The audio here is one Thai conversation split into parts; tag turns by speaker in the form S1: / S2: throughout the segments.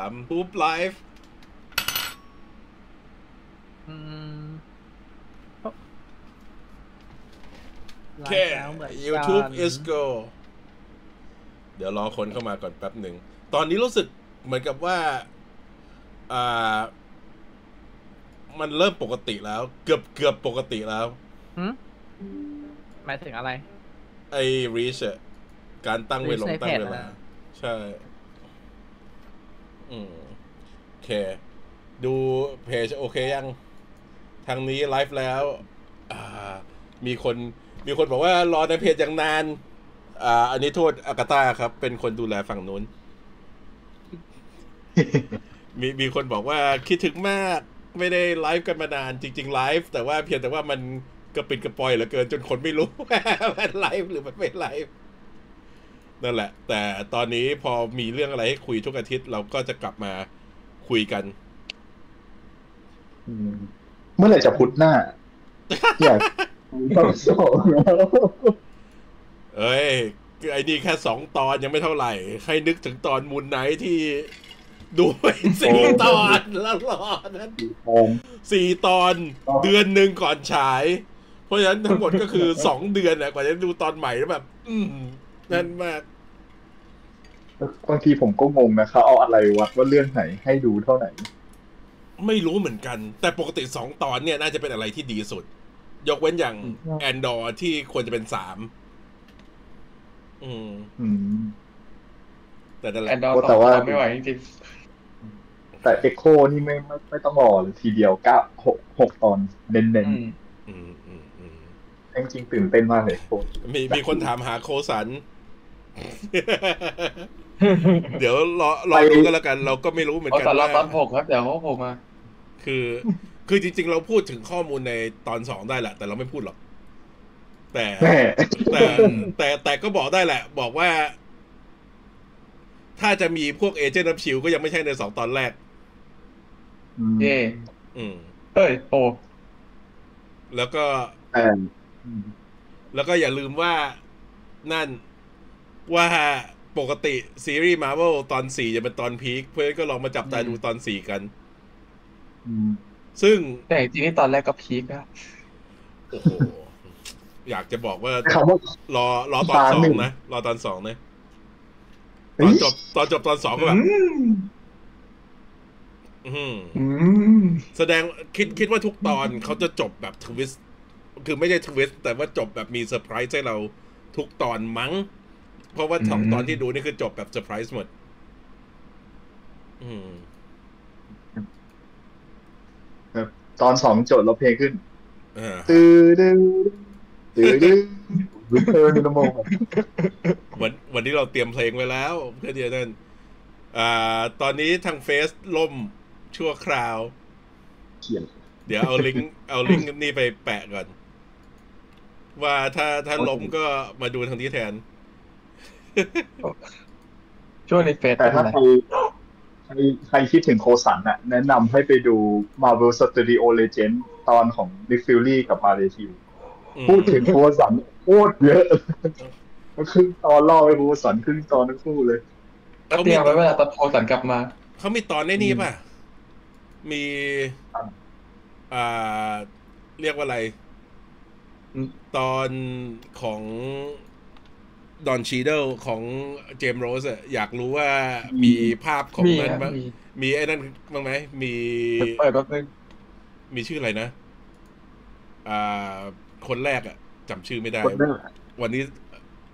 S1: ามปุ๊บไลฟ์
S2: อืม
S1: โอเค
S2: ร้านแล้วเหมือนกัน
S1: YouTube is go เดี๋ยวรอคนเข้ามาก่อนแป๊บหนึ่ง ตอนนี้รู้สึกเหมือนกับว่า อ่า มันเริ่มปกติแล้ว เกือบเกือบปกติแล้ว
S2: หืมหมายถึงอะไร
S1: ไอ้ reach อะการตั้งเวลง
S2: Reach ใน
S1: ตั้งเว
S2: เพจ
S1: ลา
S2: อะนะ
S1: ใช่ อืม โอเค ดูเพจโอเคยัง ทางนี้ไลฟ์แล้ว อ่า มีคน มีคนบอกว่ารอในเพจอย่างนาน อ่า อันนี้โทษอากาตาครับ เป็นคนดูแลฝั่งนู้น มีมีคนบอกว่าคิดถึงมากไม่ได้ไลฟ์กันมานานจริง ๆ ไลฟ์แต่ว่าเพียงแต่ว่ามันกระปิดกระปอยเหลือเกินจนคนไม่รู้ ว่ามันไลฟ์หรือมันไม่ไลฟ์นั่นแหละ แต่ตอนนี้พอมีเรื่องอะไรให้คุยทุกอาทิตย์ เราก็จะกลับมาคุยกัน
S3: อืมเมื่อไหร่จะพุทธหน้า อยากตอนสองแล้ว
S1: เอ้ยคือไอ้นี่แค่สองตอนยังไม่เท่าไหร่ ให้นึกถึงตอนมูนไนท์ที่ดูไปสี่ตอนแล้วรอนั้น
S3: โอง
S1: สี่ตอนเดือนหนึ่งก่อนฉาย เพราะฉะนั้นทั้งหมดก็คือ สองเดือนนะกว่าจะดูตอนใหม่แล้วแบบ อืมนั่นมาก
S3: บางทีผมก็งงนะเขาเอาอะไรวัดว่าเรื่องไหนให้ดูเท่าไหร่
S1: ไม่รู้เหมือนกัน แต่ปกติสองตอนเนี่ยน่าจะเป็นอะไรที่ดีสุด ยกเว้นอย่าง
S3: อืม
S1: แอนดอร์ที่ควรจะเป็นสามอืม
S3: อืม
S1: แต่นั่นแห
S4: แอ
S1: ละ
S4: นดอร์
S3: แต่
S4: ต่อ
S3: ว่า
S4: ไม่ไหวจริง
S3: แต่เอ็กโคนี่ไม่ไม่ไม่ต้องรอเลยทีเดียวเก้าหกหกตอนเน้นๆ
S4: ๆอืม
S1: อืมอืมอืม
S3: จริงๆตื่นเต้นมากเลยโค
S1: มีมีคนถามหาโคสัน เดี๋ยวรอรอดูกันแล้วกัน เราก็ไม่รู้เหมือน
S4: เอา
S1: กัน
S4: แต่รอ
S1: ว่า
S4: ตอนหกครับ เดี๋ยวเขาโผล่มา
S1: คือ คือจริงๆ เราพูดถึงข้อมูลในตอนสองได้แหละ แต่เราไม่พูดหรอก แต่
S3: แม่
S1: แต่แต่แต่ก็บอกได้แหละ บอกว่า ถ้าจะมีพวกเอเจนต์รับชิวก็ยังไม่ใช่ในสองตอนแรก
S3: อืม
S4: เย่
S1: อืม
S4: เฮ้ยโอ้
S1: แล้วก็
S3: แต่อืม
S1: แล้วก็อย่าลืมว่านั่นว่าปกติซีรีส์มา v e ลตอนสี่จะเป็นตอนพีคเพื่อนก็ลองมาจับตาดูตอนสี่กัน
S3: อืม
S1: ซึ่ง
S4: แต่จริงๆนี่ตอนแรกก็พีคนะ
S1: โอ้โห อยากจะบอกว่า
S3: คำว่า
S1: รอรอตอน
S3: ตา
S1: สอ
S3: หนึ่
S1: ง
S3: ง
S1: นะ รอตอนสองนะ ต
S3: เฮ้
S1: อน
S3: ย
S1: จบตอนจบตอนสองก็แบบ
S4: อืม
S1: อื้อหือ
S4: อืม
S1: แสดงคิดคิดว่าทุกตอนเขาจะจบแบบทวิสต์คือไม่ใช่ทวิสต์แต่ว่าจบแบบมีเซอร์ไพรส์ให้เราทุกตอนมั้ง เพราะว่าสองตอนที่ดูนี่คือจบแบบเซอร์ไพรส์หมด อืม
S3: ตอนสองโจทย์เราเพลงขึ้น
S1: อ่า
S3: ตื้อดื้อตื้อดื้อวิเทอร์นิโม
S1: วันวันนี้เราเตรียมเพลงไว้แล้ว เพื่อที่จะนั่นอ่า ตอนนี้ทางเฟซล่มชั่วคราว
S3: เขียน
S1: เดี๋ยวเอาลิงก์ เอาลิงก์นี่ไปแปะก่อน ว่าถ้าถ้าล้มก็มาดูทางนี้แทน
S4: ช่วงในเฟซ
S3: แต่ถ้า
S4: อะไร
S3: ใครใครใครคิดถึงโคสันอะแนะนำให้ไปดู Marvel Studio Legend ตอนของ Nick Fury กับ m a r e t i l
S1: อืม
S3: พูดถึงโคสันโคตรเยอะมันครึ่งตอนล่อไปโคสันครึ่งตอนทั้งคู่เลย
S4: ก็เตรียมไว้เวลาตอนโพสันกลับมา
S1: เขามีตอนในนี้ป่ะ มี
S3: อ่ะ
S1: อ่า เรียกว่าอะไร
S4: อืม
S1: ตอนของดอนชีเดลของเจมส์โรสอะอยากรู้ว่ามีภาพของ
S4: มี
S1: นั้น
S4: ครับ
S1: บ้าง
S4: มี
S1: มีไอ้นั่นบ้างไหม มี
S4: เปิดแป๊บนึง
S1: มีชื่ออะไรนะ อ่า คนแรกอะจำชื่อไม่ได้
S3: คนแรกอะ
S1: วันนี้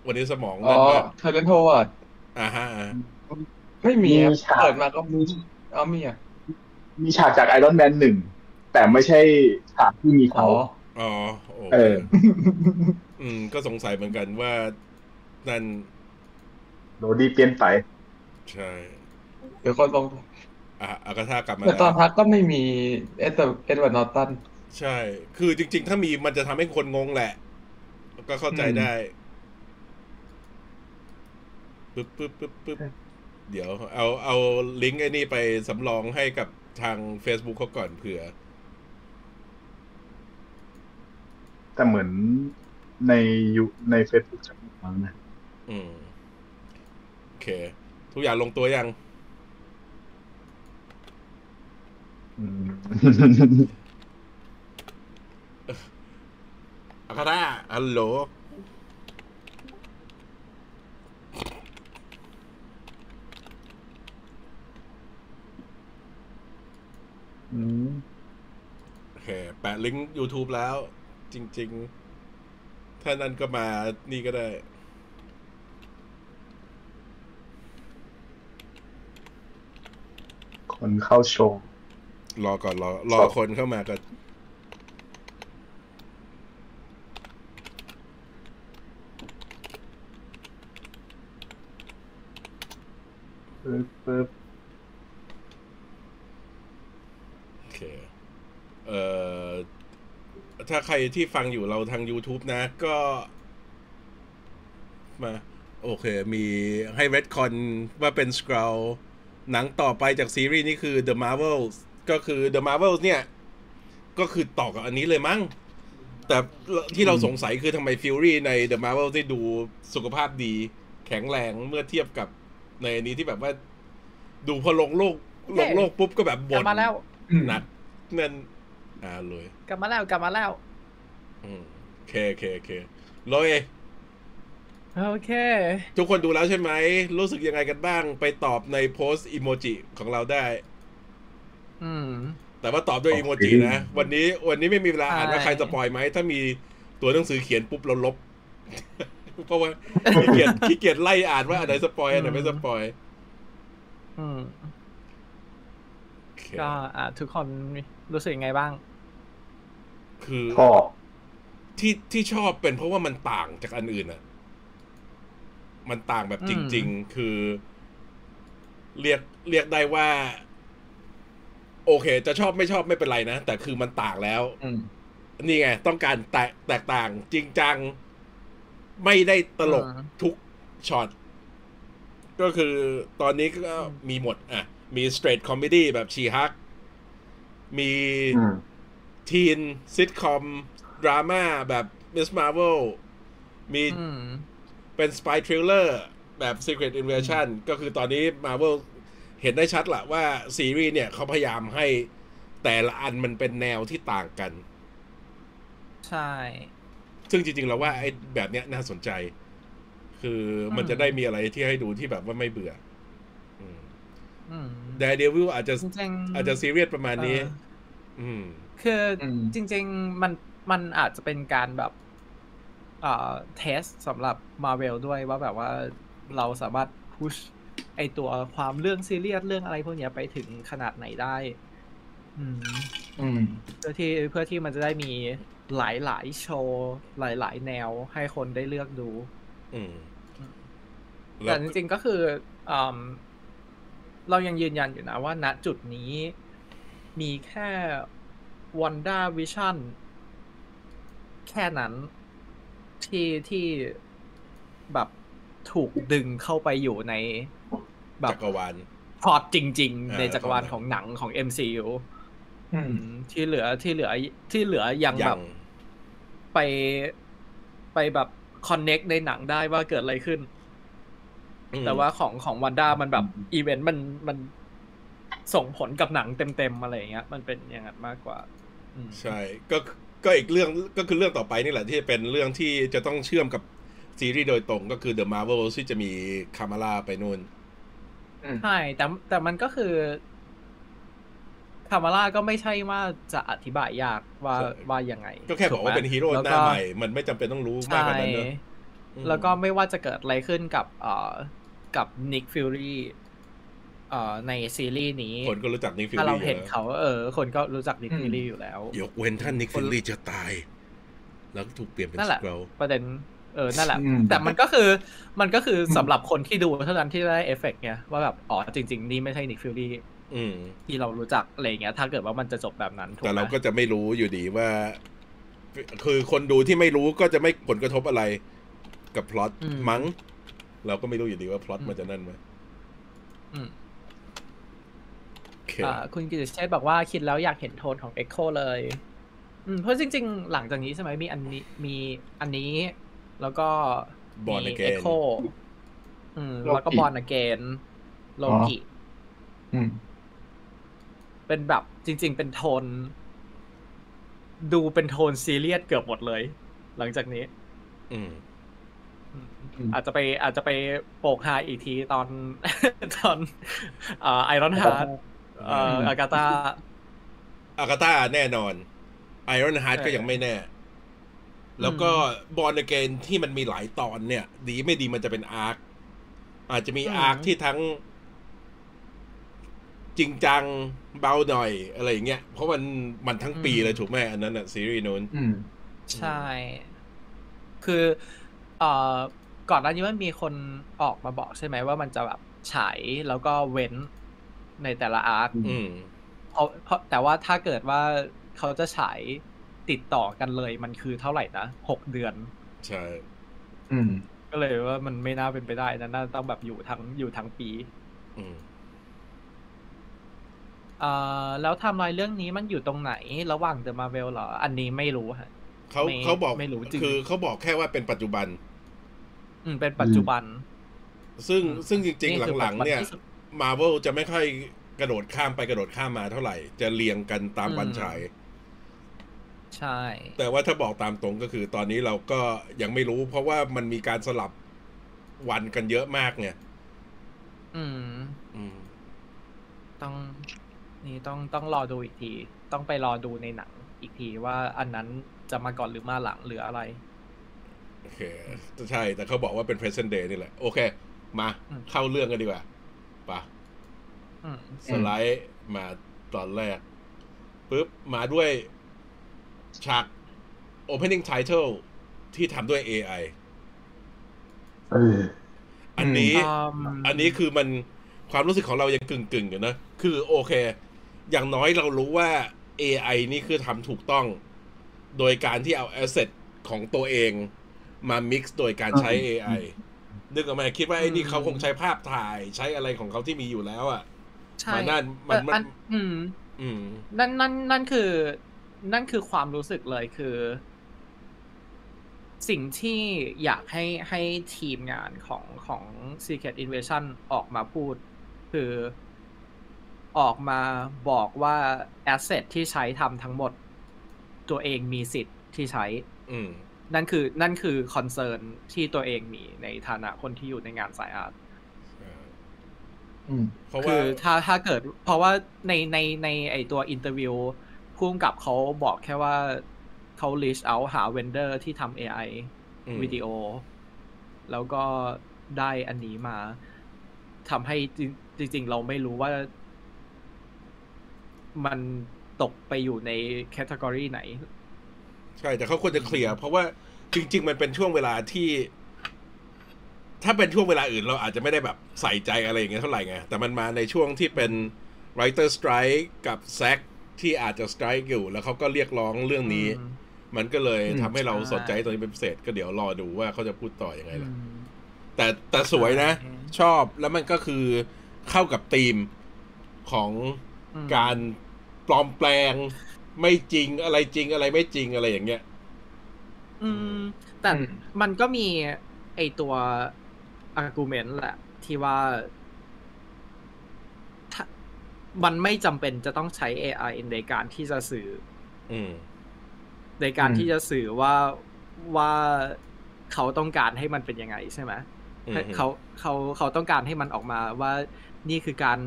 S1: วันนี้สมอง
S4: อ๋อ
S1: นั่นมาก
S4: เทเลนโทวัด
S1: อ่าฮะอ่าฮะ
S4: ไม่มีครับ
S3: มีฉาก
S4: เปิดมาก็มีเอามีอ่ะ
S3: มีฉากจาก Iron Man หนึ่ง แต่ไม่ใช่ฉากที่มี
S4: อ๋
S3: เขา
S4: อ
S1: อ๋อโอเค
S3: เออ
S1: อืม ก็สงสัยเหมือนกันว่านั่น
S3: โรดีเปลี่ยนไป
S1: ใช่
S4: เดี๋ยวคนลง
S1: อ่ะอากาธากลับมา
S4: แต่
S1: แล้ว
S4: ตอนพักก็ไม่มีเอ็ดเอ็ดเวิร์ดนอร์ตัน
S1: ใช่ คือจริง ๆ ถ้ามีมันจะทำให้คนงงแหละ ก็เข้าใจได้ปึ๊บปึ๊บปึ๊บปึ๊บเดี๋ยว เอาเอาลิงก์ไอ้นี่ไปสำรองให้กับทาง Facebook เขาก่อนเผื่อ
S3: แต่เหมือนในยุในเฟซบุ๊กจะมีมั้งนะ
S1: อืม โอเค ทุกอย่างลงตัวยัง
S3: อืม
S1: อาคาร่าฮัลโหล
S3: อืม
S1: โอเค แปะลิงก์ YouTube แล้ว จริง ๆ ถ้านั้นก็มานี่ก็ได้
S3: คนเข้าโชว์
S1: รอก่อนรอรอคนเข้ามาก่อน
S3: ปึ๊บปึ๊บ
S1: โอเค เอ่อ ถ้าใครที่ฟังอยู่เราทาง YouTube นะก็ มา โอเค มีให้เรดคอนว่าเป็นสคร l หนังต่อไปจากซีรีส์นี้คือ The Marvels ก็คือ The Marvels เนี่ย ก็คือต่อกับอันนี้เลยมั้ง แต่ที่เราสงสัยคือทำไมฟิวรี่ใน The Marvel ได้ดูสุขภาพดี แข็งแรงเมื่อเทียบกับในอันนี้ที่แบบว่า ดูพอลงโลกลงโลกปุ๊บก็แบบ
S2: ก
S1: บ่
S2: ลับ
S1: น
S2: มาแล้ว
S1: หนักนั่นอ่าเลย
S2: กลับมาแล้วกลับมาแล้ว
S1: อืมโอเคโอเคโอเคลอย
S2: โอเค
S1: ทุกคนดูแล้วใช่ไหม รู้สึกยังไงกันบ้าง ไปตอบในโพสต์อิโมจิของเราได้
S2: อืม
S1: แต่ว่าตอบด้วยอิโมจินะ วันนี้วันนี้ไม่มีเวลาอ่านว่าใครสปอยไหม ถ้ามีตัวหนังสือเขียนปุ๊บเราลบ เพราะว่าขี้เกียจขี้เกียจไล่อ่านว่าอันไหนสปอยอันไหนไม่สปอย
S2: อืม
S1: โอเค
S2: ก็อ่าทุกคนรู้สึกยังไงบ้าง
S1: คือ
S3: ก็
S1: ที่ที่ชอบเป็นเพราะว่ามันต่างจากอันอื่นอะมันต่างแบบจริง ๆ คือ เรียกเรียกได้ว่า โอเค จะชอบไม่ชอบไม่เป็นไรนะ แต่คือมันต่างแล้ว
S4: อืม
S1: นี่ไง ต้องการแตกแตกต่างจริงจัง ไม่ได้ตลก
S2: อ่า
S1: ทุกช็อต ก็คือตอนนี้ก็
S2: อืม
S1: มีหมด อ่ะ มีสตร a ทคอมเมดี้แบบชีฮัก มี
S3: อืม
S1: ทีนซิทคอม ดราม่าแบบมิสมาร์เวลมี
S2: อืม
S1: เป็นสปายทริลเลอร์แบบ Secret Invasion ก็คือตอนนี้ Marvel เห็นได้ชัดละว่า ซีรีส์เนี่ยเขาพยายามให้แต่ละอันมันเป็นแนวที่ต่างกัน
S2: ใช่
S1: ซึ่งจริงๆเราว่าไอ้แบบเนี้ยน่าสนใจ คือมัน
S2: อืม
S1: จะได้มีอะไรที่ให้ดูที่แบบว่าไม่เบื่อ
S2: อืม
S1: เดเดวิลอาจจะ
S2: จริงๆ
S1: อาจจะซีเรียสประมาณนี้
S2: เออ
S1: อืม
S2: คืออ
S4: ม
S2: จริง ๆ มันมันอาจจะเป็นการแบบเอ่อเทสสำหรับ Marvel ด้วยว่าแบบว่าเราสามารถพุชไอตัวความเรื่องซีเรียสเรื่องอะไรพวกเนี้ยไปถึงขนาดไหนได้ อืม
S4: อืม
S2: เพื่อที่เพื่อที่มันจะได้มีหลาย ๆ โชว์ หลาย ๆ แนวให้คนได้เลือกดู
S1: อืมแล้
S2: แต่
S1: ว
S2: จริงๆก็คืออืมเรายังยืนยันอยู่นะว่าณจุดนี้มีแค่วันด้าวิชั่นแค่นั้นที่ที่แบบถูกดึงเข้าไปอยู่ในแบบ
S1: จักรวาล
S2: พล็อตจริง
S1: เอ
S2: ๆ
S1: อ
S2: ในจักรวาลของหนังของ MCU
S4: อืม
S2: อืมที่เหลือที่เหลือที่เหลือยัง
S1: ยั
S2: แบ
S1: ง
S2: บ ไปไปแบบคอนเน็กในหนังได้ว่าเกิดอะไรขึ้น
S1: อืม
S2: แต่ว่าของของวันด้ามันแบบอีเวนต์มันมันส่งผลกับหนังเต็มๆอะไรอย่างเงี้ย มันเป็นอย่างนั้นมากกว่า อืม
S1: ใช่ ก็ก็อีกเรื่องก็คือเรื่องต่อไปนี่แหละที่เป็นเรื่องที่จะต้องเชื่อมกับซีรีส์โดยตรงก็คือ The Marvel ที่จะมีคามาร่าไปนู่น
S4: อืม
S2: ใช่แต่แต่มันก็คือคามาร่าก็ไม่ใช่ว่าจะอธิบายยากว่า
S1: ใช่
S2: ว่ายังไง
S1: ก็แค่บอกว่า
S2: ถูไหม
S1: เป็นฮีโร่
S2: แล้ว
S1: ห
S2: ก็
S1: น้าใหม่ มันไม่จำเป็นต้องรู้มากกว่านั้นเนอะอืม
S2: แล้วก็ไม่ว่าจะเกิดอะไรขึ้นกับเอ่อกับนิกฟิลลี่เอ่อในซีรีส์นี้
S1: คนก็รู้จักนิกฟิล
S2: ถ้าเรา
S1: ลี่อยู่
S2: เห็น
S1: แล้ว
S2: เขาเออ คนก็รู้จักนิก
S4: อืม
S2: ฟิลลี่อยู่แล้ว
S1: ยกเว้นท่านนิก
S2: คน
S1: ฟิลลี่จะตาย แล้วถูกเปลี่ยนเป็น
S2: นั่น
S1: ส
S2: แหละ
S1: เกล
S2: ประเด็นเออนั่นแหละ
S4: อืม
S2: แต่มันก็คือมันก็คือสำหรับคนที่ดูเท่านั้นที่ได้เอฟเฟกต์ไงว่าแบบอ๋อจริง ๆ นี่ไม่ใช่นิกฟิลลี่
S1: อืม
S2: ที่เรารู้จักอะไรอย่างเงี้ยถ้าเกิดว่ามันจะจบแบบนั้นถูก
S1: แต่
S2: ไหม
S1: เราก็จะไม่รู้อยู่ดีว่า คือคนดูที่ไม่รู้ก็จะไม่ผลกระทบอะไร กับพล็อตมั้ง เราก็ไม่รู้อยู่ดีว่าพล็อตมันจะนั่นไหม
S2: อืม
S1: โอเค
S2: อ่าคุณกิตติเชษฐ์บอกว่าคิดแล้วอยากเห็นโทนของเอ็กโคเลย อืมเพราะจริง ๆ หลังจากนี้ใช่ไหมมีอันนี้มีอันนี้ แล้วก็
S1: บอล
S2: มี
S1: เก
S2: เอ็
S1: น
S2: กโคแล้วก็
S4: โลกิ
S2: บอลอเกนโล
S4: อ๋อ
S2: กิ
S4: อืม
S2: เป็นแบบจริง ๆ เป็นโทน ดูเป็นโทนซีเรียสเกือบหมดเลย หลังจากนี้
S1: อืม
S2: อืม
S4: อืม
S2: อาจจะไปอาจจะไปโปกฮาอีกทีตอน ตอนไอรอนฮาร์ด
S1: อืม
S2: อากาตา
S1: อากาตาแน่นอนไอรอนฮาร์ด
S2: เออ
S1: ก็ยังไม่แน่ แล้วก็บอลเกนที่มันมีหลายตอนเนี่ย ดีไม่ดีมันจะเป็นอาร์คอาจจะมี
S2: อืม
S1: อาร์คที่ทั้ง จริงจังเบาหน่อยอะไรอย่างเงี้ยเพราะมันมันทั้งปีเลยถูกไหมอันนั้นอะซีรีส์นู้น
S4: อืม
S2: ใช่ คือเอ่อก่อนหน้านี้มันมีคนออกมาบอกใช่ไหมว่ามันจะแบบฉายแล้วก็เว้นในแต่ละอาร์ค
S4: อื
S1: อืม
S2: เพราะเพราะแต่ว่าถ้าเกิดว่าเขาจะฉายติดต่อกันเลยมันคือเท่าไหร่นะหกเดือน
S1: ใช่
S4: อืม
S2: ก็เลยว่ามันไม่น่าเป็นไปได้นะน่าต้องแบบอยู่ทั้งอยู่ทั้งปี
S1: อืม
S2: เอ่อแล้วไทำลายเรื่องนี้มันอยู่ตรงไหนระหว่างเดอะมาเวลเหรอ อันนี้ไม่รู้ฮะ
S1: เขา
S2: ไม่
S1: เขาบอก
S2: ไม่รู้จริง
S1: คือเขาบอกแค่ว่าเป็นปัจจุบัน
S2: อืมเป็นปัจจุบัน
S1: ซึ่ง
S2: อืม
S1: ซึ่งจริง
S2: นี่คือ
S1: ๆ หลัง ๆ เนี่ย
S2: ปัจจุบันที่สุด
S1: มาเวลจะไม่ค่อยกระโดดข้ามไปกระโดดข้ามมาเท่าไหร่ จะเรียงกันตามวัน
S2: อืม
S1: ฉาย
S2: ใช่
S1: แต่ว่าถ้าบอกตามตรงก็คือตอนนี้เราก็ยังไม่รู้ เพราะว่ามันมีการสลับวันกันเยอะมากไง
S2: อืม
S1: อืม
S2: ต้องนี่ต้องต้องรอดูอีกที ต้องไปรอดูในหนังอีกทีว่าอันนั้นจะมาก่อนหรือมาหลังหรืออะไร
S1: โอเคใช่ แต่เขาบอกว่าเป็น present day นี่แหละ โอเค มา
S2: อืม
S1: เข้าเรื่องกันดีกว่าไปะ
S2: อืม
S1: สไลด์มาตอนแรกปุ๊บ มาด้วยฉาก opening title ที่ทำด้วย AI
S3: เออ
S1: อันนี้
S2: อืม
S1: อันนี้คือมันความรู้สึกของเรายังกึ่งกึ่งๆอยู่นะ คือโอเค อย่างน้อยเรารู้ว่า AI นี่คือทำถูกต้อง โดยการที่เอาแอสเซทของตัวเองมา mix โดยการใช้ AI นึกออกไหมาคิดว่าไอ้นี่
S2: อืม
S1: เขาคงใช้ภาพถ่ายใช้อะไรของเขาที่มีอยู่แล้วอะ
S2: ใช่
S1: มานั่นมั
S2: แต่
S1: นมั
S2: อั
S1: น
S2: นอืม
S1: อืม
S2: นั่นนั่นนั่นคือ นั่นคือความรู้สึกเลยคือ สิ่งที่อยากให้ให้ทีมงานของของ Secret Invasion ออกมาพูด คือออกมาบอกว่าแอสเซทที่ใช้ทำทั้งหมด ตัวเองมีสิทธิ์ที่ใช้
S1: อืม
S2: นั่นคือนั่นคือคอนเซิร์นที่ตัวเองมีในฐานะคนที่อยู่ในงานสายอาร์ต
S4: อืม
S1: เพราะ
S2: คื
S1: ว่า
S2: อถ้าถ้าเกิดเพราะว่าในในในไอตัวอินเตอร์วิวพุ่มกับเขาบอกแค่ว่าเขาลิชเอาหาเวนเดอร์ที่ทำ AI
S1: อืม
S2: วิดีโอ แล้วก็ได้อันนี้มาทำให้จริงจริง ๆ เราไม่รู้ว่า มันตกไปอยู่ในแคตตากรีไหน
S1: ใช่ แต่เขาควรจะเคลียร์ เพราะว่าจริง ๆ มันเป็นช่วงเวลาที่ ถ้าเป็นช่วงเวลาอื่นเราอาจจะไม่ได้แบบใส่ใจอะไรอย่างเงี้ยเท่าไหร่ไง แต่มันมาในช่วงที่เป็น writer strike กับ s a c ที่อาจจะ strike อยู่ แล้วเขาก็เรียกร้องเรื่องนี้
S2: อืม
S1: มันก็เลย
S4: อืม
S1: ทำให้เรา
S2: ใช่
S1: สนใจตัวนี้เป็นพิเศษ ก็เดี๋ยวรอดูว่าเขาจะพูดต่ออยังไง
S2: อื
S1: ล่ะ
S2: ม
S1: แต่แต่สวยนะ
S2: ใช่
S1: ชอบแล้วมันก็คือเข้ากับธีมของ
S2: อืม
S1: การปลอมแปลง ไม่จริงอะไรจริงอะไรไม่จริงอะไรอย่างเงี้ย
S2: อืมแต่ มันก็มีไอตัว argument แหละ ที่ว่าถ้ามันไม่จำเป็นจะต้องใช้ AI ในการที่จะสื่อ
S1: อืม
S2: ในการ
S4: อืม
S2: ที่จะสื่อว่าว่าเขาต้องการให้มันเป็นยังไงใช่ไหม
S1: อืม
S2: ให้เขาเขาเขาต้องการให้มันออกมาว่านี่คือการ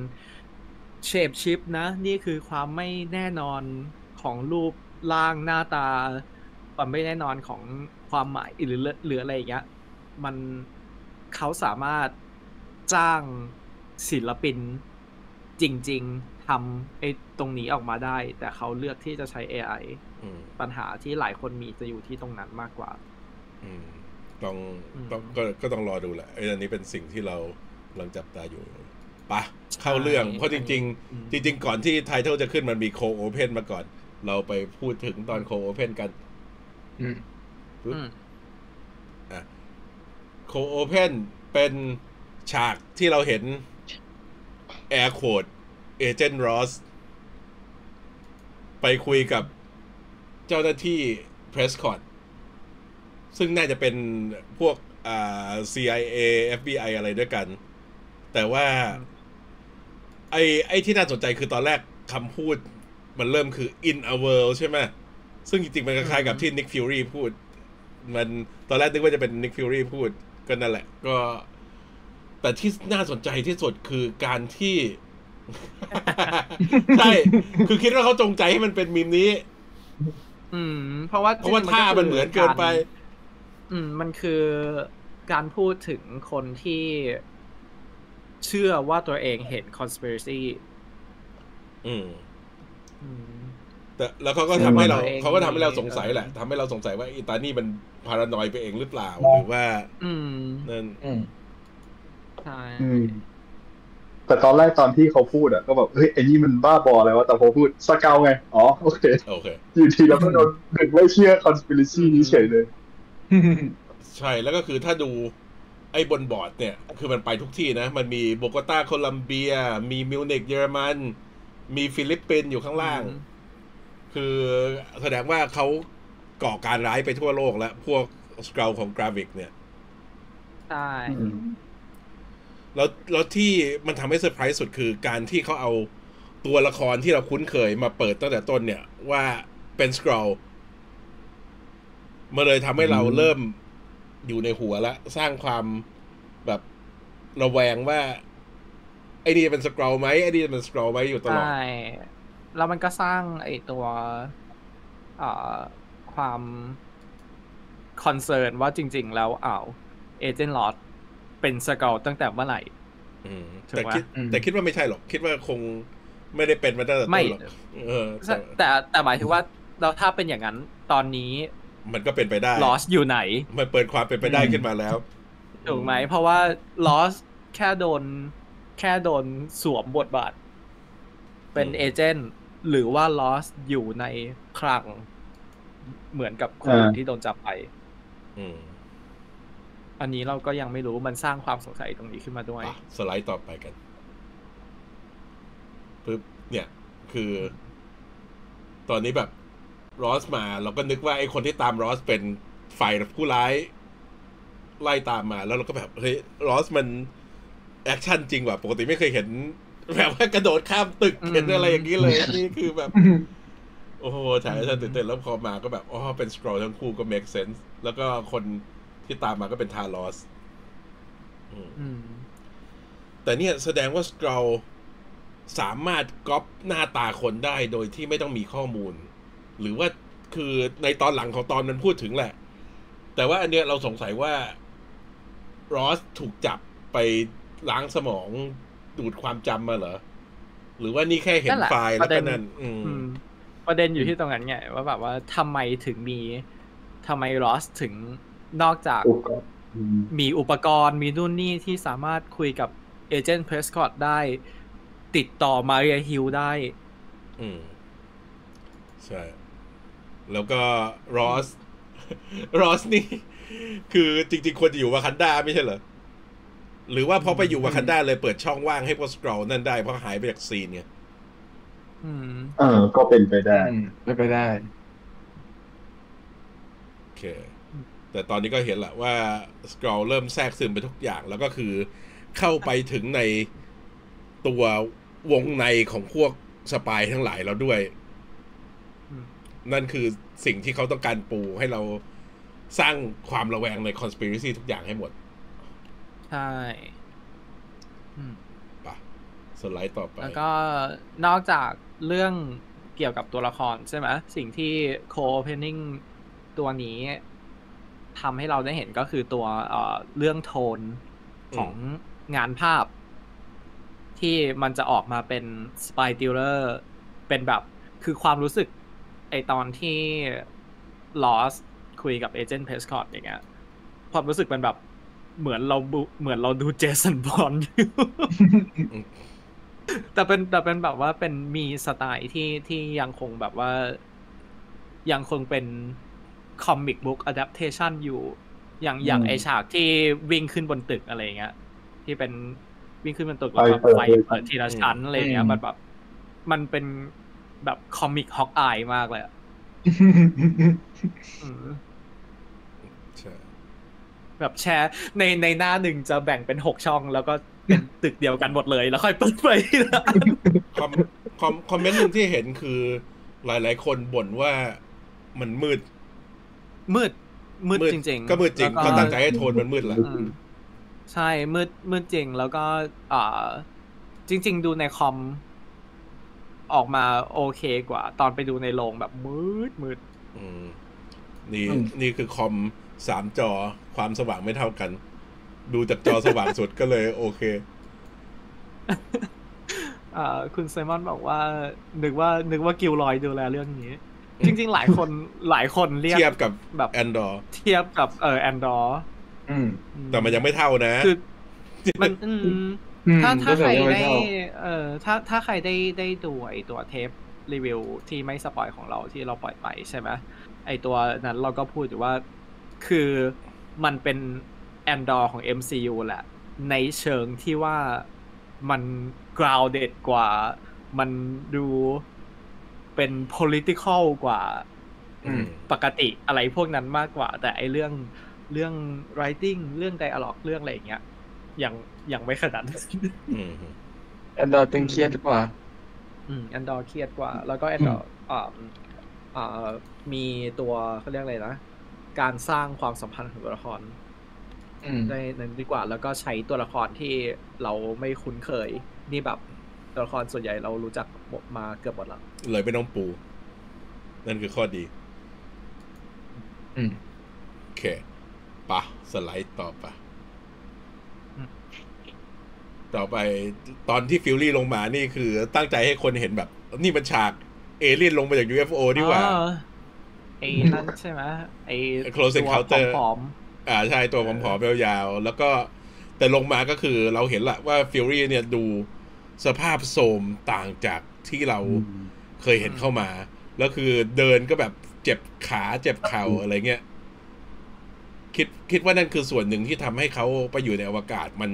S2: เชฟชิปนะ นี่คือความไม่แน่นอนของรูปร่างหน้าตา ความไม่แน่นอนของความหมายหรือหรืออะไรอย่างเงี้ยมันเขาสามารถจ้างศิลปินจริง ๆทำไอ้ตรงนี้ออกมาได้ แต่เขาเลือกที่จะใช้ AI
S1: อืม
S2: ปัญหาที่หลายคนมีจะอยู่ที่ตรงนั้นมากกว่า
S1: อืมต้อง
S2: อืม
S1: ต้องก็ก็ต้องรอดูแหละไอ้อันนี้เป็นสิ่งที่เรากำลังจับตาอยู่ไปะเข้าเรื่อง เพราะจริง ๆ จริง ๆ ก่อนที่ไทเทลจะขึ้นมันมีโคโอเพนมาก่อน เราไปพูดถึงตอนโคโอเพนกัน
S4: อืม
S1: ปึ๊บ
S2: อืม
S1: โคโอเพนเป็นฉากที่เราเห็นแอร์โคดเอเจนต์รอสไปคุยกับเจ้าหน้าที่เพรสคอตซึ่งน่าจะเป็นพวกอ่า CIA FBI อะไรด้วยกัน แต่ว่า
S2: อืม
S1: ไอไอที่น่าสนใจคือตอนแรก คำพูดมันเริ่มคือ in a world ใช่ไหมซึ่งจริงๆ มันคล้ายๆกับที่ Nick Fury พูด มันตอนแรกนึกว่าจะเป็น Nick Fury พูดก็นั่นแหละ ก็ แต่ที่น่าสนใจที่สุดคือการที่ ใช่ คือคิดว่าเขาจงใจให้มันเป็นมีมนี้
S2: อืม เพราะว่า
S1: เพราะว่า
S2: จงๆ
S1: ท่า
S2: ก็
S1: มัน
S2: คื
S1: เหมือนเกินไป
S2: ารอืม มันคือการพูดถึงคนที่เชื่อว่าตัวเองเห็น conspiracy
S1: อืม
S2: อืม
S1: แต่แล้วเขาก็ทำให้เรา
S2: เอง
S1: เขาก็ทำให้เราสงสัยแหละทำให้เราสงสัยว่าอีตานี่มันพารานอยไปเองหรือเปล่า หรือว่า
S2: อืม
S1: นั่น
S4: อืม
S2: ใช่
S3: อืม แต่ตอนแรกตอนที่เขาพูดอ่ะก็แบบเฮ้ยไอ้นี่มันบ้าบออะไรวะแต่พอพูดสเกลไง อ๋อ โอเค
S1: โอเค
S3: อยู่ทีแล้วก็โดนดึงไว้เชื่อคอน spiracy นี้เฉยเลย
S1: ใช่แล้วก็คือถ้าดูไอ้บนบอร์ดเนี่ย คือมันไปทุกที่นะ มันมีโบกตาโคลัมเบีย มีมิวนิกเยอรมัน มีฟิลิปปินส์อยู่ข้างล่าง คือแสดงว่าเขาก่อการร้ายไปทั่วโลกแล้ว พวกสเกลของกราฟิกเนี่ย
S2: ใช่
S1: แล้วแล้วที่มันทำให้เซอร์ไพรส์สุดคือการที่เขาเอาตัวละครที่เราคุ้นเคยมาเปิดตั้งแต่ต้นเนี่ย ว่าเป็นส r ร l มาเลยทำให้เรา
S3: อืม
S1: เริ่มอยู่ในหัวละสร้างความแบบระแวงว่า ไอ้นี่จะเป็นส r ร l ไหมไอ้นี่จะเป็นส r ร l ไหมอยู่ตลอด
S2: ใช่แล้วมันก็สร้างไอตัวเอ่อความคอนเซิร์นว่าจริง ๆ แล้วอ้าวเอเจนต์ลอดเป็นสเกลตั้งแต่เมื่อไหร่
S1: อืม
S2: ถูก
S1: แต่
S2: ปะ
S1: คิด
S4: อืม
S1: แต่คิดว่าไม่ใช่หรอก คิดว่าคงไม่ได้เป็นมาตั้งแต่ต้
S2: ไม่
S1: นหรอกเออแต่
S2: แต่แต่หมายถึงว่าเราถ้าเป็นอย่างนั้นตอนนี้
S1: มันก็เป็นไปได้
S2: ลอสอยู่ไหน
S1: มันเปิดความเป็นไปได้
S4: อืม
S1: ขึ้นมาแล้ว
S2: ถูกไหม เพราะว่าลอสแค่โดน แค่โดนสวมบทบาท เป็น
S1: อืม
S2: เอเจนต์หรือว่าลอสอยู่ในคลัง เหมือนกับคน
S3: อ่า
S2: อื่นที่โดนจับไป
S1: อืม
S2: อันนี้เราก็ยังไม่รู้มันสร้างความสงสัยตรงนี้ขึ้นมาด้วย
S1: อ่ะสไลด์ต่อไปกันปึ๊บเนี่ย คือ ตอนนี้แบบรอสมา เราก็นึกว่าไอ้คนที่ตามรอสเป็นฝ่ายผู้ร้าย ไล่ตามมาแล้วเราก็แบบเฮ้ยรอสมัน แอคชั่นจริงว่ะ ปกติไม่เคยเห็น แบบว่ากระโดดข้ามตึก
S2: อืม
S1: เห็นอะไรอย่างนี้เลย นี่คือแบบ โอ้โหฉายแอคชั่นตื่นเต้นแล้วพอมาก็แบบอ๋อเป็นสครอลทั้งคู่ก็ make sense แล้วก็คนที่ตามมาก็เป็นทารอสอืม
S2: อืม
S1: แต่เนี่ยแสดงว่าสเกลสามารถก๊อปหน้าตาคนได้โดยที่ไม่ต้องมีข้อมูล หรือว่าคือในตอนหลังของตอนมันพูดถึงแหละ แต่ว่าอันเนี้ยเราสงสัยว่ารอสถูกจับไปล้างสมองดูดความจำมาเหรอ หรือว่านี่แค่เห็
S2: นั่
S1: น
S2: นแหละ
S1: ไฟล์แล้ว
S2: ประเด็
S1: ก็
S2: น
S1: นั่นอืม
S2: อืมประเด็นอยู่ที่ตรงนั้นไงว่าแบบว่าทำไมถึงมีทำไมลอสถึงนอกจาก
S3: โอ้ก็อืม
S2: มีอุปกรณ์มีนู่นนี่ที่สามารถคุยกับเอเจนต์เพรสคอตได้ ติดต่อมาเรียฮิลได้
S1: อืม ใช่ แล้วก็รอส รอสนี่ คือจริงๆ ควรจะอยู่วาคันดาไม่ใช่เหรอ หรือว่าพอไปอยู่วาคันดาเลยเปิดช่องว่างให้พวกสกรอลนั่นได้ เพราะหายไปจากซีนไง
S2: อืม
S3: เออ ก็เป็นไปได้
S4: ไม่ไปได้
S1: โอเค แต่ตอนนี้ก็เห็นแหละว่าสกรอลเริ่มแทรกซึมไปทุกอย่าง แล้วก็คือเข้าไปถึงในตัววงในของพวกสปายทั้งหลายแล้วด้วย
S2: อืม
S1: นั่นคือสิ่งที่เขาต้องการปูให้เราสร้างความระแวงใน conspiracy ทุกอย่างให้หมด
S2: ใช่อืม
S1: ปะสไลด์ต่อไป
S2: แล้วก็นอกจากเรื่องเกี่ยวกับตัวละครใช่ไหมสิ่งที่โคเพ n นิ่งตัวนี้ทำให้เราได้เห็นก็คือตัวเอ่อเรื่องโทนของงานภาพ ที่มันจะออกมาเป็นสปายติลเลอร์เป็นแบบคือความรู้สึกไอตอนที่ลอสคุยกับเอเจนต์เพสคอตอย่างเงี้ยความรู้สึกมันแบบเหมือนเราบุเหมือนเราดูเจสันบอลอยู่ แต่เป็นแต่เป็นแบบว่าเป็นมีสไตล์ที่ที่ยังคงแบบว่ายังคงเป็นคอมิกบุ๊กอะดัปเทชันอยู่ อย่างอย่าง
S3: อืม
S2: ไอฉากที่วิ่งขึ้นบนตึกอะไรอย่างเงี้ยที่เป็นวิ่งขึ้นบนตึก
S3: ไฟ
S2: แล้วก็
S3: เปิด
S2: ไฟ
S3: เลย
S2: เปิดทีละชั้นอะไรอย่างเงี้ย
S4: อืม
S2: มันแบบมันเป็นแบบคอมิกฮอกอายมากเลยอะอืม
S1: ใช่
S2: แบบแชร์ในในหน้าหนึ่งจะแบ่งเป็นหกช่อง แล้วก็ เป็นตึกเดียวกันหมดเลยแล้วค่อยเปิดไปนะ
S1: คอมคอมคอมเมนต์หนึ่งที่เห็นคือหลาย ๆ คนบ่นว่ามันมืด
S2: มืดมืดจริง ๆ
S1: ก็มืดจริง
S2: แล้ว
S1: เขาตั้งใจให้โทนมันมืดแหละ
S2: อืมใช่มืดมืดจริงแล้วก็อ่าจริง ๆ ดูในคอม ออกมาโอเคกว่า ตอนไปดูในโรงแบบมืดมืด
S1: อืมนี่
S4: อืม
S1: นี่คือคอมสามจอความสว่างไม่เท่ากัน ดูจากจอสว่างสุดก็เลยโอเค
S2: อ่าคุณไซมอนบอกว่า นึกว่านึกว่ากิลลอยดูแลเรื่องนี้ จริง ๆ หลายคนหลายคนเรียก
S1: เทียบกับ
S2: แบบ
S1: แอนดอร์
S2: เทียบกับเออแอนดอร์
S4: อืม
S1: แต่มันยังไม่เท่านะ
S2: คือมันอืม
S4: อืม
S2: ถ้าถ้า
S4: ก็
S2: ใคร
S4: ยังม่
S2: ได้
S4: เท่า
S2: เออถ้าถ้าใครได้ได้ดูไอตัวเทปรีวิวที่ไม่สปอยของเราที่เราปล่อยไปใช่ไหมไอตัวนั้นเราก็พูดอยู่ว่าคือมันเป็นแอนดอร์ของ MCU แหละ ในเชิงที่ว่ามัน grounded กว่า มันดูเป็น political กว่า
S1: อืม
S2: ปกติอะไรพวกนั้นมากกว่า แต่ไอเรื่องเรื่อง writing เรื่อง dialogue เรื่องอะไรอย่างเงี้ยยังยังไม่ขนาดนั้น
S1: อืม
S4: แอนดรอยด์ตึงเครียดหรือเปล่า
S2: อืมแอนดอร์เครียดกว่า แล้วก็แอนดอร์อ่าอ่ามีตัวเขาเรียกอะไรนะ การสร้างความสัมพันธ์ของตัวละคร
S4: อืม
S2: ได้นั้นดีกว่าแล้วก็ใช้ตัวละครที่เราไม่คุ้นเคย นี่แบบตัวละครส่วนใหญ่เรารู้จักหมดมาเกือบหมดแล้ว
S1: เลยไม่ต้องปู นั่นคือข้อดี
S4: อืม
S1: โอเคปะสไลด์ต่อไปะ
S2: อืม
S1: ต่อไปตอนที่ฟิลลี่ลงมานี่คือตั้งใจให้คนเห็นแบบ นี่มันฉากเอเลี่ยนลงมาจาก UFO นี่หว่า
S2: อ๋อไอ้นั่นใช่ไหมไอ้
S1: Close
S2: ตัว
S1: Encounter
S2: ผอม
S1: อ่าใช่ตัวผอมๆยาวๆแล้วก็แต่ลงมาก็คือเราเห็นละว่าฟิลลี่เนี่ยดูสภาพโทรมต่างจากที่เราเคยเห็นเข้ามา แล้วคือเดินก็แบบเจ็บขาเจ็บเข่าอะไรเงี้ย คิดคิดว่านั่นคือส่วนหนึ่งที่ทำให้เขาไปอยู่ในอวกาศมัน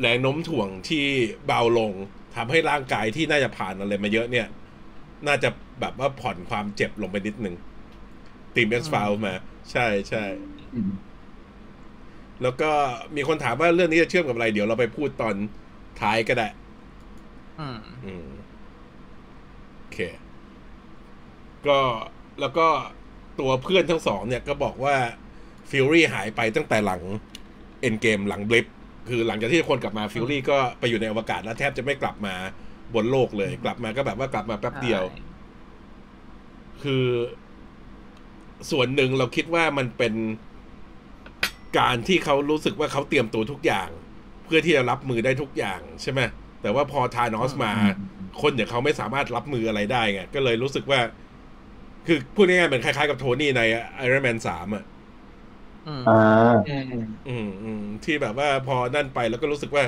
S1: แรงโน้มถ่วงที่เบาลงทำให้ร่างกายที่น่าจะผ่านอะไรมาเยอะเนี่ย น่าจะแบบว่าผ่อนความเจ็บลงไปนิดนึงตีมเอ็กซ์ฟาวมา ใช่ใช่
S4: อืม
S1: แล้วก็มีคนถามว่าเรื่องนี้จะเชื่อมกับอะไร เดี๋ยวเราไปพูดตอนท้ายก็ได้
S2: ๆอืม
S1: อืมโอเค ก็แล้วก็ตัวเพื่อนทั้งสองเนี่ยก็บอกว่าฟิล r ี่หายไปตั้งแต่หลังเอ็นเกมหลังบลิป คือหลังจากที่คนกลับมาฟิล r ี่ก็ไปอยู่ในอวกาศแล้วแทบจะไม่กลับมาบนโลกเลย กลับมาก็แบบว่ากลับมาแป๊บเดียว คือส่วนหนึ่งเราคิดว่ามันเป็นการที่เขารู้สึกว่าเขาเตรียมตัวทุกอย่าง เพื่อที่จะรับมือได้ทุกอย่างใช่ไหมแต่ว่าพอทานอสมา คนอย่างเขาไม่สามารถรับมืออะไรได้ไงก็เลยรู้สึกว่า คือพูดง่ายๆเหมือนคล้ายๆกับโทนี่ในไอรอนแมนสามอ่ะ
S2: อืม
S3: อ่า
S4: อืม
S1: อืมอืมที่แบบว่าพอนั่นไปแล้วก็รู้สึกว่า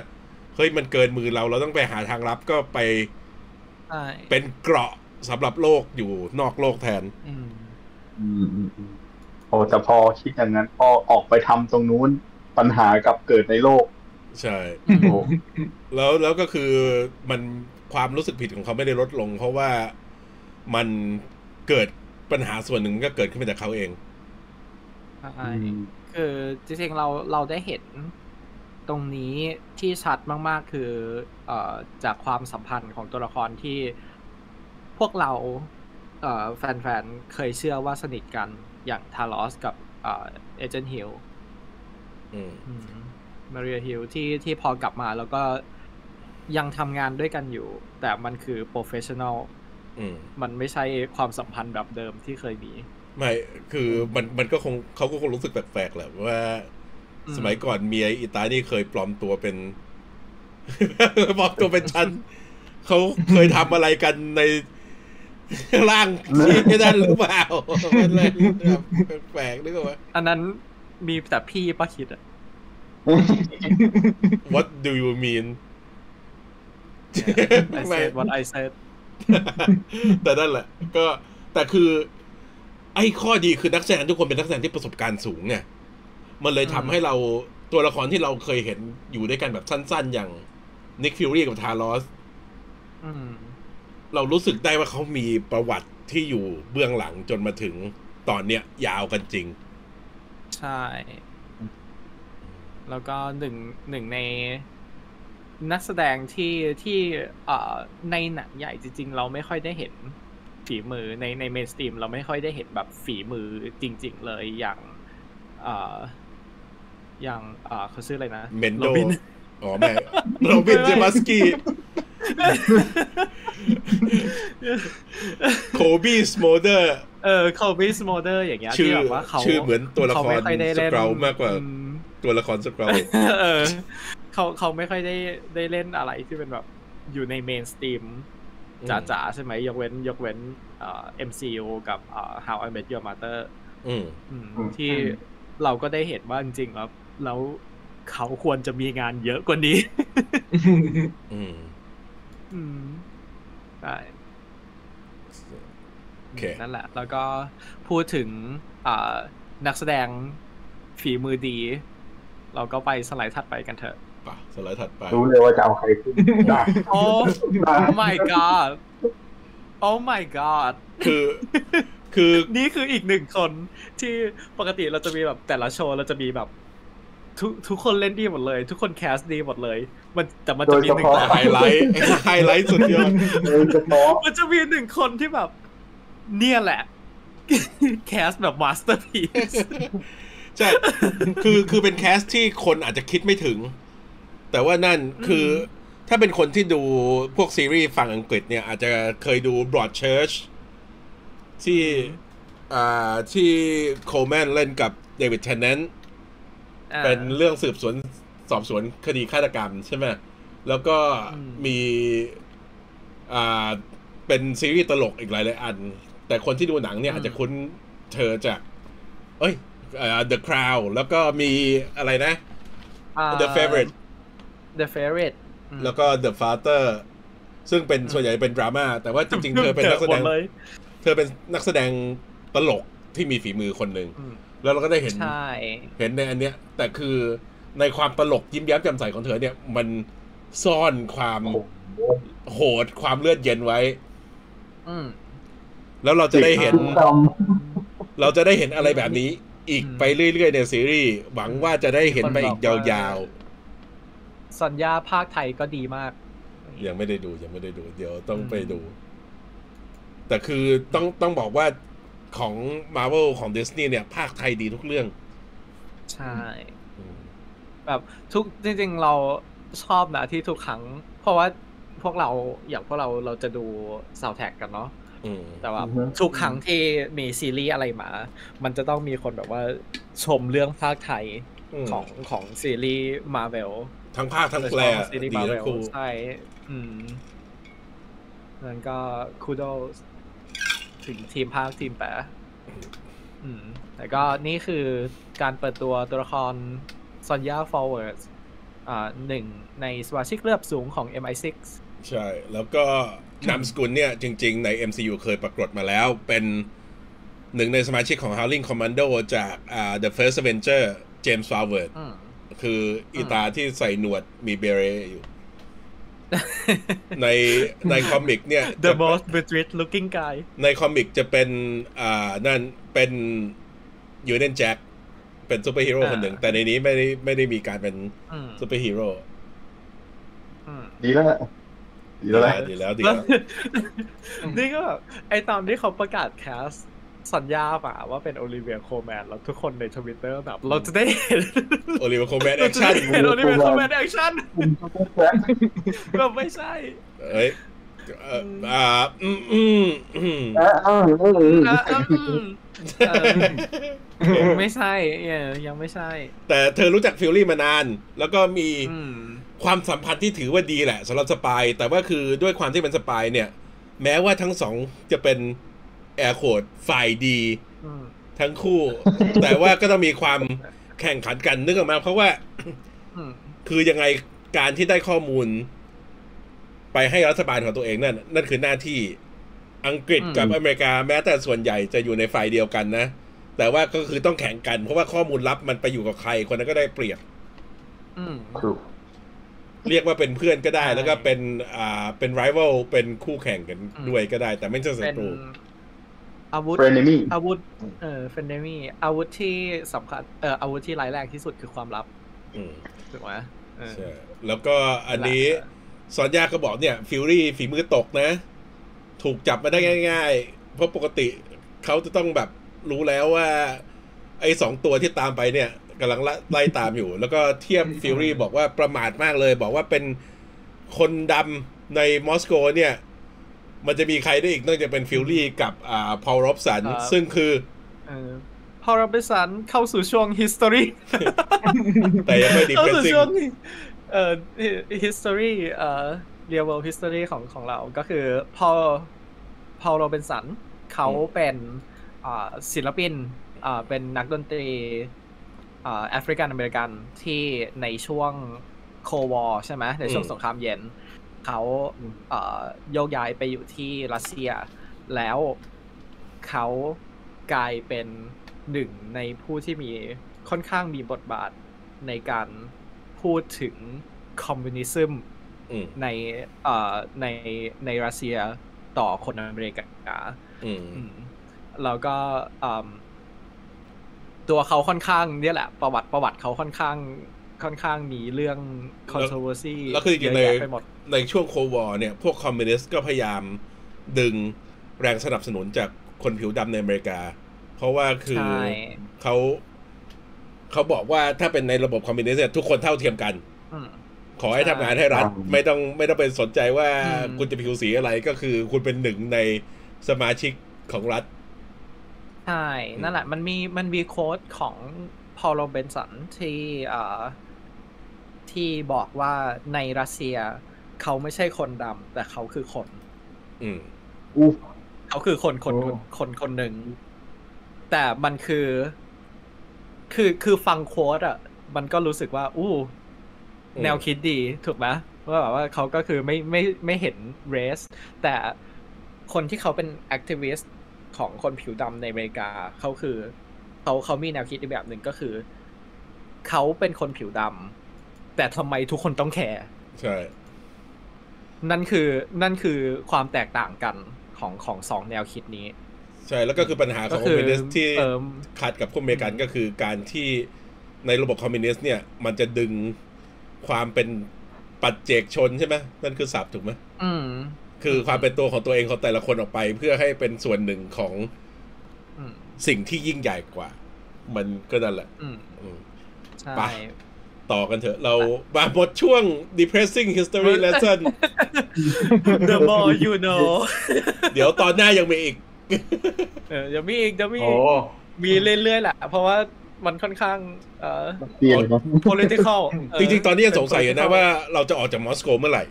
S1: เฮ้ยมันเกินมือเราเราต้องไปหาทางรับก็ไป
S2: ใช่
S1: เป็นเกราะสำหรับโลกอยู่นอกโลกแทน
S2: อืม
S3: อืมอืมอืมโอ้แต่พอคิดอย่างนั้นพอออกไปทำตรงนู้นปัญหากลับเกิดในโลก
S1: ใช่
S2: อืม
S3: โอ้
S1: แล้วแล้วก็คือมันความรู้สึกผิดของเขาไม่ได้ลดลง เพราะว่ามันเกิดปัญหาส่วนหนึ่งก็เกิดขึ้นมาจากเขาเอง
S2: ใช่ คือจริงๆเราเราได้เห็นตรงนี้ที่ชัดมากๆคือเอ่อจากความสัมพันธ์ของตัวละครที่พวกเราเอ่อแฟนๆ เคยเชื่อว่าสนิทกันอย่างทารอสกับเอ่อเอเจนต์ฮิล
S1: อืม
S2: มาเรียฮิลที่ที่พอกลับมาแล้วก็ยังทำงานด้วยกันอยู่ แต่มันคือโปรเฟชชั่นอล
S1: อืม
S2: มันไม่ใช่ความสัมพันธ์แบบเดิมที่เคยมี
S1: ไม่ คือมันมันก็คงเขาก็คงรู้สึกแปลกๆแหละว่า
S2: อืม
S1: สมัยก่อนเมียอิตานี่เคยปลอมตัวเป็น ปลอมตัวเป็นฉัน เขาเคยทำอะไรกันใน ร่างที่ไม่ได้หรือเปล่า เป็นอะไร แบบแปลกๆนึกว่า
S2: อันนั้นมีแต่พี่ป้าคิดอะ
S1: What do you mean
S2: I
S1: ไม่
S2: said what I said
S1: แต่นั่นแหละ ก็แต่คือ ไอ้ข้อดีคือนักแสดงทุกคนเป็นนักแสดงที่ประสบการณ์สูงไงมันเลยทำให้เราตัวละครที่เราเคยเห็นอยู่ด้วยกันแบบสั้นๆ อย่างนิกฟิ u รีกับทารอส
S2: อืม
S1: เรารู้สึกได้ว่าเขามีประวัติที่อยู่เบื้องหลังจนมาถึงตอนเนี้ยยาวกันจริง
S2: ใช่ แล้วก็หนึ่งหนึ่งใน นักแสดงที่ที่เอ่อในหนังใหญ่จริง ๆ เราไม่ค่อยได้เห็นฝีมือในในเมนสตรีมเราไม่ค่อยได้เห็นแบบฝีมือจริง ๆ เลยอย่างเอ่ออย่างเอ่อเขาชื่ออะไรนะ
S1: เมนโด
S2: Robin
S1: อ๋อแม่โรบินเจมัสกี้โคบี้สโมเดอร์
S2: เออคาร์บิสโมเดอร์อย่างเงี้ย
S1: ชื่อ
S2: ที่แบบว่าเขา
S1: ชื่อเหมือนตัวละคร
S2: ขาไม่อยได้ล่น
S1: Scrawl มากกว่า
S2: อืม
S1: ตัวละครสกราว
S2: เออเขาเขาไม่ค่อยได้ได้เล่นอะไรที่เป็นแบบอยู่ในเมนสตรีม
S1: อืม
S2: จ๋าๆใช่ไหมยกเว้นยกเว้นเอ่อ MCU กับเอ่อ How I Met Your Mother
S1: อืม
S2: อืม
S3: อืม
S2: ที่เราก็ได้เห็นว่าจริงๆแล้วแล้วเขาควรจะมีงานเยอะกว่านี้
S1: อืม
S2: อืมได้
S1: โอเค
S2: นั่นแหละ แล้วก็พูดถึงอ่านักแสดงฝีมือดี เราก็ไปสไลด์ถัดไปกันเถอะ
S1: ป่ะสไลด์ถัดไป
S3: รู้เลยว่าจะเอาใครขึ้นได้
S2: โอ้
S3: Dạ,
S2: oh my god โอ้ my god
S1: คือ คือ
S2: นี่คืออีกหนึ่งคนที่ปกติเราจะมีแบบแต่ละโชว์เราจะมีแบบ ทุกทุกคนเล่นดีหมดเลย ทุกคนแคสดีหมดเลย มันแต่มันจะมีหนึ่ง
S3: โดย
S2: แต่
S3: เฉพาะ
S1: ไฮไล ท์ ไฮไลท์สุดยอด
S3: โดยเฉพาะ
S2: มันจะมีหนึ่งคนที่แบบ เนี่ยแหละ แคสแบบมาสเตอร์พี e
S1: ใช่ คือ คือเป็นแคสที่คนอาจจะคิดไม่ถึง แต่ว่านั่นคือ ถ้าเป็นคนที่ดูพวกซีรีส์ฝั่งอังกฤษเนี่ย อาจจะเคยดู Broadchurch ที่ อ่า ที่โคลแมนเล่นกับเดวิดเทนเนน เป็นเรื่องสืบสวนสอบสวนคดีฆาตกรรมใช่ไหม แล้วก็
S2: อืม
S1: มี อ่า เป็นซีรีส์ตลกอีกหลายหลายๆอัน แต่คนที่ดูหนังเนี่ยอาจจะคุ้นเธอจาก เอ้ยเอ่อ The Crown แล้วก็มีอะไรนะ
S2: อ่า
S1: The Favorite
S2: The Favorite อืม
S1: แล้วก็ The Father ซึ่งเป็นส่วนใหญ่เป็นดราม่า แต่ว่าจริง ๆ เธอเป็นนักแสดง
S2: หมเลย
S1: เธอเป็นนักแสดงตลกที่มีฝีมือคนหนึ่ง
S2: อืม
S1: แล้วเราก็ได้เห็น
S2: ใช่
S1: เห็นในอันเนี้ย แต่คือในความตลกยิ้มแย้มแจ่มใสของเธอเนี่ย มันซ่อนความ
S3: โอ้โห
S1: โหดความเลือดเย็นไว้
S2: อืม
S1: แล้วเราจะได้เห็น
S2: จริงครับ
S1: เราจะได้เห็นอะไรแบบนี้ อีกไปเรื่อยๆในซีรีส์หวังว่าจะได้เห็นไปอีกยาว
S2: สัญญาภาคไทยก็ดีมาก
S1: ๆ ยังไม่ได้ดูยังไม่ได้ดู เดี๋ยวต้องไปดู แต่คือต้องต้องบอกว่าของ Marvel ของ Disney เนี่ย ภาคไทยดีทุกเรื่อง
S2: ใช่
S1: อืม
S2: แบบทุกจริงๆเราชอบนะที่ทุกครั้ง เพราะว่าพวกเราอย่างพวกเราเราจะดูซาวแท็กกันเนาะ
S1: อืม
S2: แต่ว่า
S3: อือฮึ
S2: ทุกครั้งที่มีซีรีส์อะไรมา มันจะต้องมีคนแบบว่าชมเรื่องภาคไทย
S1: ม
S2: ของของซีรีส์มาเวล
S1: ทั้งภาคทั้งแปล
S2: ของซีรีส์
S1: ดี
S2: มาเว
S1: ทั้ง
S2: ล
S1: คู่
S2: ใช่ อืมนั้นก็คูโดถึงทีมภาคทีมแปะอืมแล้วก็นี่คือการเปิดตัวตัวละครซอนยาฟอร์เวิร์ดอ่าหนึ่งในสมาชิกเลือบสูงของ MI6
S1: ใช่ แล้วก็นามสกุลเนี่ย จริง ๆ ใน MCU เคยปรากฏมาแล้ว เป็นหนึ่งในสมาชิกของ Howling Commando จากอ่า The First Avenger James Forward
S2: อืม
S1: คืออีตาที่ใส่หนวดมีเบเรอยู่ ในในคอมิกเนี่ย
S2: The
S1: จะ
S2: most betrayed looking guy
S1: ในคอมิกจะเป็นอ่านั่นเป็นยูเนนแจ็คเป็นซูเปอร์ฮีโร่
S2: อ่า
S1: คนหนึ่ง แต่ในนี้ไม่ได้ไม่ได้มีการเป็น
S2: อืม
S1: ซูเปอร์ฮีโร่
S2: อืม
S3: ดีแล้วดีแล้วแหละ
S1: ดีแล้วดีแล้
S2: แล้
S1: ว ว
S2: นี่ก็แบบไอตอนที่เขาประกาศแคสสัญญาป่าว่าเป็นโอลิเวียโคลแมนแล้วทุกคนในทวิตเตอร์แบบ เราจะได้เห็น
S1: โอลิเวอร์โคแมน
S2: เรา
S1: แอค
S2: จะ
S1: ชั่
S2: ได้
S1: น
S2: เห็นโอลิเวียโคลแมนแอคชั่น
S3: คุณก็ต้องแพ้
S2: แบบไม่ใช่
S1: เอ้ยเอ่ออ่าอืมอืมอืม
S3: เออเออเออเออ
S2: เออเอออืมเออไม่ใช่เออยังไม่ใช่
S1: แต่เธอรู้จักฟิลลี่มานาน แล้วก็มี
S2: อืม
S1: ความสัมพันธ์ที่ถือว่าดีแหละสำหรับสปาย แต่ว่าคือด้วยความที่เป็นสปายเนี่ย แม้ว่าทั้งสองจะเป็นแอร์โคดฝ่ายดี
S2: อืม
S1: ทั้งคู่ แต่ว่าก็ต้องมีความแข่งขันกันนึกออกมา เพราะว่า
S2: อืม
S1: คือยังไงการที่ได้ข้อมูล ไปให้รัฐบาลของตัวเองนั่นนั่นคือหน้าที่อังกฤษ
S2: อืม
S1: กับอเมริกาแม้แต่ส่วนใหญ่จะอยู่ในฝ่ายเดียวกันนะ แต่ว่าก็คือต้องแข่งกัน เพราะว่าข้อมูลลับมันไปอยู่กับใครคนนั้นก็ได้เปรียบ
S2: อืม
S3: ถูก
S1: เรียกว่าเป็นเพื่อนก็ได้
S2: ใช่
S1: แล้วก็เป็นอ่าเป็น rival เป็นคู่แข่งกันด้วยก็ได้ แต่ไม่ใช่ศั
S2: เป็น
S1: ตรู
S2: อาวุธ
S3: เฟรนมี่
S2: อาวุธ เออเฟนเดมี่อาวุธที่สำคัญเอออาวุธที่ร้ายแรงที่สุดคือความลับ
S1: อืม
S2: ถูกไหม เออ
S1: ใช่แล้วก็อันนี้
S2: หลัก
S1: ซอนยาก็บอกเนี่ย ฟิวรี่ฝีมือตกนะ ถูกจับมาได้ง่าย ๆ เพราะปกติเขาจะต้องแบบรู้แล้วว่า ไอ้สองตัวที่ตามไปเนี่ยกำลังละไล่ตามอยู่ แล้วก็เทียบฟิวรี่บอกว่าประมาทมากเลย บอกว่าเป็นคนดำในมอสโกเนี่ย มันจะมีใครได้อีกนอกจากเป็นฟิวรี่กับอ่าพอลรอบสัน
S2: ครับ
S1: ซึ่งคือ
S2: เออพอเราไปสันเข้าสู่ช่วง history
S1: แต่ยังไม่ดี
S2: เข้า
S1: เพรส
S2: สู่
S1: ซิ่
S2: ช่วง
S1: ง
S2: เอ่อ history เอ่อ real world history ของของเราก็คือพอพอโรเบนสันเขาเป็นอ่าศิลปินอ่าเป็นนักดนตรีอ่าแอฟริกันอเมริกันที่ในช่วงโควอใช่ไหมในช่วง
S1: อืม
S2: สงครามเย็น เขาเอ่อโยกย้ายไปอยู่ที่รัสเซีย แล้วเขากลายเป็นหนึ่งในผู้ที่มีค่อนข้างมีบทบาทในการพูดถึงคอมมิวนิซึม
S1: อืม
S2: ในเอ่อในในรัสเซียต่อคนอเมริกา
S1: อืม
S2: อืมแล้วก็อืมตัวเขาค่อนข้างเนี่ยแหละ ประวัติประวัติเขาค่อนข้างค่อนข้างมีเรื่อง controversy
S1: แล้วคือจริงๆ
S2: เยะแยะ
S1: ใน
S2: ไปหมด
S1: ในช่วงโควอเนี่ย พวกคอมมิวนิสต์ก็พยายามดึงแรงสนับสนุนจากคนผิวดำในอเมริกา เพราะว่าคือ
S2: ใช่
S1: เขาเขาบอกว่าถ้าเป็นในระบบคอมมิวนิสต์เนี่ยทุกคนเท่าเทียมกัน
S2: อืม
S1: ขอให้
S2: ใช่
S1: ทำงานให้รัฐ
S3: อืม
S1: ไม่ต้องไม่ต้องเป็นสนใจว่า
S2: อืม
S1: คุณจะผิวสีอะไรก็คือคุณเป็นหนึ่งในสมาชิกของรัฐ
S2: ใช่ นั่นแหละ มันมีมันมีโค้ดของพอลโรเบนสันที่เอ่อที่บอกว่าในรัสเซีย เขาไม่ใช่คนดำแต่เขาคือคน
S1: อืม
S3: อู้
S2: เขาคือคนคน
S3: โอ้
S2: คนคนหนึ่ง แต่มันคือ คือคือฟังโค้ดอ่ะ มันก็รู้สึกว่า อู้
S1: อืม
S2: แนวคิดดีถูกไหมว่าแบบว่าเขาก็คือไม่ไม่ไม่เห็นเรส แต่คนที่เขาเป็นแอคทิวิสต์ของคนผิวดำในอเมริกา เขาคือเขาเขามีแนวคิดอีกแบบหนึ่งก็คือ เขาเป็นคนผิวดำแต่ทำไมทุกคนต้องแคร์
S1: ใช่
S2: นั่นคือนั่นคือความแตกต่างกันของของสองแนวคิดนี้
S1: ใช่แล้วก็คือปัญหาของคอ
S2: ก็คื
S1: ม
S2: อ
S1: มิวนิสต์ที่
S2: เอิ่ม
S1: ขัดกับพวกอเมริกันก็คือการที่ในระบบคอมมิวนิสต์เนี่ย มันจะดึงความเป็นปัจเจกชนใช่ไหมนั่นคือศัพท์ถูกไหม
S2: อืม
S1: คือความเป็นตัวของตัวเองของแต่ละคนออกไป เพื่อให้เป็นส่วนหนึ่งของ
S2: อืม
S1: สิ่งที่ยิ่งใหญ่กว่า มันก็นั่นแหละ
S2: อืม
S1: อืม
S2: ใช่
S1: ไป ต่อกันเถอะเรามาหมดช่วง depressing history lesson
S2: The more you know
S1: เดี๋ยวตอนหน้ายังมีอีก
S2: เออเดี๋ยวมีอีกเดี๋ยวมี
S4: โอ้
S2: อีกมีเรื่อยๆแหละ เพราะว่ามันค่อนข้างเอ่อ
S3: เปลี่ยนเลยนะ
S2: political
S1: จริงๆ ตอนนี้ยังสงสัยอยู่นะ
S2: เป็ political
S1: ว่าเราจะออกจากมอสโกเมื่อไหร่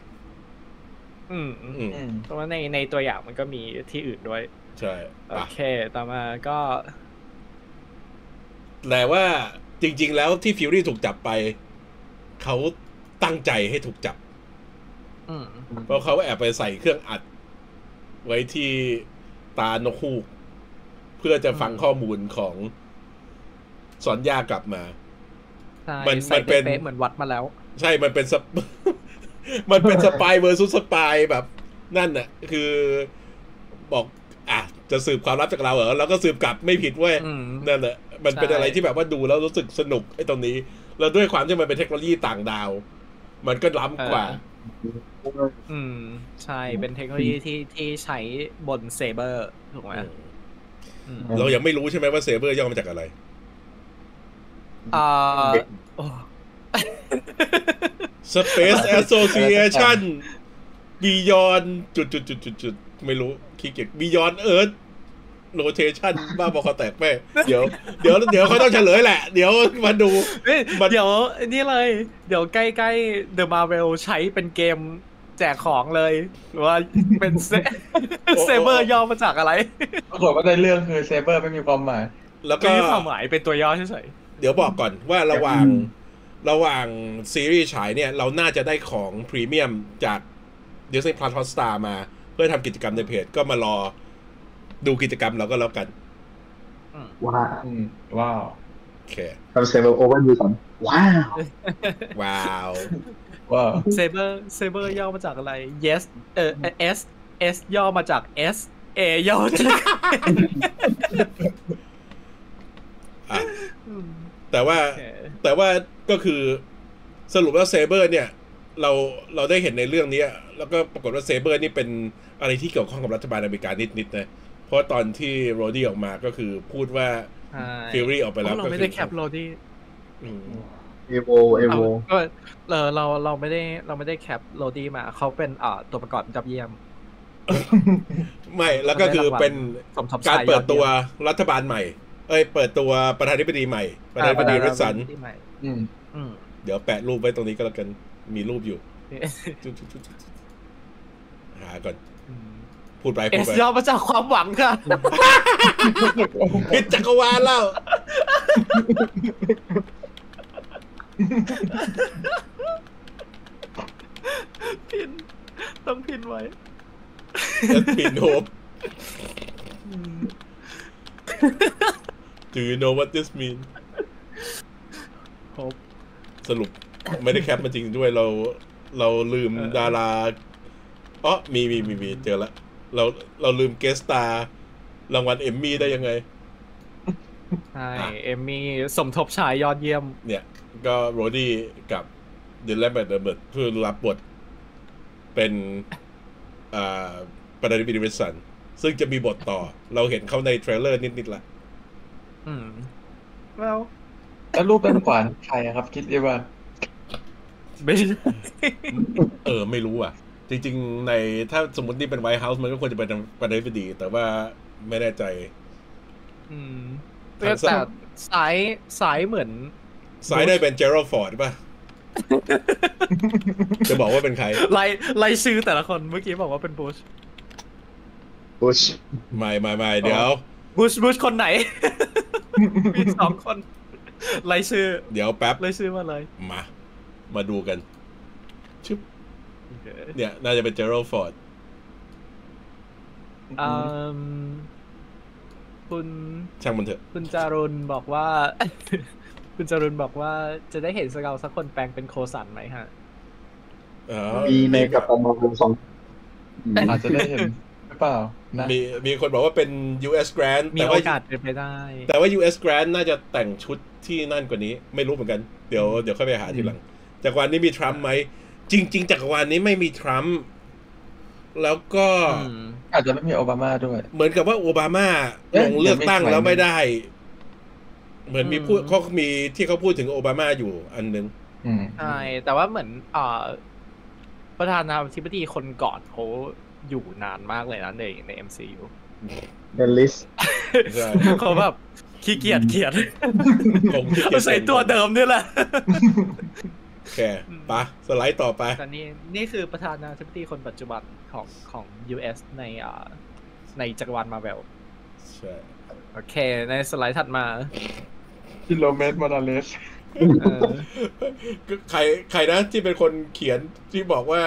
S2: อืม
S1: อืม
S4: อืม
S2: เพราะว่าในในตัวอย่างมันก็มีที่อื่นด้วย
S1: ใช่
S2: โอ
S1: ไป
S2: เค ต่อมาก็
S1: แต่ว่าจริง ๆ แล้วที่ฟิวรี่ถูกจับไป เขาตั้งใจให้ถูกจับ
S2: อืม
S1: เพราะเขาแอบไปใส่เครื่องอัด ไว้ที่ตานกฮูก เพื่อจะฟังข้อมูลของสอนยากลับมา
S2: ใช่
S1: มัน
S2: ใส่
S1: มันเป็น
S2: ป๊ะๆเหมือนวัดมาแล้ว
S1: ใช่มันเป็น สป มันเป็นสปายเวอร์ซุสสปายแบบ นั่นน่ะ คือบอกอ่ะจะสืบความลับจากเราเหรอเราก็สืบกลับไม่ผิดเว้ย
S2: อืม
S1: นั่นแหละ มันเป็น
S2: ใช่
S1: อะไรที่แบบว่าดูแล้วรู้สึกสนุกไอ้ตรงนี้ แล้วด้วยความที่มันเป็นเทคโนโลยีต่างดาว มันก็ล้ำกว่า
S2: อืม ใช่ เป็นเทคโนโลยีที่ที่ใช้บนเซเบอร์ถูกไหมอืม
S1: เรายังไม่รู้ใช่ไหมว่าเซเบอร์ย่อมาจากอะไร
S2: เอ่อ
S3: เด็ก
S2: โอ้
S1: Space Association Beyond จุดจุดจุดจุดจุดไม่รู้ขี้เกียจ Beyond Earth Rotation บ้าบอคอแตกแม่เดี๋ยวเดี๋ยวเดี๋ยวเขาต้องเฉลยแหละ เดี๋ยวมาดู
S2: เฮ้ย
S1: มัน
S2: เดี๋ยวนี่เลย เดี๋ยวใกล้ๆ The Marvel ใช้เป็นเกมแจกของเลย หรือว่าเป็น เซเซเบอร์ย่อมาจากอะไร
S4: ปรากฏว่าในเรื่องคือเซเบอร์ไม่มีความหมาย
S1: แล้วก็
S2: ไม่มีความหมายเป็นตัวย่อเฉย
S1: เดี๋ยวบอกก่อนว่าระหว่าง
S3: อืม
S1: ระหว่างซีรีส์ฉายเนี่ย เราน่าจะได้ของพรีเมียมจาก Disney Plus Hotstar มา เพื่อทำกิจกรรมในเพจก็มารอดูกิจกรรมเราก็แล้วกัน
S2: ๆอืม
S3: ว้าว
S4: อืม ว้าว
S1: โอเค
S3: ทำเซเวอร์โอเวอร์ดูสันว้าว
S1: ว้าว
S4: ว้าว
S2: เซเบอร์เซเบอร์ย่อมาจากอะไร yes เอ่อ s s ย่อมาจาก s a ย่อมาจาก
S1: อ่ะ
S2: อืม
S1: แต่ว่า
S2: โอเค
S1: แต่ว่าก็คือ สรุปแล้วเซเบอร์เนี่ยเราเราได้เห็นในเรื่องเนี้ยแล้วก็ปรากฏว่าเซเบอร์นี่เป็นอะไรที่เกี่ยวข้องกับรัฐบาลอเมริกานิดๆนะเพราะตอนที่โรดี้ออกมาก็คือพูดว่า
S2: ใช่
S1: ฟิวรี่ออกไป
S2: เพ
S1: แล้ว
S2: ราะเรา
S1: ก็
S2: ไม่
S1: คื
S2: ได้
S1: อ
S2: แคปโรดี้
S1: อืม
S3: เอโวเอโว
S2: ก็เออเราเราไม่ได้เราไม่ได้แคปโรดี้มาเขาเป็นเอ่อตัวประกอบยอดเยี่ยม
S1: ไม่แล้วก็คือเป็น
S2: สมทบชย
S1: การเปิด
S2: ยอ
S1: ตั
S2: ยว ม
S1: รัฐบาลใหม่ เอ้ยเปิดตัวประธานาธิบดีใหม่ ประธานาธิบดีรัสสัน
S2: ที่ใหม่
S4: อืม
S2: อืม
S1: เดี๋ยวแปะรูปไว้ตรงนี้ก็แล้วกัน มีรูปอยู่ หาก่อน พูดไป
S2: เอ
S1: พูด
S2: ส
S1: ไป
S2: ย่อมาจากความหวัง ค่ะ
S1: พิดจักรวาลแล้ว
S2: พิน ต้องพินไว้
S1: Just pin hope Do you know what this mean
S2: พบ
S1: สรุปไม่ได้แคปมาจริงด้วยเรา เราลืม
S2: เออ
S1: ดาราอ๋อมีมีมีมีเจอละเราเราลืมเกสตารางวัลเอมมี่ได้ยังไง
S2: ใช่ เอมมี่สมทบชายยอดเยี่ยม
S1: เนี่ย ก็โรดี้กับดิลแลนแบนเดอร์เบิร์ดเพื่อรับบทเป็นอ่าประธานาธิบดีเวสสัน ซึ่งจะมีบทต่อ เราเห็นเขาในเทรลเลอร์นิดๆละ
S2: อืม แล้ว
S4: แล้วรูปด้านขวาใครอะครับ คิดดีว่า
S2: ไม่ใช่
S1: เออ ไม่รู้อ่ะ จริง ๆ ในถ้าสมมตินี่เป็นไวท์เฮาส์มันก็ควรจะเป็นประธานาธิบดี แต่ว่าไม่แน่ใจ
S2: อืม
S1: ทางซ้า
S2: แต่
S1: ย
S2: สายสายเหมือน
S1: สายได้เป็นเจอร์ d ฟอร์ด ป่ะ จะบอกว่าเป็นใคร
S2: ไล่ไล่ชื่อแต่ละคนเมื่อกี้บอกว่าเป็นบูช
S3: บุช
S1: ไม่ไม่ไม่เดี๋ยว
S2: บูชบูชคนไหน มีสองคน ไล่ชื่อ
S1: เดี๋ยวแป๊บ
S2: ไล่ชื่อมาเลย
S1: มา มาดูกันชึบเนี่ย น่าจะเป็นเจอร์ d ฟอร์ด
S2: อืมคุณ
S1: ช่างมันเถอะ
S2: คุณจารุณบอกว่า คุณจารุณบอกว่าจะได้เห็นสเกลสักคนแปลงเป็นโคสันไหมฮะ
S1: อ๋อ
S3: มีในกัปตันมาร์เวลสองอืม
S4: อาจจะได้เห็นหรือเปล่านะ
S1: มีมีคนบอกว่าเป็น U.S. Grant
S2: มี
S1: แต่
S2: โอ
S1: ว่าก
S2: าสเป็นไปได้
S1: แต่ว่า U.S. Grant น่าจะแต่งชุดที่นั่นกว่านี้ ไม่รู้เหมือนกัน เดี๋ยวเดี๋ยวค่อยไปหาทีหลัง จักรวาลนี้มีทรัมป์ไหม จริง ๆจักรวาลนี้ไม่มีทรัมป์แล้วก็
S2: อืม
S4: อาจจะไม่มีโอบามาด้วย
S1: เหมือนกับว่าโอบามา
S4: เอ๊ะ
S1: ลงเลือกตั้ง
S4: ยังไม่
S1: แล้วไม่ได้ เหมือนมีพูด
S2: อืม
S1: เขามีที่เขาพูดถึงโอบามาอยู่อันหนึง
S4: อืม
S2: ใช่ แต่ว่าเหมือนเอ่อประธานาธิบดีคนก่อนเขาอยู่นานมากเลยนะในใน MCU
S3: เดนลิส
S1: ใช่
S2: เขาแบบขี้เกียจเกียจ
S1: คงที่เกียจ
S2: ใส่ตัวเดิมนี่แหละ
S1: โอเคปะสไลด์ต่อไป
S2: ตอนนี้นี่คือประธานาธิบดีคนปัจจุบันของของ US ในเอ่อในจักรวาลมาเวล
S1: ใช่
S2: โอเค ในสไลด์ถัดมา
S4: กิโลเมตรมาราเลส
S2: เออ
S1: ก็ใครใครนะที่ เป็นคนเขียนที่บอกว่า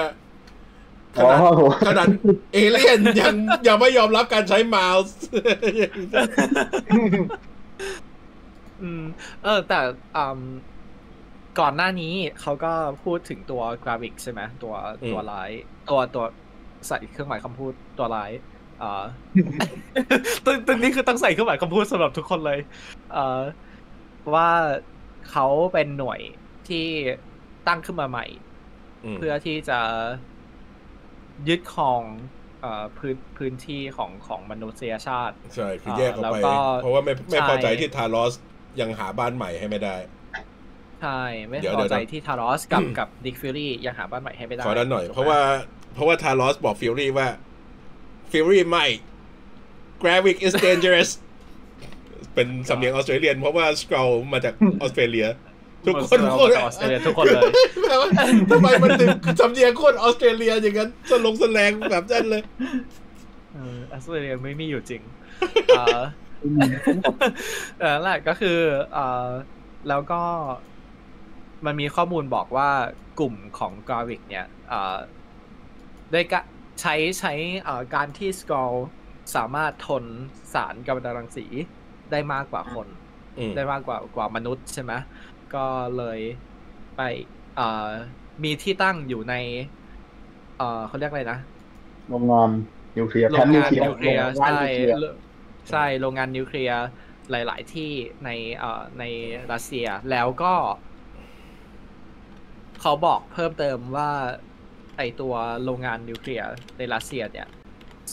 S1: ข
S3: อ๋อ
S1: นาด ขนาดเอเลี่ยน ยังยังไม่ยอมรับการใช้เมา ส์
S2: อืมเออแต่อืมก่อนหน้านี้เขาก็พูดถึงตัวกราฟิกใช่ไหมตัว
S1: อืม
S2: ตัวร้าย ตัวตัวใส่เครื่องหมายคำพูดตัวร้ายเอ่อ ตอนตอนนี้คือต้องใส่เครื่องหมายคำพูดสำหรับทุกคนเลยเอ่อว่าเขาเป็นหน่วยที่ตั้งขึ้นมาใหม่ เพื่อที่จะยึดครองเอ่อพื้นพื้นที่ของของมนุษยชาติ
S1: ใช่คือแยกออกไป
S2: แล้วก็
S1: เพราะว่าไม่ไม่พอใจ
S2: ใช่
S1: ที่ทารอสยังหาบ้านใหม่ให้ไม่ได้
S2: ใช่ไม่
S1: เดี๋ยว
S2: พอใจ
S1: เดี๋ยว
S2: ที่ทารอสกับกับดิกฟิลี่ยังหาบ้านใหม่ให้ไม่ได้
S1: ขอด้านหน่อย
S2: ถูก
S1: เพ
S2: ไม
S1: ราะว่าเพราะว่าทารอสบอกฟิวรี่ว่าฟิวรี่ไม่ Gravic is dangerous เป็นสำเนียงออสเตรเลียน เพราะว่าสกร l มา จากออสเตรเลีย ทุกคน
S2: เรา
S1: โคตร
S2: จะออสเตรเลียทุกคนเลย
S1: แปลว่าทำไมมันถึงสำเนียงโคตรออสเตรเลียอย่างนั้นสลงแสลงแบบนั้นเลย
S2: เออออสเตรเลียไม่มีอยู่ จริงเออ เออนั่นแหละก็คือเออแล้วก็มันมีข้อมูลบอกว่ากลุ่มของกราวิกเนี่ยเออได้กะใช้ใช้เอ่อการที่สกอลสามารถทนสารกัมมันตรังสีได้มากกว่าคน
S1: อืม
S2: ได้มากกว่ากว่ามนุษย์ใช่ไหมก็เลยไปเอ่อมีที่ตั้งอยู่ใน เอ่อเขาเรียกอะไรนะ
S3: โรงงานนิวเคลียร์
S2: โร
S3: แพลน
S2: ง
S3: นิว
S2: งาน
S3: เคลียร์
S2: นิวเคลียร์
S3: โรงงาน
S2: ใช่
S3: นิวเคลียร์
S2: ใช่โรงงานนิวเคลียร์หลาย ๆ ที่ในเอ่อในรัสเซียแล้วก็ เขาบอกเพิ่มเติมว่าไอตัวโรงงานนิวเคลียร์ในรัสเซียเนี่ย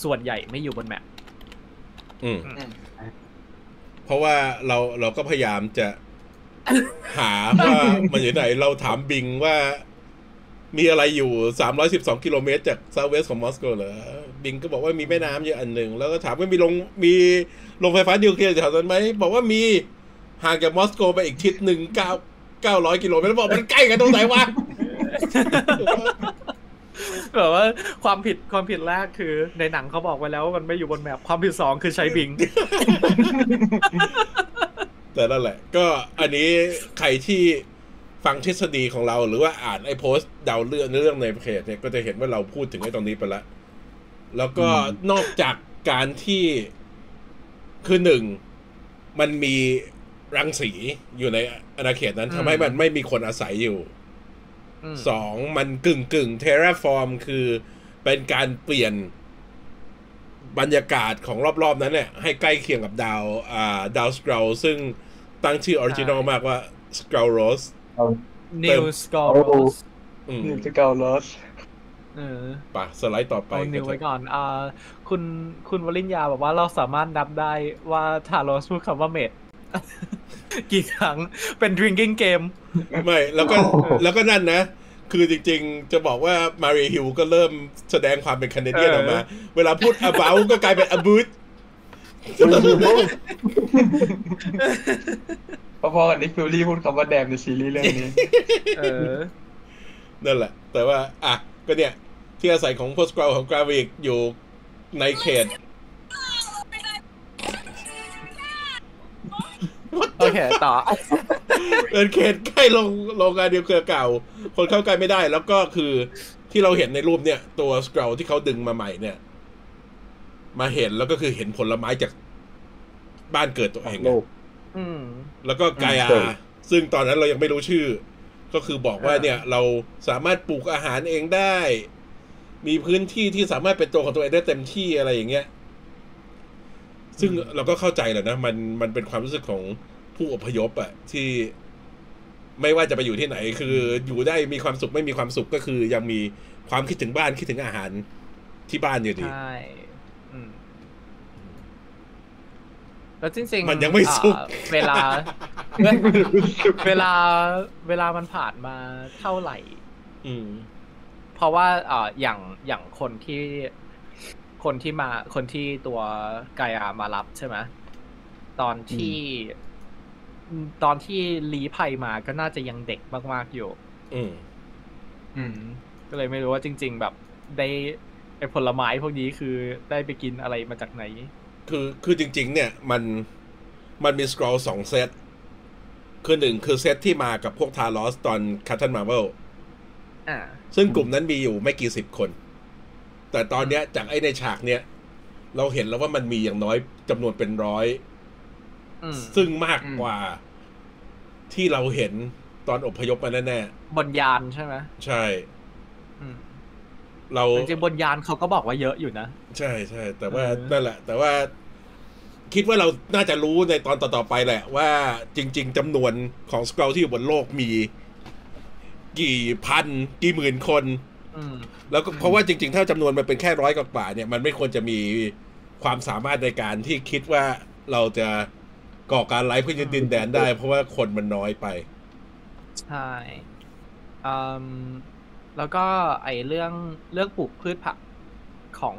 S2: ส่วนใหญ่ไม่อยู่บนแมป
S1: อืม
S4: อืม
S1: เพราะว่าเราเราก็พยายาม จะ หาว่ามันอยู่ไหน เราถามบิงว่า มีอะไรอยู่ 312 กิโลเมตรจากเซาท์เวสของมอสโกเหรอ บิงก็บอกว่ามีแม่น้ำเยอะอันหนึ่ง แล้วก็ถามว่ามีโรงมีโรงไฟฟ้านิวเคลียร์แถวนั้นไหม บอกว่ามีห่างจากมอสโกไปอีกทิศหนึ่งเก้าเก้าร้อยกิโลเมตรแล้วบอกมันใกล้กันตรงไหน วะ
S2: แบบว่าความผิดความผิดแรกคือในหนังเขาบอกไว้แล้วว่ามันไม่อยู่บนแมพความผิดสองคือใช้บิง
S1: แต่นั่นแหละ ก็อันนี้ใครที่ฟังทฤษฎีของเราหรือว่าอ่านไอ้โพสต์เดาเรื่องเรื่องในเพจเนี่ยก็จะเห็นว่าเราพูดถึงไอ้ตรงนี้ไปแล้วแล้วก็
S3: อืม
S1: นอกจากการที่คือหนึ่ง มันมีรังสีอยู่ในอาณาเขตนั้น
S2: อืม
S1: ทำให้มันไม่มีคนอาศัยอยู่
S2: อืม
S1: สองมันกึ่งกึ่งเทราฟอร์มคือเป็นการเปลี่ยนบรรยากาศของรอบๆ นั้นเนี่ย ให้ใกล้เคียงกับดาวอ่าดาวสกราวซึ่งตั้งชื่อออริจินอลมากว่าสกราวโรส
S3: เอา
S2: นิวสกอร์
S3: โอ้
S2: ส
S1: อืม
S4: นี่จะเก่าลอส
S2: เออ
S1: ไป่ะ สไลด์ต่อไป
S2: เอานิว
S1: ก็
S2: ไว้
S1: จะ
S2: ก่อนอ่าคุณคุณวลินยาบอกว่าเราสามารถนับได้ว่าท ารอสพูดคำว่าเมด กี่ครั้งเป็น drinking game
S1: ไม่แล้วก็
S3: โอ้โห
S1: แล้วก็นั่นนะ คือจริงๆ จะบอกว่ามารีฮิลก็เริ่มแสดงความเป็นแคนาเดียน
S2: เออ
S1: ออกมา เวลาพูด about ก็กลายเป็น about
S4: พอๆกับนิกฟิลลี่พูดคำว่าแดมในซีรีส์เรื่องนี้
S2: เออ
S1: นั่นแหละ แต่ว่า อ่ะ ก็เนี่ย ที่อาศัยของโพสกราวของกราวิกอยู่ในเขต
S2: โอเค ต่อ
S1: เดินเขตใกล้โรงโรงงานเดียวเครือเก่า คนเข้าใกล้ไม่ได้ แล้วก็คือที่เราเห็นในรูปเนี่ย ตัวสกร l ที่เขาดึงมาใหม่เนี่ย มาเห็นแล้วก็คือเห็นผลไม้จากบ้านเกิดตัวเอง
S3: โล
S1: อะ
S3: ก
S2: อืม
S1: แล้วก็กายา
S3: ใช่
S1: ซึ่งตอนนั้นเรายังไม่รู้ชื่อ ก็คือบอกว่า
S2: อ่า
S1: เนี่ย เราสามารถปลูกอาหารเองได้ มีพื้นที่ที่สามารถเป็นตัวของตัวเองได้เต็มที่อะไรอย่างเงี้ย ซึ่งเราก็เข้าใจแหละนะมันมันเป็นความรู้สึกของผู้อพยพอะที่ไม่ว่าจะไปอยู่ที่ไหน คืออยู่ได้มีความสุขไม่มีความสุขก็คือ ยังมีความคิดถึงบ้านคิดถึงอาหารที่บ้านอยู่ดี
S2: ใช่อืมแล้วจริงๆ
S1: มันยังไม่สุก
S2: อ่าเว ลา เวลาเวลามันผ่านมาเท่าไหร่
S1: อืม
S2: เพราะว่าเอ่ออย่างอย่างคนที่คนที่มาคนที่ตัวไกอามารับใช่ไหมตอนที่ตอนที่ลีภัยมาก็น่าจะยังเด็กมากๆอยู่
S1: อืม
S4: อืม
S2: ก็เลยไม่รู้ว่าจริง ๆ แบบได้ไอผลไม้พวกนี้คือได้ไปกินอะไรมาจากไหน
S1: คือคือจริง ๆ เนี่ยมันมันมีสครอลสองเซต คือหนึ่งคือเซตที่มากับพวกทารอสตอนค a ท t ท i นมา r v เวล
S2: อ่า
S1: ซึ่งกลุ่มนั้นมีอยู่ไม่กี่สิบคน แต่ตอนเนี้ยจากไอ้ในฉากเนี้ย เราเห็นแล้วว่ามันมีอย่างน้อยจำนวนเป็นร้อย
S2: อืม
S1: ซึ่งมากกว่าที่เราเห็นตอนอพยพมาแน่
S2: บนยานใช่ไหม
S1: ๆ ใช่
S2: อืม
S1: เรา
S2: จริงๆบนยานเขาก็บอกว่าเยอะอยู่นะ
S1: ใช่ใช่แต่ว่า
S2: เออ
S1: นั่นแหละ แต่ว่าคิดว่าเราน่าจะรู้ในตอนต่อ ๆ ไปแหละ ว่าจริง ๆจำนวนของสเกลที่อยู่บนโลกมี กี่พัน กี่หมื่นคน
S2: อืม
S1: แล้วก็เพราะว่าจริง ๆ ถ้าจำนวนมันเป็นแค่ร้อยกว่าๆเนี่ย มันไม่ควรจะมีความสามารถในการที่คิดว่าเราจะก่อการร้ายเพื่อยึดดินแดนได้ เพราะว่าคนมันน้อยไป
S2: ใช่อืมแล้วก็ไอเรื่องเรื่องปลูกพืชผักของ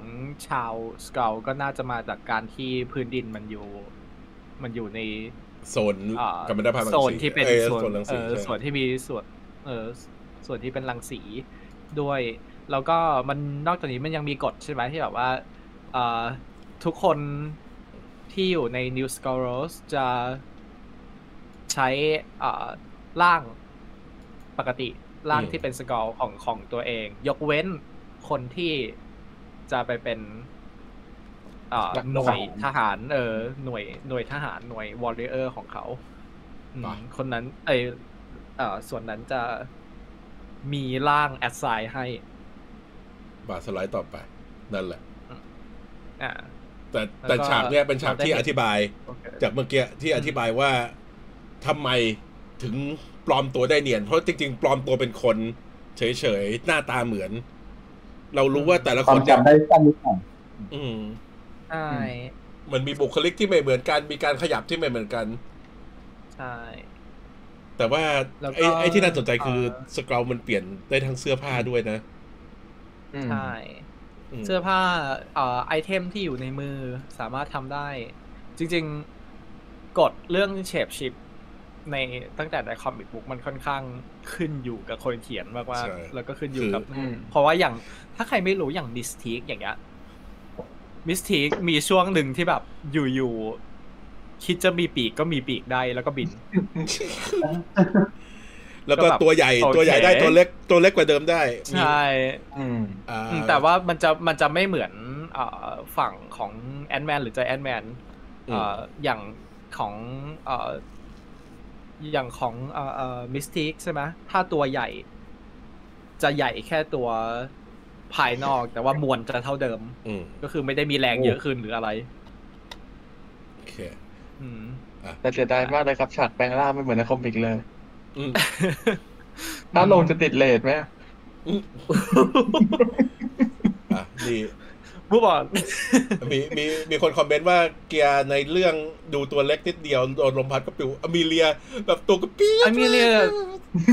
S2: ชาวสเกลก็น่าจะมาจากการที่พื้นดินมันอยู่ มันอยู่ใน
S1: โซน
S2: อ่า
S1: กัมมันตภาพรังสี
S2: โซนที่เป็น
S1: อ้ย
S2: ส่วน
S1: โซนรัง
S2: เอ
S1: สี
S2: อ
S1: ใช่
S2: ส่วนที่มีส่วนเออส่วนที่เป็นรังสีด้วย แล้วก็มันนอกจากนี้มันยังมีกฎใช่ไหมที่แบบว่าเอ่อทุกคนที่อยู่ในนิวสกอโรสจะใช้อ่า ร่างปกติร่างที่เป็นสกอลของของตัวเอง ยกเว้นคนที่จะไปเป็นเอ่อ
S4: นัก
S2: หน่วย
S4: ทหาร
S2: ทหาร เออหน่วยหน่วยทหารหน่วยวอริเออร์ของเขาอืมคนนั้นไอเอ่อส่วนนั้นจะมีร่างแอดไซน์ให้
S1: บาสไลด์ต่อไปนั่นแหละ
S2: อ่า
S1: แต่แต่
S2: แล้วก็
S1: ฉากเนี้ยเป็นฉากที่
S2: เราได้เห็
S1: อน ธิบาย
S2: โอเค
S1: จากเมื่อกี้ที่อธิบายว่าทำไมถึงปลอมตัวได้เนียน เพราะจริง ๆ ปลอมตัวเป็นคน เฉยๆ หน้าตาเหมือน เรารู้ว่าแต่ละคน
S3: ทำ
S1: เนี่ย
S3: จำได้สั้นนิดหน่อย
S1: อืม
S2: ใช่
S1: มันมีบุคลิกที่ไม่เหมือนกัน มีการขยับที่ไม่เหมือนกัน
S2: ใช่
S1: แต่ว่า
S2: แล้วก็
S1: ไอ้ไอ้ที่น่าสนใจคือ
S2: เอ่อ
S1: สเกลมันเปลี่ยนได้ทั้งเสื้อผ้าด้วยนะ
S4: อืม
S2: ใช่
S1: ม
S2: เสื้อผ้าเอ่อไอเทมที่อยู่ในมือสามารถทำได้ จริงๆกฎเรื่องเชฟชิปในตั้งแต่ในคอมิกบุ๊กมันค่อนข้างขึ้นอยู่กับคนเขียนมากว่าแล้วก็ขึ้นอยู่กับ
S4: อืม
S2: เพราะว่าอย่างถ้าใครไม่รู้อย่างมิสทีกอย่างเงี้ยมิสทีกมีช่วงหนึ่งที่แบบอยู่ๆคิดจะมีปีกก็มีปีกได้แล้วก็บิน
S1: แล้วก็
S2: ก็แบบ
S1: ตัวใหญ่
S2: โอเค
S1: ตัวใหญ่ได้ตัวเล็กตัวเล็กกว่าเดิมได้
S2: ใช่
S4: อืม
S1: อ่า
S2: อืมแต่ว่ามันจะมันจะไม่เหมือนเอ่อฝั่งของแอนแมนหรือใจแอนแมน
S1: อืม
S2: อย่างของเอ่ออย่างของเอ่อเอ่อมิสทีกใช่ไหมถ้าตัวใหญ่ จะใหญ่แค่ตัวภายนอก แต่ว่ามวลจะเท่าเดิม
S1: อืม
S2: ก็คือไม่ได้มีแรงเยอะขึ้นหรืออะไร
S1: โอเค
S2: อืม
S4: แต่เสียดายมากเลยครับฉากแปลงร่างไม่เหมือนในคอมิกเลย
S1: อืม
S4: ถ้าลงจะติดเลทไหม
S1: อ่ะมี
S2: ผู้บอก
S1: มีมีมีคนคอมเมนต์ว่าเกียร์ในเรื่องดูตัวเล็กนิดเดียวโดนลมพัดก็ปิวอเมเลีย แบบตัวกระปี้
S2: ไอมีเรี ย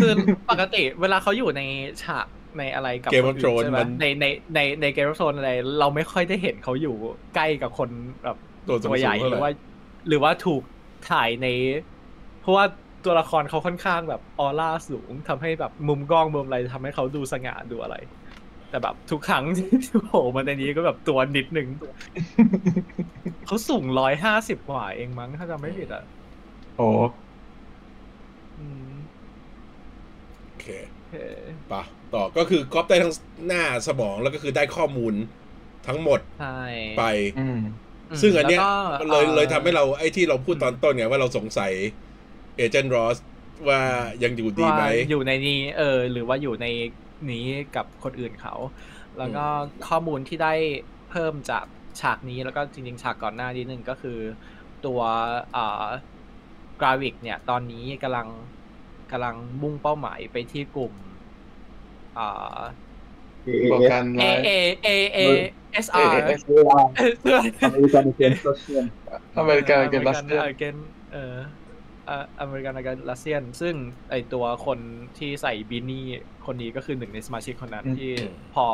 S2: คือปกติเวลาเขาอยู่ในฉากในอะไรกับ
S1: Game
S2: ค
S1: of
S2: นอื่
S1: Thrones
S2: ใช่ไหม
S1: มัน
S2: ในในในในเกมโซนอะไร เราไม่ค่อยได้เห็นเขาอยู่ใกล้กับคนแบบ
S1: ตัวสู
S2: ตัวใหญ่
S1: งๆ
S2: ห
S1: เท่า
S2: รือ
S1: ไหร่
S2: ว่า หรือว่าถูกถ่ายใน เพราะว่าตัวละครเขาค่อนข้างแบบออร่าสูงทำให้แบบมุมกล้องมุมอะไรทำให้เขาดูสง่าดูอะไร แต่แบบทุกครั้ง ที่โผล่มาในนี้ก็แบบตัวนิด นึงเขาสูงร้อยห้าสิบกว่าเองมั้งถ้าจำไม่ผิดอ่ะ
S4: โอ้
S2: อืม
S1: โอเค
S2: เออ
S1: ปะต่อก็คือก๊อปได้ทั้งหน้าสมองแล้วก็คือได้ข้อมูลทั้งหมด
S2: ใช่
S1: ไป
S4: อืม
S2: ม
S1: ซึ่งอันเนี้ย
S2: แวก็
S1: เลย
S2: อ่อ
S1: เลยทำให้เราไอ้ที่เราพูดตอนต้นไงว่าเราสงสัยเอเจนต์รอสว่ายังอยู่ดีไหม
S2: ว่าอยู่ในนี้ เออ หรือว่าอยู่ในนี้กับคนอื่นเขา แล้วก็ข้อมูลที่ได้เพิ่มจากฉากนี้แล้วก็จริงๆ ฉากก่อนหน้านิดนึงก็คือ ตัวอ่ากราวิกเนี่ย ตอนนี้กำลังกำลังมุ่งเป้าหมายไปที่กลุ่มอ่า
S3: เอ
S4: บอก
S3: เอ
S4: กันไล
S2: A
S4: ฟ์
S2: A A A S R
S4: AAS
S3: เวลาอเมริกันเกมโซเชียล
S4: อเมริกันเกมรัสเซียน
S2: อเมริกันเออเอ่ออเมริกันกับรัสเซียน ซึ่งไอตัวคนที่ใส่บินี่คนนี้ก็คือหนึ่งในสมาชิกคนนั้น
S4: อืม
S2: ที่พอ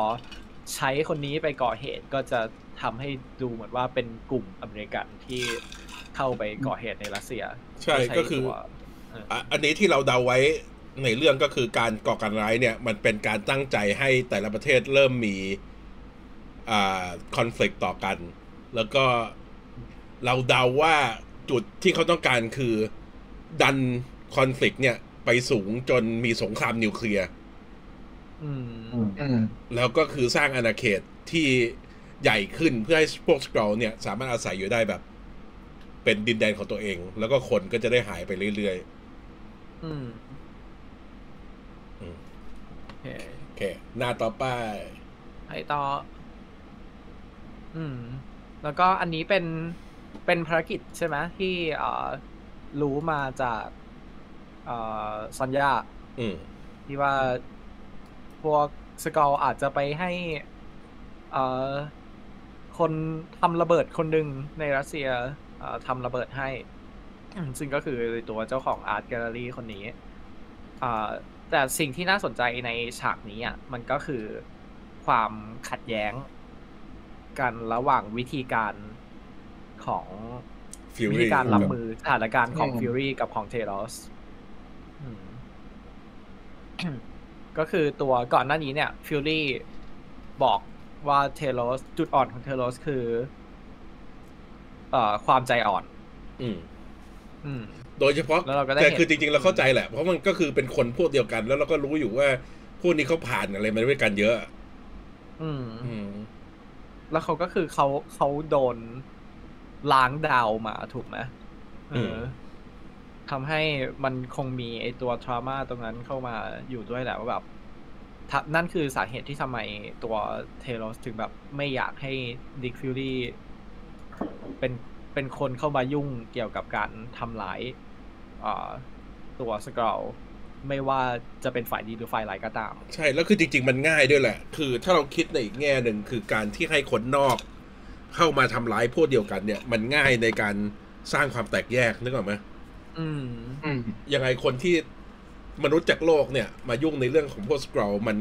S2: ใช้คนนี้ไปก่อเหตุก็จะทำให้ดูเหมือนว่าเป็นกลุ่มอเมริกันที่เข้าไปก่อเหตุในรัสเซีย
S1: ใช่ก็คือ
S2: ตัวเออ
S1: อ่ะอันนี้ที่เราเดาไว้ในเรื่องก็คือการก่อการร้ายเนี่ย มันเป็นการตั้งใจให้แต่ละประเทศเริ่มมีอ่าคอน FLICT ต่อกัน แล้วก็เราเดาว่าจุดที่เขาต้องการคือดันคอน FLICT เนี่ย ไปสูงจนมีสงครามนิวเคลียร์
S2: อืม
S4: อืม
S1: แล้วก็คือสร้างอาณาเขตที่ใหญ่ขึ้นเพื่อให้พวกสกรอลเนี่ย สามารถอาศัยอยู่ได้แบบ เป็นดินแดนของตัวเอง แล้วก็คนก็จะได้หายไปเรื่อย
S2: อืม
S1: ๆอืม
S2: โอเค
S1: โอเค หน้าต่อไป
S2: ไปต่อ อืม แล้วก็อันนี้เป็นเป็นภารกิจใช่ไหมที่เอ่อรู้มาจากเอ่อสัญญา
S1: อืม
S2: ที่ว่าพวกสกอลอาจจะไปให้เอ่อคนทำระเบิดคนหนึ่งในรัสเซียเอ่อทำระเบิดให้ ซึ่งก็คือตัวเจ้าของอาร์ตแกลเลอรี่คนนี้อ่าแต่สิ่งที่น่าสนใจในฉากนี้อ่ะมันก็คือความขัดแย้ง กันระหว่างวิธีการของ
S1: Fury
S2: วิธีการรับมือสถานการณ์ของ
S4: อืม
S2: ฟิวรี่กับของเทโรส ก็คือตัวก่อนหน้านี้เนี่ยฟิวรี่บอกว่าเทโรสจุดอ่อนของเทโรสคือเอ่อความใจอ่อน
S1: อืม
S2: อืม
S1: โดยเฉพาะ
S2: แล้วเราก็ได้
S1: แต่
S2: เห็น
S1: คือจริงๆเราเข้าใจแหละ เพราะมันก็คือเป็นคนพวกเดียวกัน แล้วเราก็รู้อยู่ว่าพวกนี้เขาผ่านอะไรมาด้วยกันเยอะ
S2: อืม
S1: อืม
S2: แล้วเขาก็คือเขาเขาโดนล้างดาวมาถูกไหมเออ
S1: ม
S2: อทำให้มันคงมีไอตัวทรามาตรงนั้นเข้ามาอยู่ด้วยแหละว่าแบบถ้านั่นคือสาเหตุที่ทำไมตัวเทโรสถึงแบบไม่อยากให้ดิกฟิวรี่เป็นเป็นคนเข้ามายุ่งเกี่ยวกับการทำร้ายเอ่อตัวสกรอล ไม่ว่าจะเป็นฝ่ายดีหรือฝ่ายร้ายก็ตาม
S1: ใช่แล้วคือจริง ๆ มันง่ายด้วยแหละ คือถ้าเราคิดในอีกแง่หนึ่งคือการที่ให้คนนอก เข้ามาทำร้ายพวกเดียวกันเนี่ย มันง่ายในการสร้างความแตกแยกนึกออกไหม
S2: อืม
S4: อืม
S1: ยังไงคนที่มนุษย์จากโลกเนี่ย มายุ่งในเรื่องของพวกสกรอมัน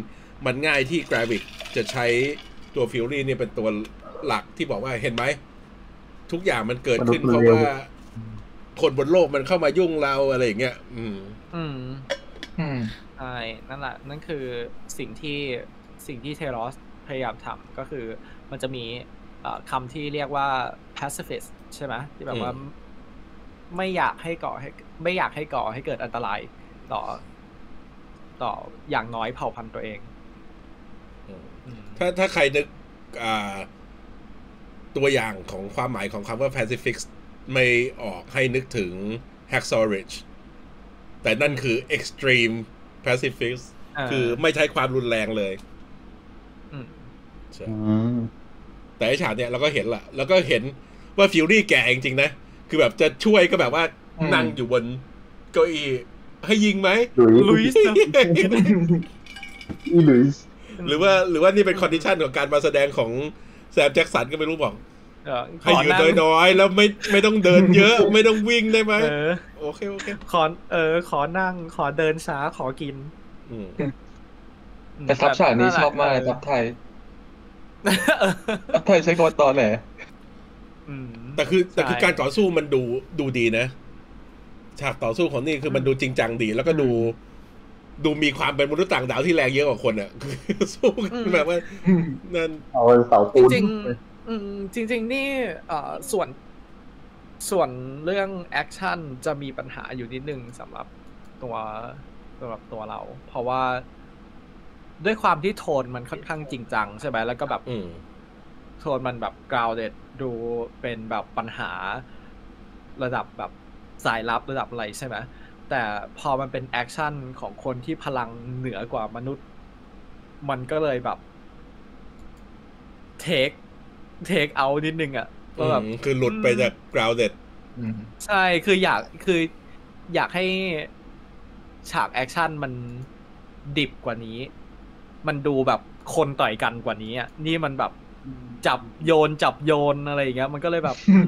S1: มันง่ายที่กราวิกจะใช้ตัวฟิลลี่เนี่ยเป็นตัวหลักที่บอกว่าเห็นไหม ทุกอย่างมันเกิดขึ้น
S3: ม
S1: เพ
S3: นุษย์มัน
S1: ราะ
S3: เร็ว
S1: ว่า คนบนโลกมันเข้ามายุ่งเราอะไรอย่างเงี้ยอืม
S2: อืม
S4: อืม
S2: ใช่นั่นแหละ นั่นคือสิ่งที่สิ่งที่เทโรสพยายามทำก็คือมันจะมีเอ่อคำที่เรียกว่า pacifist ใช่ไหมที่แบบว่า
S1: อืม
S2: ไม่อยากให้ก่อให้ไม่อยากให้ก่อให้เกิดอันตรายต่อ ต่ออย่างน้อยเผ่าพันธุ์ตัวเองอืม
S1: ถ้าถ้าใครนึกอ่าตัวอย่างของความหมายของคำว่า Pacific ไม่ออกให้นึกถึง Hacksaw Ridge แต่นั่นคือ Extreme Pacific
S2: เ
S1: คือไม่ใช้ความรุนแรงเลย
S2: อืม
S1: ใช่
S3: Ừ.
S1: แต่ไอฉากเนี่ยเราก็เห็นละแล้วก็เห็นว่าฟิลลี่แก่จริงๆนะ คือแบบจะช่วยก็แบบว่า
S4: อืม
S1: นั่งอยู่บนเก้าอี้ให้ยิงไหม
S3: หลุย
S2: ลุยส์
S3: อีหลุยส์
S1: หรือว่าหรือว่านี่เป็นคอนดิชันของการมาแสดงของแซมแจ็คสันก็ไม่รู้บอก
S2: เอ่อ
S1: ให้
S2: ข
S1: อยู่
S2: นั่ง
S1: น้อยๆ แล้วไม่ไม่ต้องเดินเยอะ ไม่ต้องวิ่งได้ไหม
S2: เออ
S1: โอเค โอเค
S2: ขอเออ ขอนั่ง ขอเดินช้าขอกิน
S1: อืม
S2: อืม
S4: แต่ซับฉากนี้ชอบมากเลยซับไทยซับไทยใช้กดตอนไหน
S2: อืม
S1: แต่คือแต่คือ
S2: ใช่
S1: การต่อสู้มันดูดูดีนะ ฉากต่อสู้ของนี่คือมันดูจริงจังดี แล้วก็ดู ดูมีความเป็นมนุษย์ต่างดาวที่แรงเยอะกว่าคนอ่ะ คือสู้กันแบบว่า นั่น
S3: เอาเสา
S2: จ
S3: ปูน
S2: ริงๆอืมจริง ๆ นี่เอ่อส่วนส่วนเรื่องแอคชั่นจะมีปัญหาอยู่นิดนึงสำหรับตัวสำหรับตัวเรา เพราะว่าด้วยความที่โทนมันค่อนข้างจริงจังใช่ไหมแล้วก็แบบ
S1: อืม
S2: โทนมันแบบ grounded ดูเป็นแบบปัญหาระดับแบบสายลับระดับอะไรใช่ไหมแต่พอมันเป็นแอคชั่นของคนที่พลังเหนือกว่ามนุษย์ มันก็เลยแบบ เทค เทคเอานิดนึงอะ
S1: อื
S2: ว่าแบบ
S1: มคือหลุดไปจาก grounded
S2: ใช่ คืออยาก คืออยากให้ฉากแอคชั่นมันดิบกว่านี้ มันดูแบบคนต่อยกันกว่านี้อะนี่มันแบบจับโยนจับโยนอะไรอย่างเงี้ย มันก็เลยแบบ อื ม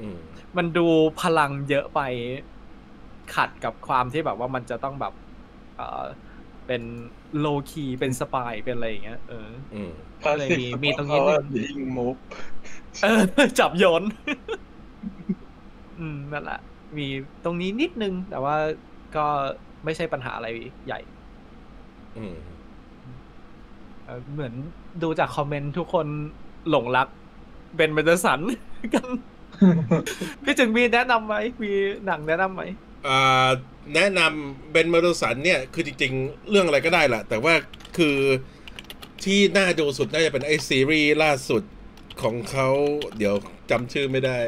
S1: อืม
S2: มันดูพลังเยอะไปขัดกับความที่แบบว่ามันจะต้องแบบเอ่อเป็นโลคีเป็นสปายเป็นอะไรอย่างเงี้ยเออ
S1: อืม
S4: คลาสสิก
S2: มีมีตรงนี้
S4: เพาะว่ายิงมูฟ
S2: เออ จับโยน อืมนั่นแหละ มีตรงนี้นิดนึง แต่ว่าก็ไม่ใช่ปัญหาอะไรใหญ่
S1: อืม
S2: เอ่อเหมือนดูจากคอมเมนต์ทุกคนหลงรัก เป็นเบนเดอร์สัน กัน พี่จึงมีแนะนำไหม มีหนังแนะนำไหม
S1: อ่าแนะนำเบนมารูสันเนี่ย คือจริงๆ เรื่องอะไรก็ได้แหละแต่ว่าคือที่น่าดูสุดน่าจะเป็นไอซีรีส์ล่าสุดของเขาเดี๋ยวจำชื่อไม่ได้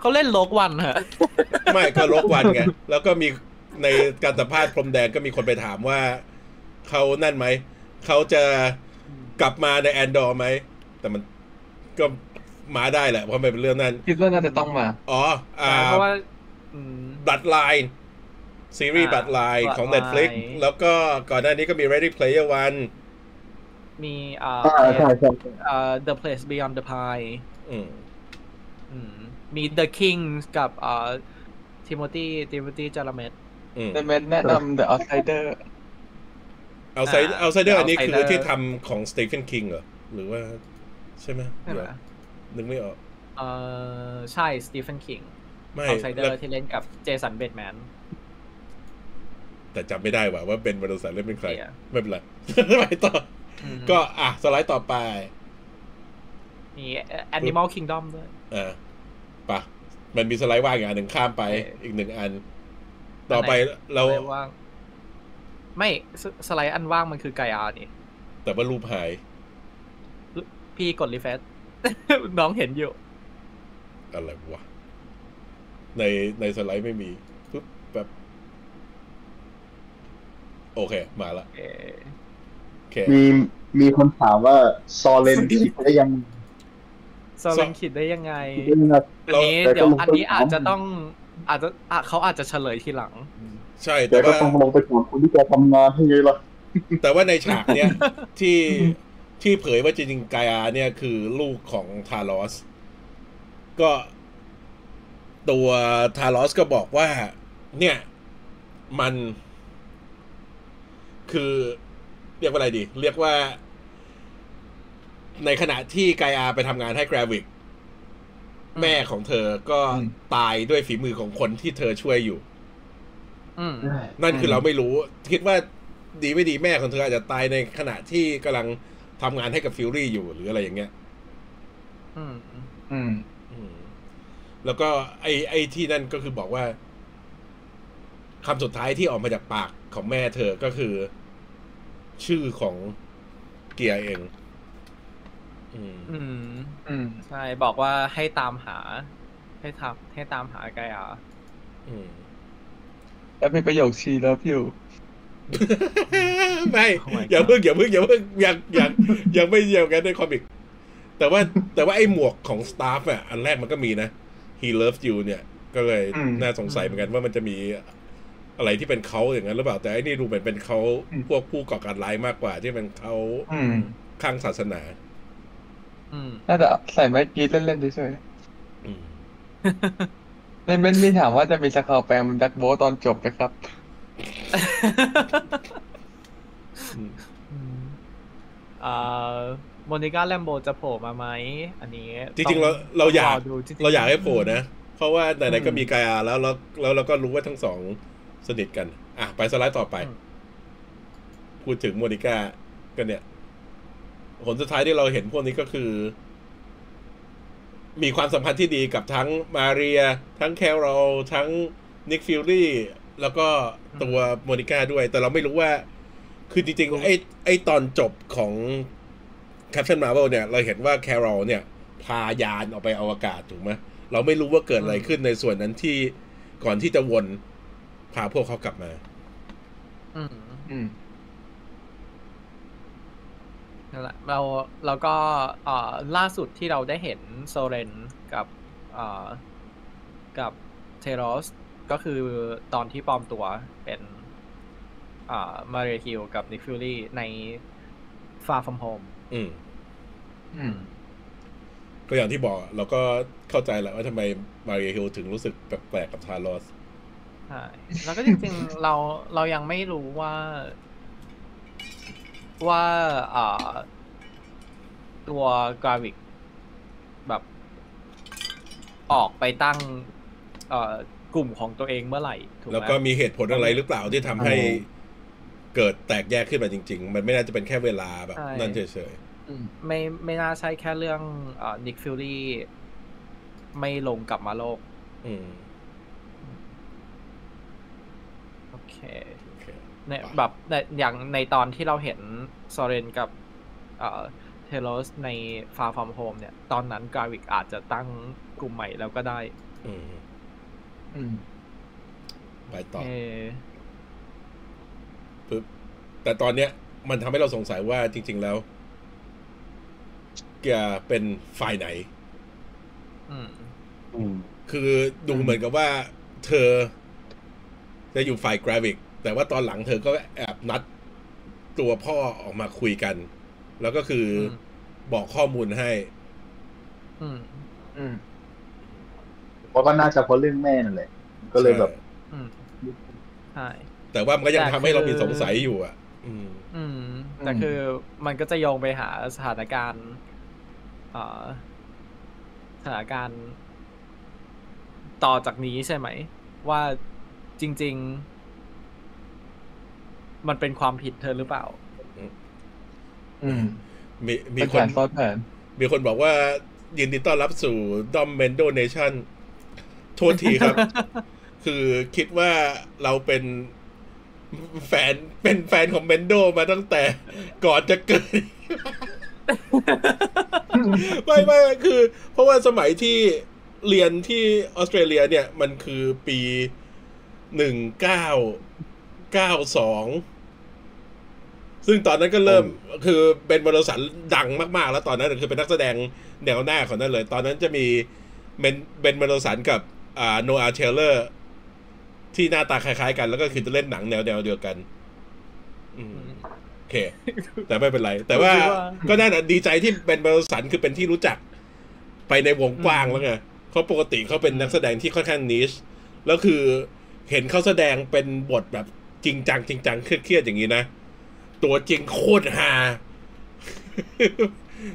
S2: เขาเล่นโลกวันเหรอ
S1: ไม่ก็ลบวันไง แล้วก็มีในการสัมภาษณ์พรมแดงก็มีคนไปถามว่า เขานั่นไหม เขาจะกลับมาในแอนดอร์ไหม แต่มันก็มาได้แหละ เพราะมันเป็นเรื่องนั้น
S4: คิดว่าน่าจะต้องมา
S1: อ๋ออ่า
S2: เพราะว่า อืม
S1: บัตรไลน์ซีรีส์
S2: อ่า
S1: บัตรไลน์ของ
S2: Bloodline
S1: Netflix แล้วก็ก่อนหน้านี้ก็มี Ready Player One
S2: มีเอ่า
S3: อ่าใช่ใช่ใช่
S2: เอ่อ The Place Beyond the Pie
S1: อืม
S2: อืมมี The King กับเอ่อทิโมธีทิโมธีจาราเมต
S1: อืม
S4: แต่แมนแนะนำ The Outsider
S1: เอาไซ
S2: อ่า
S1: เอาไซเดอร์อันนี้คือ
S2: Outsider
S1: ที่ทำของ Stephen King เหรอ หรือว่า ใช่ไหม
S2: ใช่ไหม
S1: เดี๋ยวนึกไม่ออก
S2: เออใช่สตีเฟนคิง
S1: ไม่
S2: เอาไซเดอ
S1: แล้ว
S2: ร์ที่เล่นกับเจสันเบดแมน
S1: แต่จำไม่ได้ว่าว่าเป็นบริษัทเล่นเป็นใคร
S2: เนี่ย
S1: ไม่เป็นไร ไปต่อ
S2: อืม
S1: อก็อ่ะ สไลด์ต่อไป
S2: มีแอนิมอลคิงดอมด้วย
S1: อ่าปะมันมีสไลด์ว่างอีกอันหนึ่งข้ามไป
S2: เอออี
S1: อีกหนึ่งอัน ต่อไปเรา
S2: ะไรว่าง ไม่สสไลด์อันว่างมันคือไกอานี่
S1: แต่ว่ารูปหาย
S2: พี่กดรีเฟซ น้องเห็นอยู่
S1: อะไรวะ ในในสไลด์ไม่มีปุ๊บแบบโอเค มาละ
S2: เอ่อ
S1: โอเค
S3: มีมีคนถามว่าซอ เลนคิดได้ยัง
S2: สลังคิดได้ยังไง
S3: คิดได้ยังไง
S2: อันนี้
S3: เรา
S2: เดี๋ยว
S3: เราก็
S2: อันนี้อาจจะต้อง อาจจะอ่ะเขาอาจจะเฉลยทีหลัง
S1: ใช่
S3: แก
S1: แต่
S3: ก็
S1: ว่า
S3: ต้องลงไปถามคนที่แกทำงานให้ไงล่ะ
S1: แต่ว่าในฉากเนี้ย ที่ที่เผยว่าจริงๆกายาเนี่ยคือลูกของทารอส ก็ตัวทารอสก็บอกว่า เนี่ย มัน คือเรียกว่าอะไรดี เรียกว่า ในขณะที่กายอาไปทำงานให้กราวิก แม่ของเธอก็
S4: อืม
S1: ตายด้วยฝีมือของคนที่เธอช่วยอยู่
S2: อืม
S1: นั่นคือ
S4: ม
S1: เราไม่รู้ คิดว่าดีไม่ดีแม่ของเธออาจจะตายในขณะที่กำลังทำงานให้กับฟิวรี่อยู่หรืออะไรอย่างเงี้ย
S2: อืม
S4: อืม
S1: อืมแล้วก็ไอ้ไอ้ที่นั่นก็คือบอกว่าคำสุดท้ายที่ออกมาจากปากของแม่เธอก็คือ ชื่อของเกียร์เอง อืม
S2: อืม
S4: อืม
S2: ใช่ บอกว่าให้ตามหา ให้ทำให้ตามหาไกอา
S1: อืม
S4: แล้วมีประโยคชีแล้วพี่
S1: ไม่ อย่าเพิ่งอย่าเพิ่งอย่าเพิ่งยังยังยังไม่เยี่ยมกันในคอมิก แต่ว่าแต่ว่าไอ้หมวกของสตาฟอ่ะอันแรกมันก็มีนะ he loves you เนี่ย ก็เลยน่าสงสัยเหมือนกันว่ามันจะมีอะไรที่เป็นเขาอย่างนั้นหรือเปล่าแต่ไอ้นี่ดูเหมือนเป็นเขาพวกผู้ก่อการร้ายมากกว่า ที่เป็นเขา
S4: อืม
S1: ข้างศาสนา
S2: อืม
S4: น่าจะใส่ไม้กรีดเล่นๆเฉย
S1: อืม
S4: ๆในเม้นมีถามว่าจะมีสกาวแปลงเป็นแบ็คโบว์ตอนจบไหมครับ
S1: อืม
S2: อ่าโมนิก้าแลมโบจะโผล่มาไหม อันนี้
S1: จริงๆเราเราอยาก
S2: ดูจงๆ
S1: เราอยากให้โผล่นะ เพราะว่าไหนๆก็มีกายอาแล้วแล้วแล้วเราก็รู้ว่าทั้งสองสนิทกัน อ่ะ ไปสไลด์ต่อไป พูดถึงโมนิก้ากันเนี่ยผลสุดท้ายที่เราเห็นพวกนี้ก็คือ มีความสัมพันธ์ที่ดีกับทั้งมาเรีย ทั้งแคโรลทั้งนิกฟิลลี่แล้วก็ตัวโมนิก้าด้วย แต่เราไม่รู้ว่า คือจริงๆไอ้ไอ้ตอนจบของ Captain Marvel เนี่ย เราเห็นว่าแคโรลเนี่ย พายานออกไปอวกาศถูกไหมเราไม่รู้ว่าเกิดอะไรขึ้นในส่วนนั้นที่ก่อนที่จะวนพาพวกเขากลับมา
S2: อืม
S4: อืม
S2: นั่นแหละเราแล้วก็เอ่อล่าสุดที่เราได้เห็นโซเรนกับเอ่อกับเทโรส ก็คือตอนที่ปลอมตัวเป็นอ่ามาเรียฮิลกับนิฟิลลี่ในฟาฟอมโฮม
S1: อืม
S4: อืม
S1: ก็อย่างที่บอกอะเราก็เข้าใจแหละว่าทำไมมาเรียฮิลถึงรู้สึกแปลกๆกับทารอส
S2: ใช่แล้วก็จริง ๆ เราเรายังไม่รู้ว่า ว่าอ่าตัวกราวิก แบบออกไปตั้งเอ่อกลุ่มของตัวเองเมื่อไหร่ ถูกไหม
S1: แล้วก็มีเหตุผลอะไรหรือเปล่าที่ทำให้
S4: อ๋อ
S1: เกิดแตกแยกขึ้นมาจริง ๆ มันไม่น่าจะเป็นแค่เวลาแบบ นั่นเฉย
S4: อืม
S2: ไม่ไม่น่าใช่แค่เรื่องนิกฟิลลี่ไม่ลงกลับมาโลก
S1: ๆ อืม
S2: โอเค
S1: โอเค
S2: เนี่ย
S1: อ่ะ
S2: แบบในอย่างในตอนที่เราเห็นซอเรนกับเทโลสในฟาฟอร์มโฮมเนี่ย ตอนนั้นกราวิกอาจจะตั้งกลุ่มใหม่แล้วก็ได้
S1: อืม
S4: อืม
S1: ไปต่อ
S2: เออ
S1: ปึ๊บแต่ตอนเนี้ย มันทำให้เราสงสัยว่าจริง ๆแล้วแกเป็นฝ่ายไหน
S2: อืม
S3: อืม
S1: คือดูเหมือนกับว่าเธอ จะอยู่ฝ่ายกราฟิก แต่ว่าตอนหลังเธอก็แอบนัดตัวพ่อออกมาคุยกัน แล้วก็คืออ
S2: ม
S1: บอกข้อมูลให้
S2: อืม
S4: อืม
S3: เพราะก็น่าจะเพราะเรื่องแม่นั่นแหละ ก็เลยแบบ
S2: อืมใช่
S1: แต่ว่ามันก็ยัง
S2: แต่
S1: ทำให้เรา
S2: คือ
S1: มีสงสัยอยู่อ่ะ อืม
S2: อืม แต่
S4: อืม
S2: คือมันก็จะโยงไปหาสถานการณ์เอ่อสถานการณ์ต่อจากนี้ใช่ไหม ว่าจริง ๆ มันเป็นความผิดเธอหรือเปล่า
S4: อืม
S1: มีมี
S4: เป็น
S1: ค
S4: แผ
S1: น
S4: นซ้อนแผน
S1: มีคนบอกว่า ยินดีต้อนรับสู่ดอมเมนโดเนชั่นโทษทีครับ คือคิดว่าเราเป็นแฟนเป็นแฟนของเมนโดมาตั้งแต่ก่อนจะเกิด ไม่ไม่ไม่คือ เพราะว่าสมัยที่เรียนที่ออสเตรเลียเนี่ย มันคือปีหนึ่งเก้าเก้าสองซึ่งตอนนั้นก็เริ่มคือเป็นบริษัทดังมากๆ แล้วตอนนั้นคือเป็นนักแสดงแนวหน้าของนั่นเลย ตอนนั้นจะมีเบนเบนบริษัทกับ อ่าโนอาเทเลอร์ที่หน้าตาคล้ายๆกัน แล้วก็คือจะเล่นหนังแนวแนวๆเดียวกัน อืมโอ เค แต่ไม่เป็นไร แต่ว่า
S2: ผมคิดว่า
S1: ก็น่าจะดีใจที่เบนเบลสันคือเป็นที่รู้จัก ไปในวงกว้างแล้วไงเขาะปกติเขาเป็นนักแสดงที่ค่อนข้างนิช แล้วคือเห็นเขาแสดงเป็นบทแบบจริงจังจริงจังเครียดๆอย่างนี้นะ ตัวจริงโคตรฮา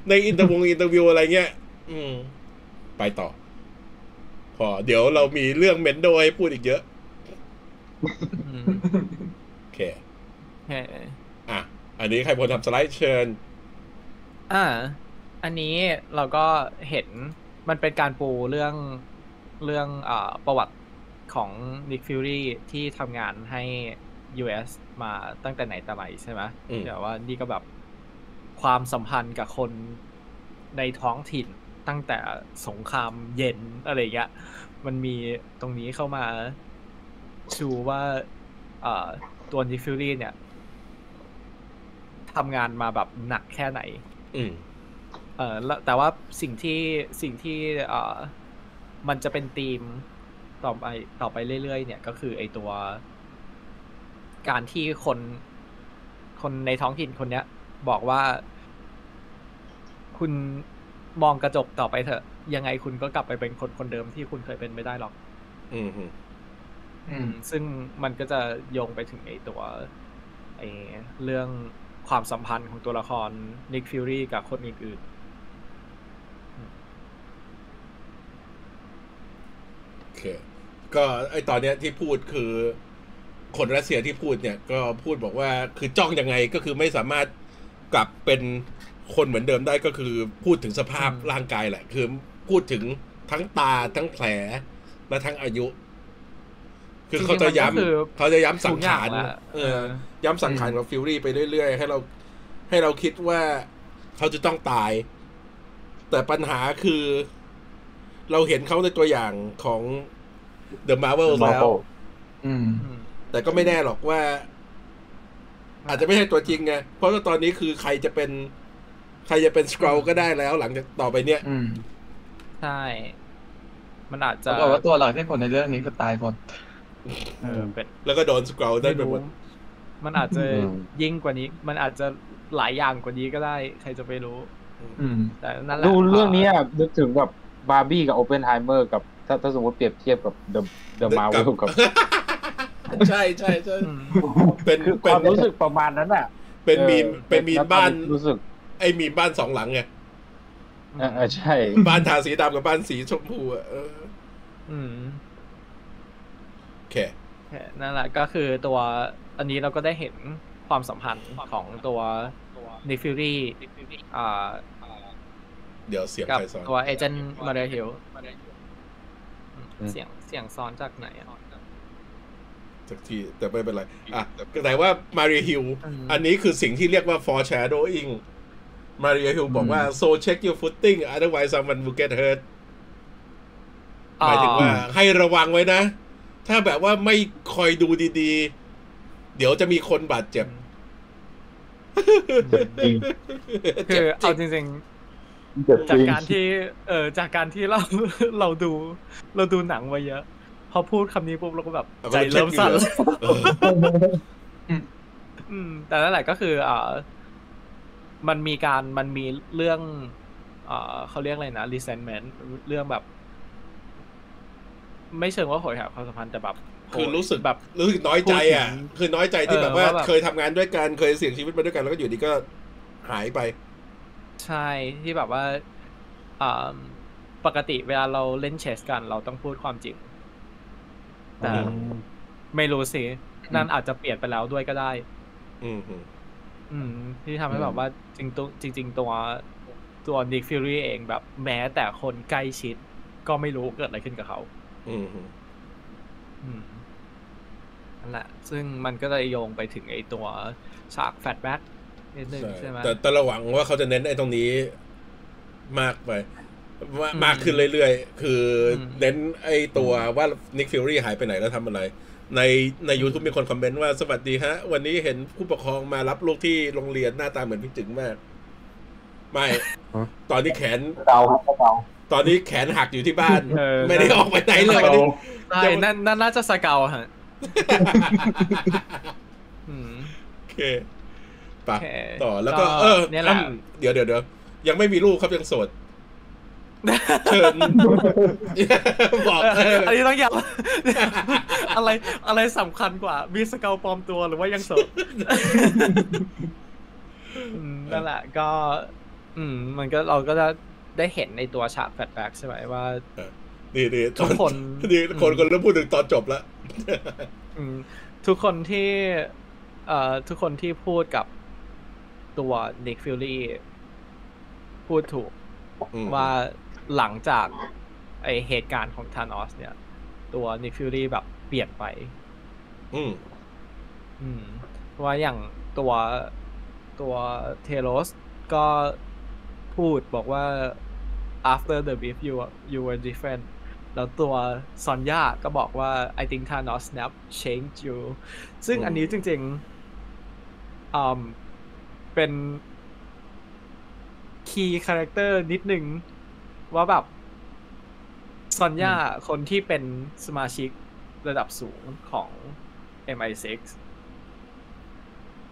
S1: ในอินเตอร์วงอินเตอร์วิวอะไรเงี้ย อืม ไปต่อ พอเดี๋ยวเรามีเรื่องเมนโดให้พูดอีกเยอะ
S2: อืม
S1: โอเค
S2: เฮ้ย
S1: อ่ะ อันนี้ใครพลทำสไลด์เชิญ
S2: อ่า อันนี้เราก็เห็นมันเป็นการปูเรื่องเรื่องอ่าประวัติของ Nick Fury ที่ทำงานให้ US มาตั้งแต่ไหนแต่ไรใช่ไหม
S1: อืม
S2: แต่ว่านี่ก็แบบความสัมพันธ์กับคนในท้องถิ่นตั้งแต่สงครามเย็นอะไรอย่างเงี้ย มันมีตรงนี้เข้ามาชูว่าเอ่อตัว Nick Fury เนี่ยทำงานมาแบบหนักแค่ไหน
S1: อืม
S2: เออแล้วแต่ว่าสิ่งที่สิ่งที่เอ่อมันจะเป็นธีมต่อไปต่อไปเรื่อยๆ เนี่ยก็คือไอตัว การที่คนคนในท้องถิ่นคนเนี้ย บอกว่า คุณมองกระจกต่อไปเถอะ ยังไงคุณก็กลับไปเป็นคนคนเดิมที่คุณเคยเป็นไม่ได้หรอก
S1: อืมอืม
S4: อืม
S2: ซึ่งมันก็จะโยงไปถึงไอตัวไอเรื่องความสัมพันธ์ของตัวละครนิกฟิวรี่กับคนอื่นๆ
S1: โอเค ก็ไอตอนเนี้ยที่พูดคือ คนรัสเซียที่พูดเนี่ย ก็พูดบอกว่าคือจ้องยังไงก็คือไม่สามารถกลับเป็นคนเหมือนเดิมได้ก็คือพูดถึงสภาพ
S2: อืม
S1: ร่างกายแหละ คือพูดถึงทั้งตาทั้งแผลและทั้งอายุ คือเขาจะย้ำเขาจะย้ำสังขาร
S2: ทุกอย่แหละ
S1: เออ ย้ำสังขารกับฟิวรี่ไปเรื่อยๆ ให้เราให้เราคิดว่าเขาจะต้องตาย แต่ปัญหาคือ เราเห็นเขาในตัวอย่างของ The Marvel แล้ว
S4: อืม
S2: อืม
S1: แต่ก็ไม่แน่หรอกว่า อาจจะไม่ใช่ตัวจริงไง เพราะว่าตอนนี้คือใครจะเป็น ใครจะเป็นส r ร l ก็ได้แล้วหลังจากต่อไปเนี้ย
S4: อืม
S2: ใช่ มันอาจ
S4: ป
S2: จะ
S4: รากฏว่าตัวหลักที่คนในเรื่องนี้ก็ตายหมด
S2: เออเป็น
S1: แล้วก็โดนส r ร l ได้
S2: ไม่
S1: ไป
S2: รู้
S1: หมด
S2: มันอาจจะ
S4: อืม
S2: ยิ่งกว่านี้ มันอาจจะหลายอย่างกว่านี้ก็ได้ ใครจะไปรู้
S4: อืม
S2: แต่นั่นแหละ
S5: ดูเรื่องนี้อะนึกถึงแบบบาร์บี้กับโอเปนไฮเมอร์กับถ้าถ้าสมมติเปรียบเทียบกับเดอะเดอะมาเวลกับ
S1: ใช่ใช่ใช่
S2: อืม
S1: เป็น
S5: คือค
S1: เป็น
S5: วามรู้สึกประมาณนั้นอ่ะ
S1: เป็นมีม
S5: ออ
S1: เป็นมีม
S5: แล้วตอ
S1: บ้าน
S5: รู้สึก
S1: ไอ้มีมบ้านสองหลังไง
S5: เออเออใช่
S1: บ้านทาสีดำกับบ้านสีชมพูอะเออ
S2: อืม
S1: โอเค
S2: แค่นั่นแหละก็คือตัวอันนี้เราก็ได้เห็นความสัมพันธ์ของตัวนิฟิลี่อ่า
S1: เดี๋ยวเสียง
S2: กับ
S1: ใครสอน
S2: ตัวเอเจนต์มาเรียฮิลเสียงเสียงซ้อนจากไหนอะ
S1: สักที แต่ไม่เป็นไร อ่ะแต่แต่ว่ามารีฮิล
S2: อืม
S1: อันนี้คือสิ่งที่เรียกว่า foreshadowing มารีฮิลบอกว่า so check your footing otherwise someone will get hurt หมายถึงว่า ให้ระวังไว้นะ ถ้าแบบว่าไม่คอยดูดีๆ เดี๋ยวจะมีคนบาดเจ็บ
S3: เจ็บจริง
S2: คือเอาจริง ๆ
S3: เจ็บจ
S2: จาก
S3: ริง
S2: การที่ เออจากการที่ เรา เราดู เราดูหนังมาเยอะ พอพูดคำนี้ปุ๊บเราก็แบบ
S1: เราก็
S2: ใจเริ่มสั่น
S1: เช็คอยู่ เออ
S2: อืม แต่นั่นแหละก็คือเอ่อมันมีการมันมีเรื่องเอ่อเขาเรียกอะไรนะ resentment เรื่องแบบ ไม่เชิงว่าโหยหาความสัมพันธ์แต่แบบ
S1: คือรู้สึก
S2: แบบ
S1: รู้สึกน้อยใจอ่ะ
S2: พูดถึง
S1: คือน้อยใจที่
S2: เออ
S1: แบบว่า
S2: ว่าแบบ
S1: เคยทำงานด้วยกัน เคยเสี่ยงชีวิตมาด้วยกันแล้วก็อยู่ดีก็หายไป
S2: ใช่ที่แบบว่าอ่าปกติเวลาเราเล่นเชสกัน เราต้องพูดความจริง แต่
S1: อืม
S2: ไม่รู้สิ นั่นอาจจะเปลี่ยนไปแล้วด้วยก็ได้
S1: อืม
S2: อืม ที่ทำให้แบบว่าจริงตัวจริง ๆ ตัวตัวนิกฟิ u รีเองแบบแม้แต่คนใกล้ชิด ก็ไม่รู้เกิดอะไรขึ้นกับเขา
S1: อืม
S2: อืมนั่นแหละ ซึ่งมันก็เลยโยงไปถึงไอ้ตัวฉากแฟลชแบ็กนิดนึงใช่ไหม
S1: แต่แต่เราหวังว่าเขาจะเน้นไอ้ตรงนี้มากไปมา
S2: อืม
S1: มากขึ้นเรื่อยๆ คืออ
S2: ม
S1: เน้นไอ้ตัวว่านิกฟิ u รี่หายไปไหนแล้วทำอะไร ในใน YouTube มีคนคอมเมนต์ว่าสวัสดีฮะ วันนี้เห็นผู้ปกครองมารับลูกที่โรงเรียนหน้าตาเหมือนพี่จึงมาก ไม่
S4: ฮะ
S1: ตอนนี้แขน
S3: เดาครับเดา
S1: ตอนนี้แขนหักอยู่ที่บ้าน
S5: เออ
S1: ไม่ได้ออกไปไหนเลย
S5: เอา
S2: ใช่นั่นนั่นน่าจะสเกลฮะอืม
S1: โอเคปะ
S2: โอเค
S1: ต่อแล้วก็
S2: ก็
S1: เออ
S2: เนี่ยแหละ
S1: อ้ำเดี๋ยวเดี๋ยวเดี๋ยวยังไม่มีลูกครับยังโส ดเชิญ บอกเออ
S2: อันนี้ต้องอยาก อะไรอะไรสำคัญกว่า มีสเกลปลอมตัวหรือว่ายังโสด อืมนั่นแหละก็ อืม มันก็เราก็จะได้เห็นในตัวฉากแฟลชแบ็กใช่ไหมว่า
S1: นี่นี่
S2: ทุกคน
S1: นี่คน
S2: อืม
S1: คนเริ่มพูดถึงตอนจบแล้ว
S2: อืมทุกคนที่เอ่อทุกคนที่พูดกับตัวนิกฟิลลี่พูดถูก
S1: อืม
S2: ว่าหลังจากไอเหตุการณ์ของธานอสเนี่ย ตัวนิกฟิลลี่แบบเปลี่ยนไป
S1: อืม
S2: อืมเพราะว่าอย่างตัวตัวเทโรสก็พูดบอกว่า after the beef you were- you were different แล้วตัวซอนยาก็บอกว่า I think Thanos snap changed you ซึ่งอันนี้จริงๆอืมเป็น คีย์คาแรคเตอร์นิดนึง ว่าแบบซอนยาคนที่เป็นสมาชิกระดับสูงของ MI6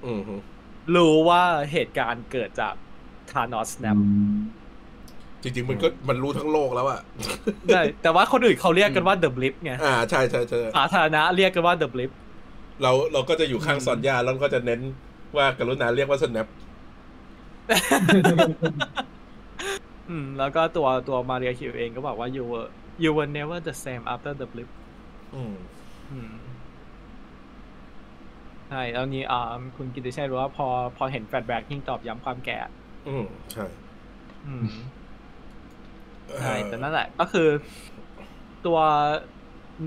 S1: อืม
S2: รู้ว่าเหตุการณ์เกิดจากทานอสแนป
S1: จริง ๆ มันก็มันรู้ทั้งโลกแล้วอะ
S2: ได้แต่ว่าคนอื่นเขาเรียกกันว่าเดอะบลิปไง
S1: อ่าใช่ใช่ใช่
S2: สาธารณะเรียกกันว่าเดอะบลิป
S1: เราเราก็จะอยู่ข้างสอนยาแล้วก็จะเน้นว่ากรุณาเรียกว่าสแนป
S2: อืม แล้วก็ตัวตัวมาเรียคิวเองก็บอกว่า you were you were never the same after the blip
S1: อืม
S2: อืมใช่แล้วนี้อ่าคุณกิติชัยรู้ว่าพอพอเห็นแฟลชแบ็กยิ่งตอบย้ำความแก่
S1: อืมใช่
S2: อืม ใช่แต่นั่นแหละก็คือตัว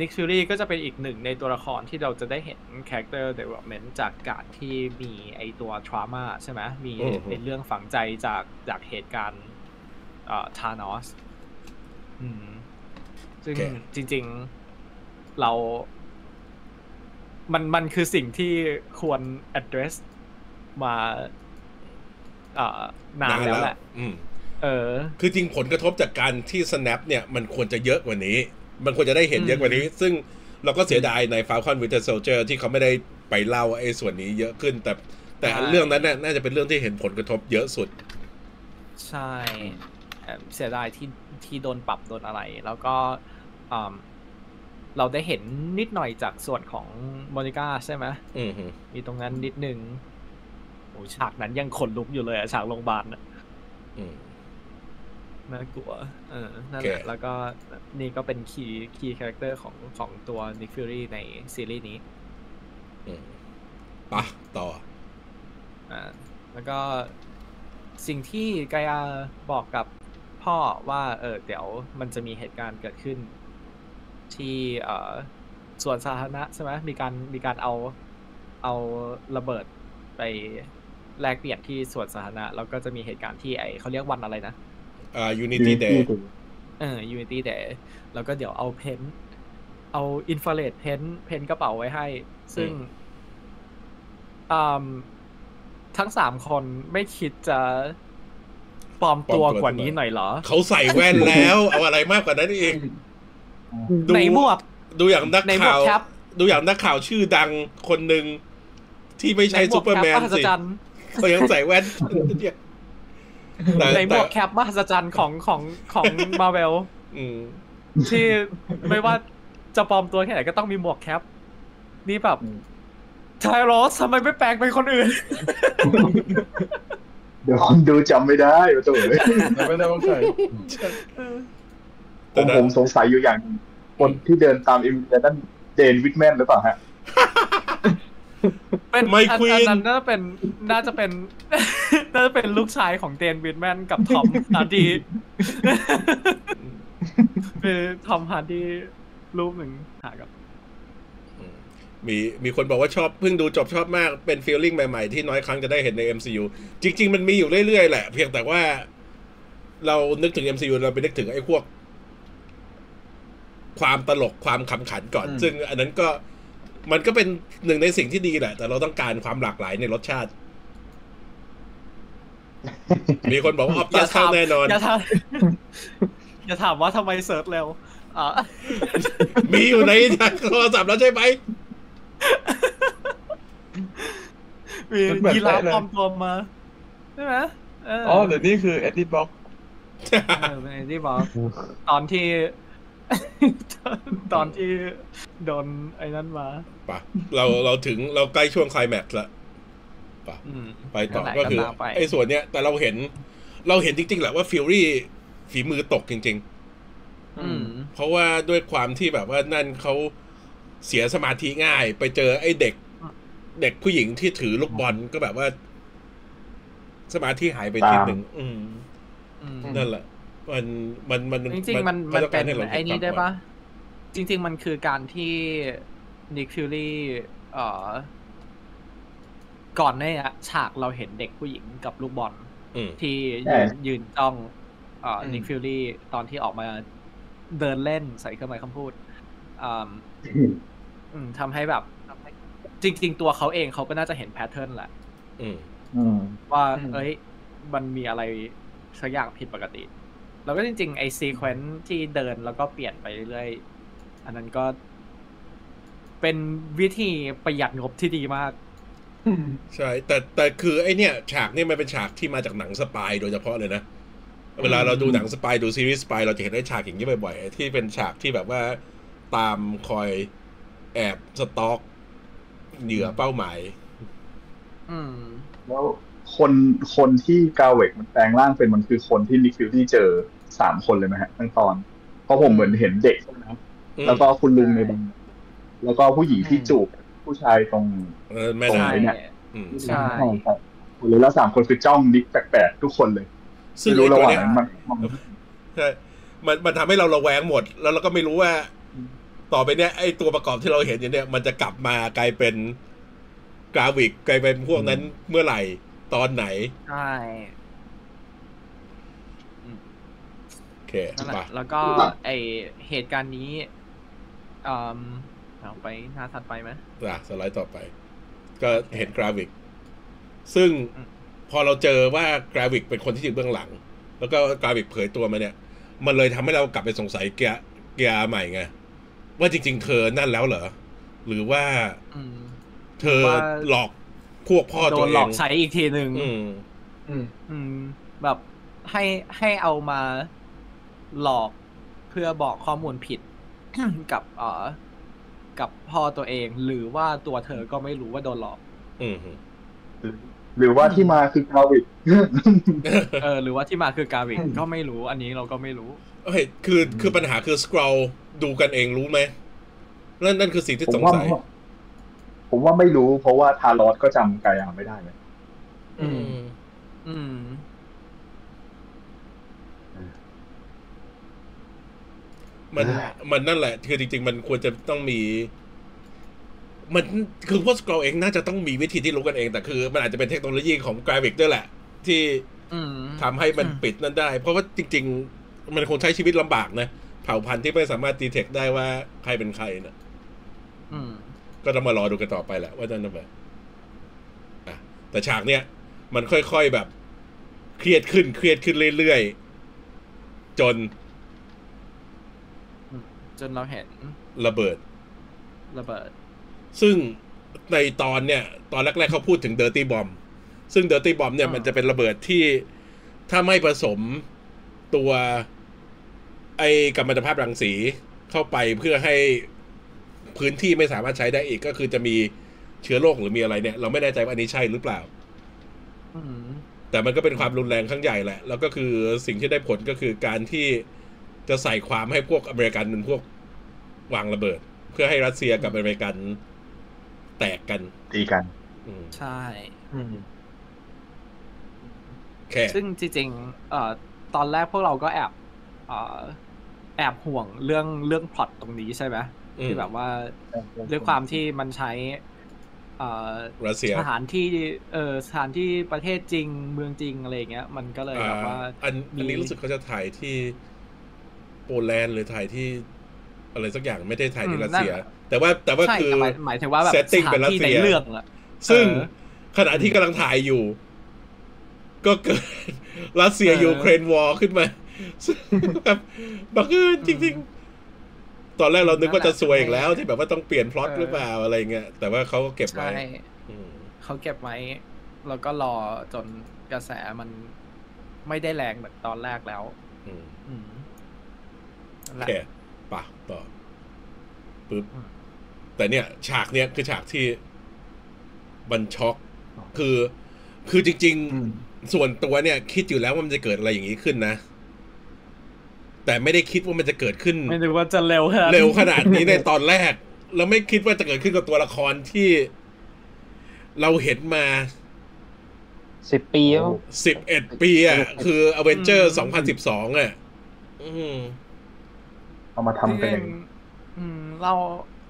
S2: นิกฟิลลี่ก็จะเป็นอีกหนึ่งในตัวละครที่เราจะได้เห็นคาแรคเตอร์เดเวล็อปเมนต์จากการที่มีไอตัวทรามาใช่ไหมมี
S1: อือฮึ
S2: เป็นเรื่องฝังใจจากจากเหตุการณ์เอ่อทานอสอืม ซึ่งจริง ๆเรา มันมันคือสิ่งที่ควร address มาเอ่อนานแล้วแหละ
S1: อืม
S2: เออ
S1: คือจริงผลกระทบจากการที่ snap เนี่ยมันควรจะเยอะกว่านี้ มันควรจะได้เห็นเยอะกว่านี้ ซึ่งเราก็เสียดายใน Falcon Winter Soldier ที่เขาไม่ได้ไปเล่าไอ้ส่วนนี้เยอะขึ้น แต่แต่
S2: ใช่
S1: เรื่องนั้นน่ะน่าจะเป็นเรื่องที่เห็นผลกระทบเยอะสุด
S2: ใช่เอ่อเสียดายที่ที่โดนปรับโดนอะไร แล้วก็อืมเราได้เห็นนิดหน่อยจากส่วนของโมนิก้าใช่ไหม
S1: อือหือ
S2: มีตรงนั้นนิดนึงโอ้ฉากนั้นยังขนลุกอยู่เลยอะฉากโรงพยาบาลน่ะ
S1: อืม
S2: น่ากลัวเออนั่นแหละ
S1: โอเค
S2: แล้วก็นี่ก็เป็นคีย์คีย์คาแรคเตอร์ของของตัวนิกฟิ r y ในซีรีส์นี้
S1: อืมปะต่อ
S2: อ่าแล้วก็สิ่งที่กายาบอกกับพ่อว่าเออเดี๋ยวมันจะมีเหตุการณ์เกิดขึ้น ที่เอ่อส่วนสาธารณะใช่ไหมมีการมีการเอาเอาระเบิดไปแลกเปลี่ยนที่ส่วนสาธารณะแล้วก็จะมีเหตุการณ์ที่ไอเขาเรียกวันอะไรนะ
S1: อ่า Unity Day
S2: เออ Unity แต่แล้วก็เดี๋ยวเอาเพนท์เอาอินฟ a าเรดเพนท์เพนท์กระเป๋าไว้ให้ ซึ่งอืมทั้งสามคนไม่คิดจะปลอมตัว
S1: ปลอมตัว
S2: กว่านี้หน่อยเหรอ
S1: เขาใส่แว่นแล้ว เอาอะไรมากกว่านั้นอีกดู
S2: ในหมวก
S1: ดูอย่างนัก
S2: ในหมว
S1: ข่าก ว
S2: แคป
S1: ดูอย่างนักข่าวชื่อดังคนหนึ่งที่ไม่ใช่
S2: ในหว
S1: ซู
S2: ก
S1: เปอร์แมน
S2: แคปมหัศ
S1: สิ
S2: จรรย์
S1: เขายังใส่แว่น เนี่ยแต่
S2: ในหมวก
S1: แต่
S2: แคปมหัศจรรย์ของของของมาเวล
S1: อืม
S2: ที่ไม่ว่าจะปลอมตัวแค่ไหนก็ต้องมีหมวกแคป นี่แบบ
S5: อืม
S2: ไทโรสทำไมไม่แปลงเป็นคนอื่น
S3: เดี๋ยวคนดูจำไม่ได้ ประตูเลย
S4: แล้วก็จะต้องใส่
S3: ผมผมสงสัยอยู่อย่างหนึ่งคนที่เดินตามเอ็มวีนั่นเดนวิทแมนหรือเปล่าฮะ
S2: เป็น
S1: ไม่
S2: อั
S1: Queen
S2: อันนั้นน่าจะเป็นน่าจะเป็น น่าจะเป็นลูกชายของเดนวิดแมนกับทอ มฮาร์ดีคือทอมฮาร์ดีรูปหนึ่งหากับ
S1: มีมีคนบอกว่าชอบเพิ่งดูจบชอบมากเป็นฟีลลิ่งใหม่ๆ ที่น้อยครั้งจะได้เห็นใน MCU จริง ๆ มันมีอยู่เรื่อย ๆ แหละ เพียงแต่ว่าเรานึกถึง MCU เราไปนึกถึงไอ้พวก ความตลกความขำขันก่อน ซึ่งอันนั้นก็มันก็เป็นหนึ่งในสิ่งที่ดีแหละ แต่เราต้องการความหลากหลายในรส ชาติ มีคนบอกว่าออฟ
S2: อ
S1: ตั
S2: ย่า
S1: สเข้า
S2: ถาม
S1: แน่นอน
S2: อย่าท อย่าถามว่าทำไมเซิร์ชเร็วอ่า
S1: มีอยู่ใน โทรศัพท์แล้วใช่ไหม
S2: มี
S4: มันเหมือน
S2: ยีราฟ
S4: แปะเลย
S2: ปลอมตัวมาใช่ไหมเออ
S4: อ๋อหรือนี่คือเอ็ดดี้บ็อก
S2: เออเป็นไอ้ที่บอกตอนที่ ตอนที่โดนไอ้นั้นมา
S1: ปะเราเราถึงเราใกล้ช่วงไคลแม็กซ์ละ
S2: อืม
S1: ไปต่อ
S2: นั่นแหละ
S1: ก็คือ
S2: ก็ตามไป
S1: ไอ้ส่วนเนี้ย แต่เราเห็น เราเห็นจริงๆแหละว่าฟิวรี่ฝีมือตกจริง
S2: อืม
S1: ๆ เพราะว่าด้วยความที่แบบว่านั่นเขาเสียสมาธิง่าย ไปเจอไอ้เด็ก เด็กผู้หญิงที่ถือลูกบอลก็แบบว่า สมาธิหายไปนิดหนึ่งอืม
S2: อืม
S1: นั่นแหละ มันมันมัน
S2: จริงๆ มัน
S1: ขา
S2: มัน
S1: ต้อง
S2: เป็
S1: กาน รให้รา
S2: ไอ้นี่
S1: เห็
S2: ได้
S1: นความ
S2: ปะจริง ๆ มันคือการที่นิคฟิลลี่เอ่อ ก่อนเนี่ยฉากเราเห็นเด็กผู้หญิงกับลูกบอล
S1: อืม
S2: ที่
S3: ใช่
S2: ยืนยืนจ้องเอ่ออ
S4: ม
S2: นิคฟิลลี่ตอนที่ออกมาเดินเล่นใส่เครื่องหมายคำพูด อ่า อืมทำให้แบบทำให้จริง ๆ ตัวเขาเองเขาก็น่าจะเห็นแพทเทิร์นแหละ
S1: อืม
S5: อืม
S2: ว่า
S4: อืม
S2: เอ้ย มันมีอะไรสักอย่างผิดปกติ แล้วก็จริง ๆ ไอซีเควนซ์ที่เดินแล้วก็เปลี่ยนไปเรื่อยๆ อันนั้นก็ เป็นวิธีประหยัดงบที่ดีมาก
S1: ใช่แต่แต่คือไอเนี่ย ฉากเนี่ยมันเป็นฉากที่มาจากหนังสปายโดยเฉพาะเลยนะ เวลาเราดูหนังสปายดูซีรีส์สปายเราจะเห็นได้ฉากอย่างนี้บ่อยๆไอ้ที่เป็นฉากที่แบบว่าตามคอยแอบสต็อกเหยื่อเป้าหมาย
S2: อืม
S3: แล้วคนคนที่กาเวกมันแปลงร่างเป็นมันคือคนที่นิกฟิลที่เจอสามคนเลยไหมฮะทั้งตอน เพราะผมเหมือนเห็นเด็ก
S1: อืม
S3: แล้วก็คุณลุงในบังแล้วก็ผู้หญิงที่จูบผู้ชายตรง
S1: เออแม่
S3: ตรง
S1: นา
S3: ไห
S1: ย
S3: เนี่ย
S1: อืม
S2: ใช่
S3: ครับคนเลยแล้วสามคนคือจ้องนิกแปลกๆทุกคนเลย
S1: ซึ่งไอ้
S3: ไม่รู้ระ
S1: ตัว
S3: หว่าง
S1: เนี้ย
S3: นั้นมันมัน
S1: ใช่มันมันทำให้เราระแวงหมด แล้วเราก็ไม่รู้ว่า ต่อไปเนี้ยไอตัวประกอบที่เราเห็นอยู่เนี่ย มันจะกลับมากลายเป็นกราฟิกกลายเป็นพวกนั้นเมื่อไหร่ตอนไหน
S2: ใช่
S1: โอเค
S2: นั่นแห
S1: ไป
S2: ละ แล้วก็ ไอเหตุการณ์นี้อืมเอาไปหน้าถัดไปไหม
S1: อ่ะสไลด์ต่อไป ก็เห็นกราวิก ซึ่ง
S2: อืม
S1: พอเราเจอว่ากราวิกเป็นคนที่อยู่เบื้องหลัง แล้วก็กราวิกเผยตัวมาเนี่ย มันเลยทำให้เรากลับไปสงสัยเกียร์เกียร์ใหม่ไง ว่าจริง ๆ เธอนั่นแล้วเหรอ หรือว่า
S2: อืม
S1: เธอ
S2: ว่า
S1: หลอกพวกพ่อ
S2: โด
S1: ตัวน เอง
S2: หลอกใช้อีกทีหนึ่ง
S1: อืม
S4: อืม
S2: อืมแบบให้ให้เอามาหลอกเพื่อบอกข้อมูลผิด กับเอ่อกับพ่อตัวเอง หรือว่าตัวเธอก็ไม่รู้ว่าโดนหลอก
S1: อืม
S3: หรือว่าที่มาคือกาวิก
S2: เออ หรือว่าที่มาคือกาวิก
S4: อืม
S2: ก็ไม่รู้ อันนี้ เราก็ไม่รู้
S1: เอ้ยคือคือปัญหาคือสครอลดูกันเองรู้ไหมนั่นนั่นคือสิ่งที่
S3: ผ
S1: ส
S3: ม
S1: ง
S3: ว่า
S1: สัย
S3: ผมว่าไม่รู้ เพราะว่าทารอสก็จำกายาไม่ได้เลย
S1: อืม
S2: อืม
S1: มันมันนั่นแหละ คือจริง ๆ มันควรจะต้องมี มันคือพวกสกรอเองน่าจะต้องมีวิธีที่รู้กันเอง แต่คือ มันอาจจะเป็นเทคโนโลยีของกราฟิกด้วยแหละ ที่
S2: อืม
S1: ทำให้มัน
S2: อืม
S1: ปิดนั่นได้ เพราะว่าจริง ๆ มันคงใช้ชีวิตลำบากนะ เผ่าพันธุ์ที่ไม่สามารถดีเทคได้ว่าใครเป็นใครนะ
S2: อืม
S1: ก็ต้องมารอดูกันต่อไปแหละว่าจะนั่นแบบอ่ะแต่ฉากเนี้ยมันค่อยๆแบบ เครียดขึ้นเครียดขึ้นเรื่อยๆจน
S2: จนเราเห็น
S1: ระเบิด
S2: ระเบิด
S1: ซึ่งในตอนเนี่ย ตอนแรก ๆ เขาพูดถึง Dirty Bomb ซึ่ง Dirty Bomb เนี่ย
S2: อ่ามั
S1: มันจะเป็นระเบิดที่ถ้าไม่ผสมตัว ไอ้กัมมันตภาพรังสีเข้าไปเพื่อให้พื้นที่ไม่สามารถใช้ได้อีกก็คือจะมีเชื้อโรคหรือมีอะไรเนี่ย เราไม่แน่ใจว่าอันนี้ใช่หรือเปล่า
S2: อืม
S1: แต่มันก็เป็นความรุนแรงครั้งใหญ่แหละ แล้วก็คือสิ่งที่ได้ผลก็คือการที่จะใส่ความให้พวกอเมริกันเป็นพวกวางระเบิด เพื่อให้รัสเซียกับอเมริกันแตกกัน
S3: ตีกัน
S1: อืม
S2: ใช่
S4: อืม
S1: แค่
S2: ซึ่งจริงๆเอ่อตอนแรกพวกเราก็แอบเอ่อแอบห่วงเรื่องเรื่องพล็อตตรงนี้ใช่ไหม
S1: อืม
S2: ที่แบบว่าด้วยความที่มันใช้เอ่อ
S1: รัสเซีย
S2: สถานที่เออสถานที่ประเทศจริงเมืองจริงอะไรอย่างเงี้ย มันก็เลย
S1: อ่า
S2: แบบว่า
S1: อันอันนี้
S2: มี
S1: รู้สึกเขาจะถ่ายที่โปแลนด์หรือถ่ายที่อะไรสักอย่างไม่ได้ถ่ายที่
S2: อืม
S1: รัสเซีย
S2: นั่นแหละ
S1: แต่ว่าแต่ว่า
S2: ใช่
S1: คือ
S2: แต่หมายหมายถึงว่าแบบ
S1: เซต
S2: ส
S1: ติ้ง
S2: ถา
S1: เป็นนรัส
S2: ที่
S1: เซี
S2: ใน
S1: ย
S2: เรื่องอะ
S1: ซึ่ง
S2: เออ
S1: ขณะ ที่กำลังถ่ายอยู่ ก็เกิด รัสเซียยูเครนวอร์ขึ้นมา แบบบังเอิญจริง ๆ ตอนแรกเรานึกว่าจะซวยอีกแล้ว ที่แบบว่าต้องเปลี่ยนพล็อต
S2: เออ
S1: หรือเปล่าอะไรเงี้ยแต่ว่าเขาก็เก็บไว้
S2: ใช่
S1: อืม
S2: เขาเก็บไว้ แล้วก็รอจนกระแสมันไม่ได้แรงเหมือนตอนแรกแล้ว
S1: อืม
S2: อืมนั่
S1: โอ
S2: นแหละ
S1: เคป่ะต่อปึ๊บ
S2: อืม
S1: แต่เนี่ย ฉากเนี้ยคือฉากที่มันช็อก คือ คือจริง
S4: อืม
S1: ๆ ส่วนตัวเนี่ย คิดอยู่แล้วว่ามันจะเกิดอะไรอย่างนี้ขึ้นนะ แต่ไม่ได้คิดว่ามันจะเกิดขึ้น
S2: ไม่รู้ว่าจะเร็วขนาดนั้น
S1: เร็วขนาด นี้ในตอนแรก เราไม่คิดว่าจะเกิดขึ้นกับตัวละครที่ เราเห็นมา
S5: สิบปีแล้ว
S1: สิบเอ็ดปีอ่ะ คืออเวนเจอร์สองพันสิบสองอ่ะ อืม
S3: เอามาทำเป็นอย่างนี้
S2: อืม เรา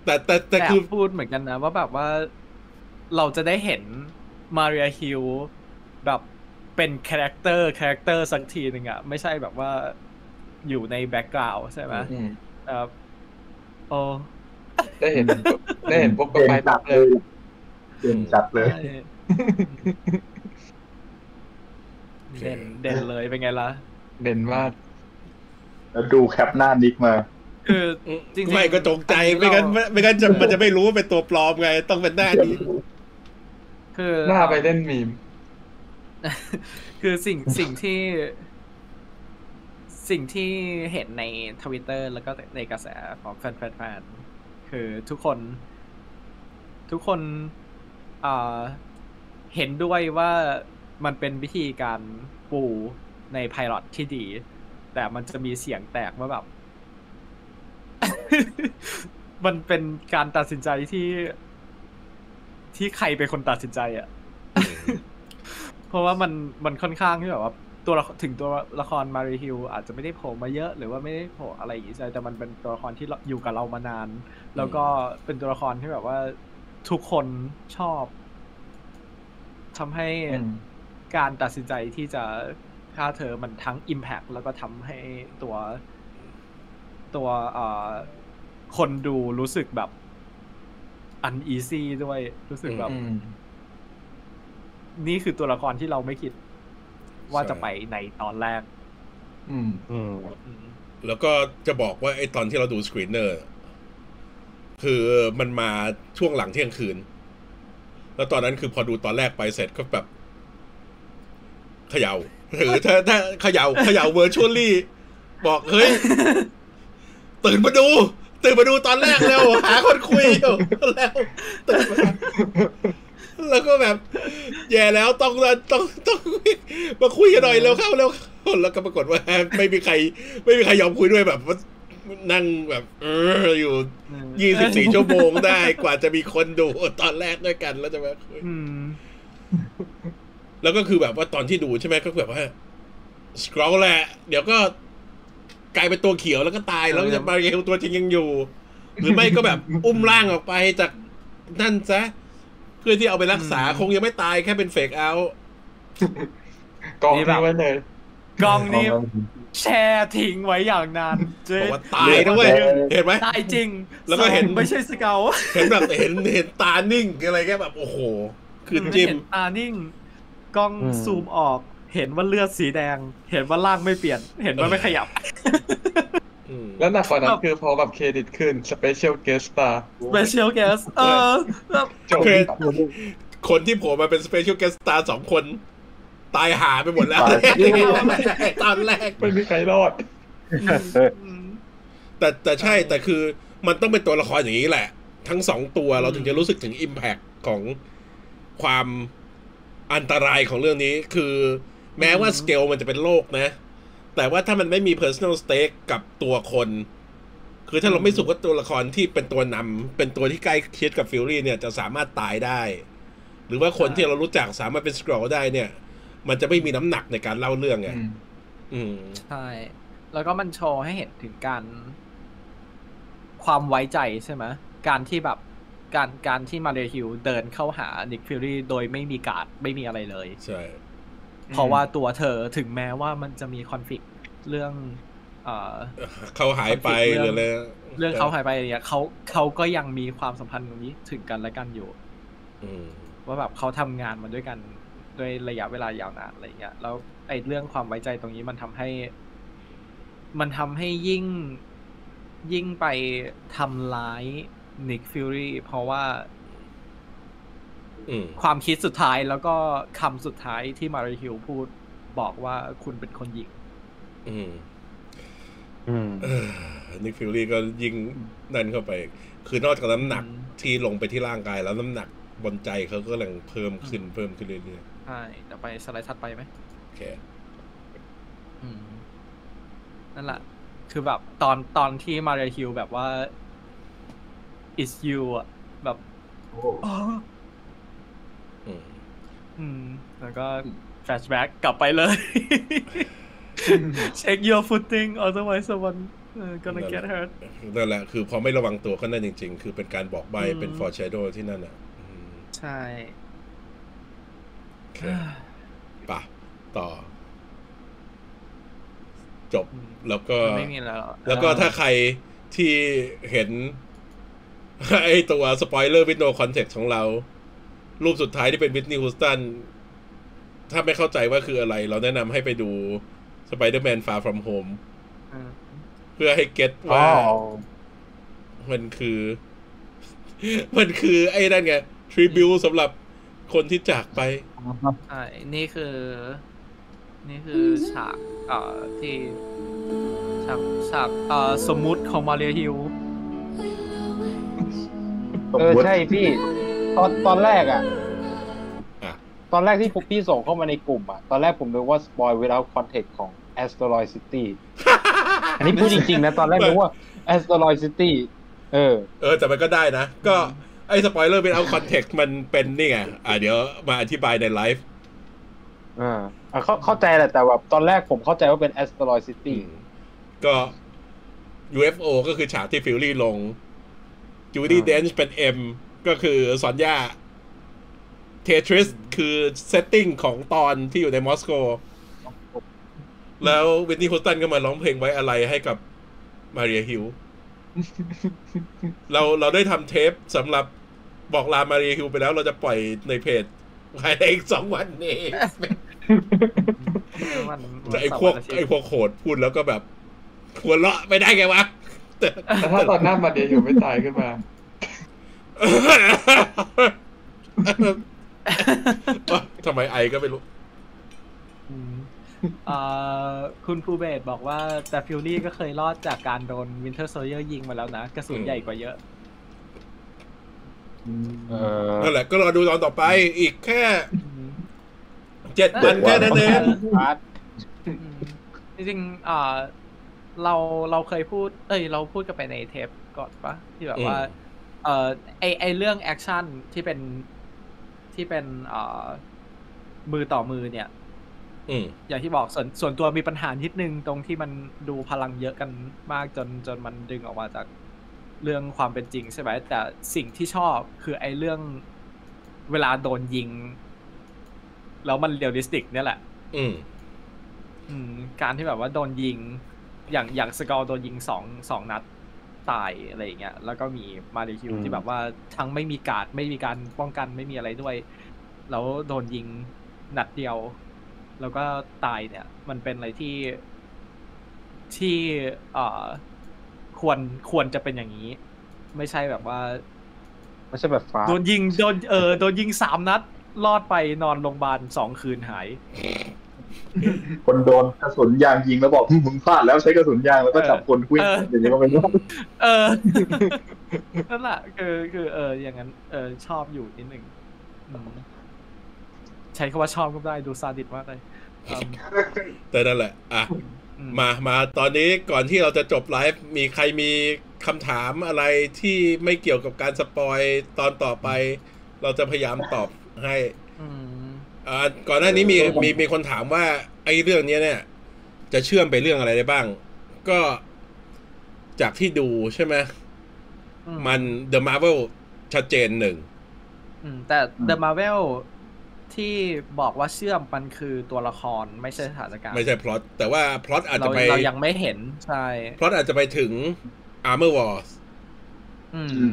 S1: แต่แต่แต่
S2: แต่
S1: คือ
S2: พูดเหมือนกันนะ ว่าแบบว่าเราจะได้เห็นมาเรียฮิลแบบเป็นคาแรคเตอร์คาแรคเตอร์สักทีหนึ่งอะไม่ใช่แบบว่าอยู่ในแบ็กกราวด์ใช่ไหม
S4: อืม
S2: ครับโอ้
S4: ได้เห็น ได้เห็นปุ๊บก็
S3: เด่น
S4: ไป
S3: จั
S4: ปั๊
S3: ด
S4: บ
S3: เล
S4: เลย ย
S3: เด่นจัดเลย
S2: ใช่
S1: โอเค
S2: เด่นเด่นเลยเป็นไงล่ะ
S4: เด่นมาก
S3: แล้วดูแคปหน้านิกมา
S2: คือ จริงๆ
S1: ไม่ก็จงใจ
S2: อัน
S1: ไม่
S2: นี้
S1: งั้น
S2: เรา
S1: ไม่ไม่งั้นจะมันจะไม่รู้ว่าเป็นตัวปลอมไง ต้องเป็นหน้านี้
S2: คือ
S4: หน้าไปเล่นมีม
S2: คือสิ่งสิ่งที่ สิ่งที่เห็นในทวิตเตอร์แล้วก็ในกระแสของแฟนแฟนๆคือทุกคน ทุกคนอ่าเห็นด้วยว่ามันเป็นวิธีการปูในไพลอตที่ดี แต่มันจะมีเสียงแตกว่าแบบ มันเป็นการตัดสินใจที่ที่ใครเป็นคนตัดสินใจอะ เพราะว่ามันมันค่อนข้างที่แบบว่า ตัวละครถึงตัวละครมารีฮิลอาจจะไม่ได้โผล่มาเยอะ หรือว่าไม่ได้โผล่อะไรอย่างนี้ใช่แต่มันเป็นตัวละครที่เราอยู่กับเรามานาน แล้วก็เป็นตัวละครที่แบบว่า ทุกคนชอบทำให้
S4: อืม
S2: การตัดสินใจที่จะฆ่าเธอมันทั้ง Impact แล้วก็ทำให้ตัวตัวเอ่อคนดูรู้สึกแบบ uneasy ด้วยรู้สึกแบบ
S4: อืม
S2: นี่คือตัวละครที่เราไม่คิด ว่าจะไปในตอนแรก
S4: อืม
S1: แล้วก็จะบอกว่าไอ้ตอนที่เราดูสกรีนเนอร์ คือมันมาช่วงหลังเที่ยงคืน แล้วตอนนั้นคือพอดูตอนแรกไปเสร็จก็แบบเขยา่าหรือถ้าถ้าเขยา่าเขย่าเวอร์ชวลลี่บอกเฮ้ย ตื่นมาดู ตื่นมาดูตอนแรกเร็วหาคนคุยอยู่แล้วตื่นมาแล้วก็แบบ แย่แล้วต้องต้องต้องมาคุยกันหน่อยเร็วเข้าเร็วเข้าแล้วก็ปรากฏว่า ไม่มีใคร ไม่มีใครยอมคุยด้วยแบบว่านั่งแบบ เอออยู่ยี่สิบสี่ชั่วโมงได้กว่าจะมีคนดูตอนแรกด้วยกันแล้วจะมาคุย
S2: อืม
S1: แล้วก็คือแบบว่าตอนที่ดูใช่ไหมก็แบบว่าสครอลแหละเดี๋ยวก็กลายเป็นตัวเขียวแล้วก็ตายแล้ว
S2: เออ
S1: จะมาเรียตัวจริงยังอยู่ หรือไม่ก็แบบอุ้มร่างออกไปจากนั่นซะเพื่อที่เอาไปรักษาคงยังไม่ตายแค่เป็นเฟกเอาท์
S4: กอง
S2: นี่แบบ
S4: ทิ้งไว้เลย
S2: กองนี้แชร์ทิ้งไว้อย่างนานเจ๊
S1: บอกว่าตายนะเว้ยเห็นไหม
S2: ตายจริง
S1: แล้วก็เห็น
S2: สมองไม่ใช่สเกล
S1: เห็นแบบเห็นเห็นตานิ่งอะไรแค่แบบ โอ้โหคือจิ้ม
S2: เห็นตานิ่ง กล้อง
S4: อืม
S2: ซูมออก เห็นว่าเลือดสีแดง เห็นว่าร่างไม่เปลี่ยน เห็นว่าไม่ขยับ
S1: อืม
S4: แล้วหนักกว่า นั้
S2: แบ
S4: น
S2: บ
S4: คือพอแบบเครดิตขึ้น สเปเชียลเกสตา
S2: เ e เชียล e s สเออแบบ
S4: จบ
S1: คือคนที่โผล่มาเป็นสเปเชียลแกสตาร์สองคน ตายหาไปหมดแล้ว
S3: ตาย
S1: ตอนแรก
S4: ไม่มีใครรอด
S2: อืม
S1: แต่แต่ใช่
S2: ใช่
S1: แต่คือมันต้องเป็นตัวละครอย่างนี้แหละ ทั้งสองตัว
S2: อืม
S1: เราถึงจะรู้สึกถึง Impact ของความอันตรายของเรื่องนี้ คือแม้ว่าสเกลมันจะเป็นโลกนะ แต่ว่าถ้ามันไม่มี personal stake กับตัวคน คือถ้าเราไม่สุขว่าตัวละครที่เป็นตัวนำเป็นตัวที่ใกล้เคียดกับฟิลลี่เนี่ยจะสามารถตายได้ หรือว่าคนที่เรารู้จักสามารถเป็นสกรอได้เนี่ย มันจะไม่มีน้ำหนักในการเล่าเรื่องไงอืม
S2: ใช่ แล้วก็มันโชว์ให้เห็นถึงการ ความไว้ใจใช่ไหมการที่แบบการการที่มาเรยฮิวเดินเข้าหานิกฟิลลี่โดยไม่มีการดไม่มีอะไรเลย
S1: ใช่
S2: เพราะว่าตัวเธอถึงแม้ว่ามันจะมีคอนฟ lict เรื่องเอ่อ
S1: เขาหายไปหรืออะไร
S2: เรื่องเขาหายไปอะไรเนี่ยเขาเขาก็ยังมีความสัมพันธ์ตรงนี้ถึงกันและกันอยู่
S1: อืม
S2: ว่าแบบเขาทำงานมาด้วยกันด้วยระยะเวลายาวนานอะไรอย่างเงี้ยแล้วไอ้เรื่องความไว้ใจตรงนี้มันทำให้ มันทำให้ยิ่งยิ่งไปทำร้ายนิกฟิวรีเพราะว่า
S1: อืม
S2: ความคิดสุดท้ายแล้วก็คำสุดท้ายที่มาริฮิวพูดบอกว่าคุณเป็นคนยิง
S1: อืม
S4: อืม
S1: นิกฟิลลี่อ Nick Fury ก็ยิงนั่นเข้าไป คือนอกจากน้ำหนัก
S2: อืม
S1: ที่ลงไปที่ร่างกายแล้วน้ำหนักบนใจเขาก็กำลังเพิ่มขึ้นเพิ่มขึ้นเรื่อย
S2: ใช่เดี๋ยวไปสไลด์ถัดไปไหม
S1: ๆโอเค
S2: อืมนั่นแหละ คือแบบตอนตอนที่มาเรียฮิวแบบว่า is you อ่ะ แบบ
S3: โอ้
S2: อ๋อ
S1: อืม
S2: อืม แล้วก็ flashback กลับไปเลย check your footing otherwise someone เออ gonna get hurt
S1: นั่นแหละ คือพอไม่ระวังตัวก็นั่นจริง ๆ คือเป็นการบอกใบ
S2: อืม
S1: เป็นฟอร์ชโดที่นั่นอ่ะอืม
S2: ใช่
S1: โอเคไปะต่อ จบ
S2: อืม
S1: แล้วก็
S2: มันไม่มีแล้วหรอ
S1: แล้วก็ถ้าใครที่เห็น ไอตัวสปอยเลอร์วิดโนคอนเทกต์ของเรา รูปสุดท้ายที่เป็นวิ t นี y h ฮูสตัน ถ้าไม่เข้าใจว่าคืออะไร เราแนะนำให้ไปดู Spider-Man Far From Home
S2: อืม
S1: เพื่อให้เก็ตว่า มันคือ มันคือไอ้นั่นไงทริบิวสำหรับคนที่จากไป
S2: ใช่ นี่คือ นี่คือฉากเอ่อที่ฉากฉากเอ่อสมมุติของมาเรียฮิว
S5: เออใช่พี่ ตอนตอนแรกอ่ะ
S1: อ่ะ
S5: ตอนแรกที่ผมพี่ส่งเข้ามาในกลุ่มอ่ะ ตอนแรกผมนึกว่าสปอย without context ของ asteroid city อันนี้พูดจริงๆนะ ตอนแรกนึกว่า asteroid city เออ
S1: เออ แต่มันก็ได้นะ ก็ไอ้สปอยเลอร์เป็นเอาคอนเทกต์มันเป็นนี่ไง อ่ะเดี๋ยวมาอธิบายในไลฟ์
S5: อ่าอ่ะเข้าเข้าใจแหละ แต่แบบตอนแรกผมเข้าใจว่าเป็น asteroid
S1: อื
S5: city
S1: มก็ UFO ก็คือฉากที่ฟิลลี่ลงจูดี้
S5: อ่า
S1: เดนช์เป็น M ก็คือสอนยาเททริสคือเซตติ้งของตอนที่อยู่ในมอสโก แล้ววินนี่โฮสตันก็มาร้องเพลงไว้อะไรให้กับมาเรีย ฮิล เราเราได้ทำเทปสำหรับบอกลามาเรียฮิลไปแล้วเราจะปล่อยในเพจภายในอีกสองวันนี้
S2: วัน
S1: แต่ไอ้พวก
S2: วันเสาร์วันอาทิตย์
S1: ไอ้พวกโขดพูดแล้วก็แบบหัวเราะไม่ได้ไงวะ
S4: แต่ถ้าตอนหน้ามาเดียวอยู่ไม่ตายขึ้นมา
S1: ทำไมไอก็ไม่รู้
S2: อืมเอ่อคุณภูเบศบอกว่าแต่ฟิลลี่ก็เคยรอดจากการโดนวินเทอร์โซเยอร์ยิงมาแล้วนะ กระสุน
S1: อืม
S2: ใหญ่กว่าเยอะ
S5: เออ
S1: นั่นแหละก็รอดูตอนต่อไปอีกแค่เจ็ด
S2: เจ็
S1: วั
S2: ด
S1: น
S2: วัน
S1: แค่นั้นเอง
S2: จริงๆเอ่อเราเราเคยพูด เอ้ย เราพูดกันไปในเทปก่อนปะที่แบบว่า
S1: อืม
S2: เอ่อไอไอเรื่องแอคชั่นที่เป็นที่เป็นเอ่อมือต่อมือเนี่ย
S1: อืม
S2: อย่างที่บอกส่วนส่วนตัวมีปัญหานิดนึงตรงที่มันดูพลังเยอะกันมากจนจนมันดึงออกมาจากเรื่องความเป็นจริงใช่ไหมแต่สิ่งที่ชอบคือไอ้เรื่องเวลาโดนยิง แล้วมันเรียลลิสติก เนี่ยแหละ
S1: อืม
S2: อืม การที่แบบว่าโดนยิง อย่างอย่างสกอร์โดนยิงสองสองนัดตายอะไรอย่างเงี้ยแล้วก็มีมาริคิว
S4: อืม
S2: ที่แบบว่าทั้งไม่มีการดไม่มีการป้องกันไม่มีอะไรด้วย แล้วโดนยิงนัดเดียว แล้วก็ตายเนี่ย มันเป็นอะไรที่ที่เอ่อควรควรจะเป็นอย่างนี้ ไม่ใช่แบบว่า
S5: ไม่ใช่แบบฟ้า
S2: โดนยิงโดนเออโดนยิงสามนัด รอดไปนอนโรงพยาบาลสองคืนหาย
S3: คนโดนกระสุนยางยิงแล้วบอกมึงพลาดแล้วใช้กระสุนยางแล้วก็จับคนคุย
S2: เออ
S3: อย่างนี้ก็ไม่รู้
S2: เอ อ นั่นแหละคือคือเออ อย่างนั้น เออ ชอบอยู่นิดหนึ่งอืมใช้คำว่าชอบก็ได้ดูซาดิสมากเลยอืม
S1: แต่นั่นแหละ อ่ะ
S2: อื
S1: มา มาตอนนี้ก่อนที่เราจะจบไลฟ์ มีใครมีคำถามอะไรที่ไม่เกี่ยวกับการสปอยตอนต่อไป เราจะพยายามตอบให้
S2: อืม
S1: อ่าก่อนหน้านี้มีมีมีคนถามว่า ไอ้เรื่องเนี้ยเนี่ย จะเชื่อมไปเรื่องอะไรได้บ้าง ก็จากที่ดูใช่ไหม
S2: อื
S1: มัน The Marvel ชัดเจนหนึ่ง
S2: อืมแต่ The Marvel ที่บอกว่าเชื่อมมันคือตัวละครไม่ใช่สถานการณ์
S1: ไม่ใช่พล็อตแต่ว่าพล็อตอาจ
S2: เรา
S1: จะไป
S2: เรายังไม่เห็นใช่
S1: พล็อตอาจจะไปถึง Armor Wars
S2: อืม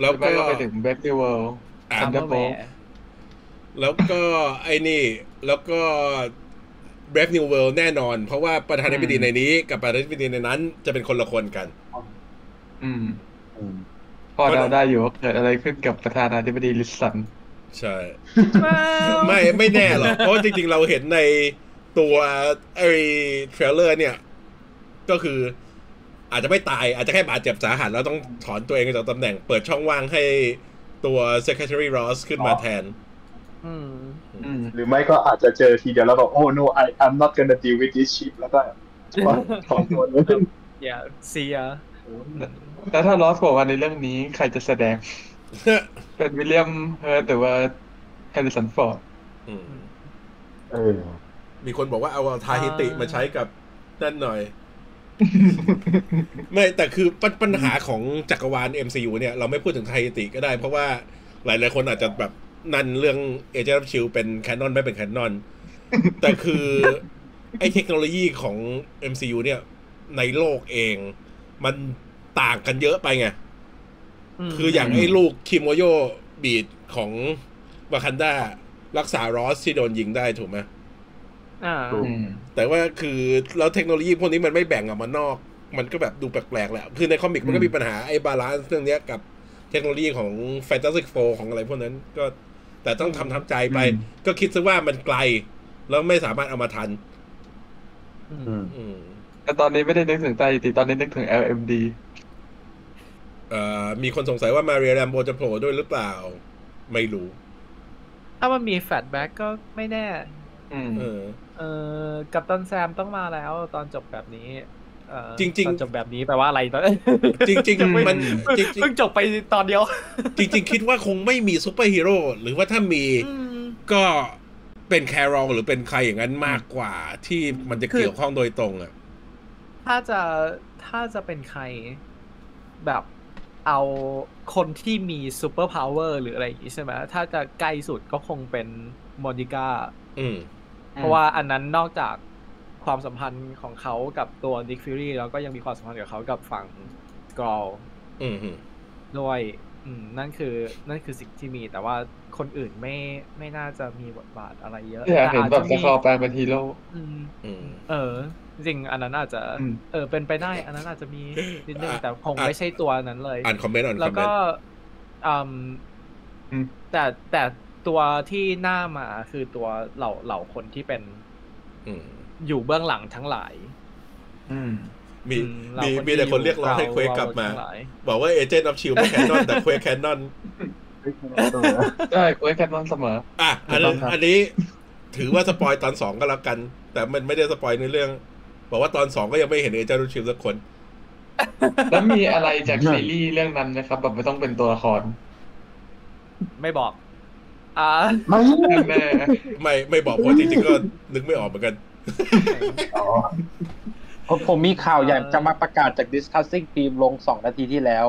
S1: แล้ว
S4: ไป
S1: ก็
S4: ก็ไปถึงแบ็กเดเวิลด์
S1: อ่ะ
S2: ซัมเมอร์แว
S4: Thunderbolt
S2: ร์
S1: แล้วก็ไอ้นี่ แล้วก็ Brave New World แน่นอน เพราะว่าประธานาธิบดีในนี้กับประธานาธิบดีในนั้นจะเป็นคนละคนกัน
S4: อืมพอเดาได้อยู่ว่าเกิดอะไรขึ้นกับประธานาธิบดีลิสซัน
S1: ใช่ ไม่ไม่แน่หรอก เพราะจริงๆ เราเห็นในตัวไอ้เทรลเลอร์เนี่ย ก็คืออาจจะไม่ตายอาจจะแค่บาดเจ็บสาหัสแล้วต้องถอนตัวเองจากตำแหน่งเปิดช่องว่างให้ตัว Secretary Ross ขึ้นมาแทน
S2: อืม
S4: อืม
S3: หรือไม่ก็อาจจะเจอทีเดียวแล้วแบบโอ้ no I I'm not gonna deal with this shit แล้วก็ถอนตัวเลย
S2: yeah see ya
S4: แล้วถ้าลอสบอกว่าในเรื่องนี้ใครจะแสดง เป็นวิลเลียมเฮิร์ตหรือว่าแฮร์ริสันฟอร์ด
S1: อืม
S3: เออ
S1: มีคนบอกว่าเอาทาฮิติมาใช้กับนั่นหน่อย ไม่แต่คือปัญปัญหาของจักรวาล MCU เนี่ย เราไม่พูดถึงไทยติก็ได้ เพราะว่าหลาย ๆ คนอาจจะแบบนันเรื่องเอเจนต์ชิลเป็นแคนนอนไม่เป็นแคนนอน แต่คือ ไอเทคโนโลยีของ MCU เนี่ย ในโลกเอง มันต่างกันเยอะไปไง
S2: ม
S1: คืออย่างไอ้ลูกคิโมโยบีดของวากันดารักษารอสที่โดนยิงได้ถูกไหม
S2: อ่า
S4: อืม
S1: แต่ว่าคือแล้วเทคโนโลยีพวกนี้มันไม่แบ่งออกมานอก มันก็แบบดูแปลกๆแหละ คือในคอมิกมันก็มีปัญหาไอ้บาลานซ์เรื่องเนี้ยกับเทคโนโลยีของ Fantastic Four ของอะไรพวกนั้นก็แต่ต้องทำทำใจไป
S4: อืม
S1: ก็คิดซะว่ามันไกล แล้วไม่สามารถเอามาทัน
S2: อืม
S1: อืม
S4: แต่ตอนนี้ไม่ได้นึกถึงไตรติตอนนี้นึกถึง LMD
S1: เอ่อมีคนสงสัยว่ามาเรียแรมโบจะโผล่ด้วยหรือเปล่า ไม่รู้
S2: ถ้ามันมีแฟลชแบ็กก็ไม่แน่
S4: อืม
S1: เออ
S2: เออกับตันแซมต้องมาแล้วตอนจบแบบนี้เอ่อ
S1: จริงๆ
S2: ตอนจบแบบนี้แปลว่าอะไรตอน
S1: จริง ๆ มัน
S2: เพิ่ง
S1: จริง
S2: เพิ่งจบไปตอนเดียว
S1: ๆจริง ๆ คิดว่าคงไม่มีซูเปอร์ฮีโร่หรือว่าถ้ามี
S2: อืม
S1: ก็เป็นแครอลหรือเป็นใครอย่างนั้นมากกว่าที่มันจะ
S2: คือ
S1: เกี่ยวข้องโดยตรงอ่ะ
S2: ถ้าจะถ้าจะเป็นใครแบบเอาคนที่มีซูเปอร์พาวเวอร์หรืออะไรอย่างงี้ใช่ไหมถ้าจะใกล้สุดก็คงเป็นโมนิก้า
S1: อืม
S2: เพราะว่าอันนั้นนอกจากความสัมพันธ์ของเขากับตัวนิกฟิรีแล้วก็ยังมีความสัมพันธ์กับเขากับฝั่งกรอล
S1: อืมอืม
S2: ด้วยอืมนั่นคือนั่นคือสิ่งที่มีแต่ว่าคนอื่นไม่ไม่น่าจะมีบทบาทอะไรเยอะ
S4: อยากเห็นแบบ
S2: แต่อา
S4: จะ
S2: จ
S4: คอ
S2: จะ
S4: แปลงเป็นฮีโร่
S2: อืม
S1: อืม
S2: เออ จริงๆอันนั้นอาจจะ
S4: อืม
S2: เออเป็นไปได้ อันนั้นอาจจะมีนิดนึง
S1: อ่ะ
S2: แต่คง
S1: อ่ะ
S2: ไม่ใช่ตัวนั้นเลย
S1: อ่านคอมเมนต์อ่าน
S2: แล้ว
S1: คอมเมน
S2: ก็
S1: ต์
S2: อืม
S4: อืม
S2: แต่แต่ตัวที่หน้ามาคือตัวเหล่าเหล่าคนที่เป็น
S1: อืม
S2: อยู่เบื้องหลังทั้งหลาย
S4: อืม
S1: มี
S2: อืเหล่า
S1: มี
S2: ที่
S1: มีแต่คนเรียกร้องให้
S2: า
S1: เควกกลับมา
S2: ทั้งหลย
S1: บอกว่าเอเจนต์ออฟชิลไม่แคนนอน แต่เควกแคนนอน
S4: ใช่โอ้ยแคทนอนเสมอ
S1: อ่ะ อันนี้
S4: ถูกต้องครับ
S1: อันนี้ถือว่าสปอยตอนสองก็แล้วกัน แต่มันไม่ได้สปอยในเรื่อง บอกว่าตอนสองก็ยังไม่เห็นเอเจนต์ออฟชิลสักคน
S4: แล้วมีอะไรจากซีรีส์เรื่องนั้นนะครับ แบบไม่ต้องเป็นตัวละคร
S2: ไม่บอก อ่า
S3: ไม่
S4: แน่
S1: ไม่ไม่บอกเพราะจริงๆก็นึกไม่ออกเหมือนกัน
S3: อ๋อ
S5: ผมผมมีข่าว
S2: เอ่อ
S5: อ
S2: อ
S5: ยากจะมาประกาศจาก discussing team ลง 2 นาทีที่แล้ว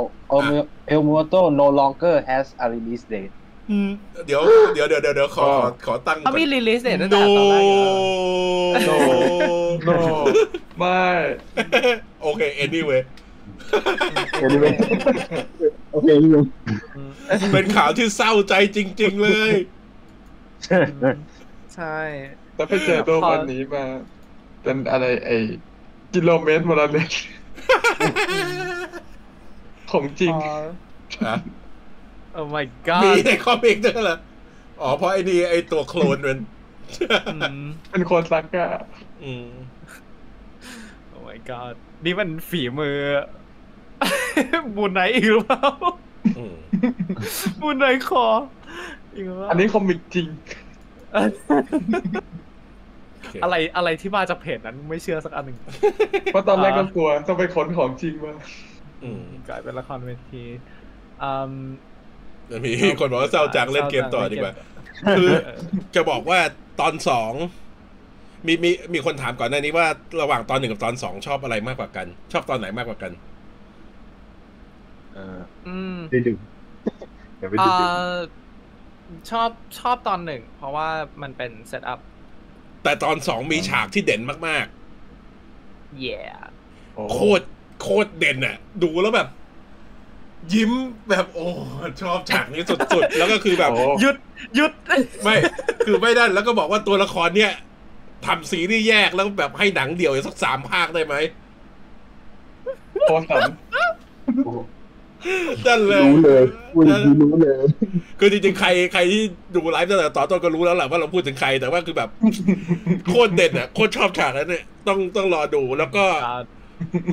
S5: El Muerto no longer has a release date
S1: เดี๋ยวเดี๋ยวเดี๋ยวเดี๋ยวเดี๋ยวขอขอขอตั้ง
S2: เขามีรีลิสเนี่ยตั้ง
S1: โน
S2: แต่ตอน
S1: โน
S2: แรกอยู่แล้ว
S4: โน ไม่
S1: โอเค anyway
S3: เดี๋ยวนี้ไม่โอเคพี่ลุง
S2: อืม
S1: เป็นข่าวที่เศร้าใจจริง ๆ เลย
S2: ใช่
S4: แต่ไปเจอตัววันนี้มา เป็นอะไรไอกิโลเมตรมรณะ ของจริง
S1: อ่ะ
S2: oh my
S1: มี
S2: god
S1: ในคอมิกด้วยเหรอ อ๋อ เพราะไอ้นี่ไอ้ตัวโคลนมัน
S2: อืม
S4: เป็นคนซักกะ
S1: อืม
S2: oh my god นี่มันฝีมือ มูนไนท์อีกหรือเปล่า
S1: อืม
S2: มูนไนท์คออีกหรือเปล่า
S4: อันนี้คอมิกจริง
S2: อะไรอะไรที่มาจากเพจนั้นไม่เชื่อสักอันหนึ่ง
S4: เพราะตอนแรกก็
S2: อ่า
S4: กลัวต้องไปค้นของจริงมา
S1: อืม
S2: กลายเป็นละครเวทีอืม
S1: มีคนบอกว่าเศร้าจังเล่นเกมต่อดีกว่า คือ
S2: เออ
S1: จะบอกว่าตอนสองมีมีมีคนถามก่อนหน้านี้ว่าระหว่างตอนหนึ่งกับตอนสองชอบอะไรมากกว่ากัน ชอบตอนไหนมากกว่ากัน
S2: อืม
S3: ได้ดูเดี๋ยวไป
S2: เอ่
S3: ดูดิ
S2: อชอบชอบตอนหนึ่ง เพราะว่ามันเป็นเซตอัพ
S1: แต่ตอนสองมีฉากที่เด่นมาก
S2: yeah
S1: ๆ โคตรโคตรเด่นอะดูแล้วแบบ ยิ้มแบบโอ้ชอบฉากนี้สุดๆ แล้วก็คือแบบ
S4: โอ้
S2: หยุดหยุด
S1: ไม่ คือไม่ได้แล้วก็บอกว่าตัวละครเนี่ย ทำซีรีส์แยกแล้วแบบให้หนังเดี่ยวอีกสักสามภาคได้ไหม
S4: โคตรสัน
S1: นั่นเลย
S3: รู้เลยพูดอย่างนี้รู้เลย
S1: คือจริงๆ ใครใครที่ดูไลฟ์ตั้งแต่ตอนต้นก็รู้แล้วแหละว่าเราพูดถึงใครแต่ว่าคือแบบ โคตรเด็ดอ่ะโคตรชอบฉากนั้นเนี่ยต้องต้องรอดูแล้วก็
S2: อ่า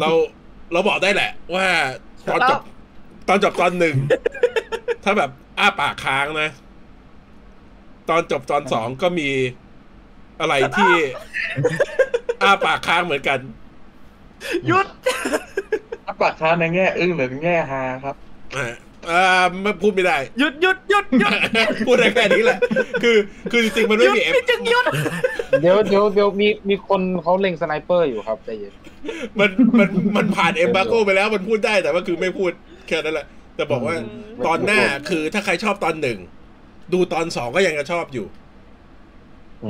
S1: เราเราบอกได้แหละ ว่าตอนจบตอนจบตอนหนึ่ง ถ้าแบบอ้าปากค้างนะ ตอนจบตอนสองก็มีอะไรที่ อ้าปากค้างเหมือนกัน
S2: หยุด
S4: ปากค้างในแง่อึ้งหรือแง่ฮาครับ
S1: อ่าอ่าไม่พูดไม่ได้
S2: หยุดหยุดหยุดหยุด
S1: พูดได้แค่นี้แหละ คือคือจริงๆมัน ไม่มีเอฟ
S2: พี่จึงหยุด
S5: เดี๋ยวเดี๋ยวเดี๋ยวมีมีคนเขาเล็งสไนเปอร์อยู่ครับใจเย็น
S1: มันมันมันผ่านเอมบาโกไปแล้วมันพูดได้แต่ว่าคือไม่พูดแค่นั้นแหละ แต่บอกว่าตอนหน้าคือถ้าใครชอบตอนหนึ่ง ดูตอนสองก็ยังจะชอบอยู่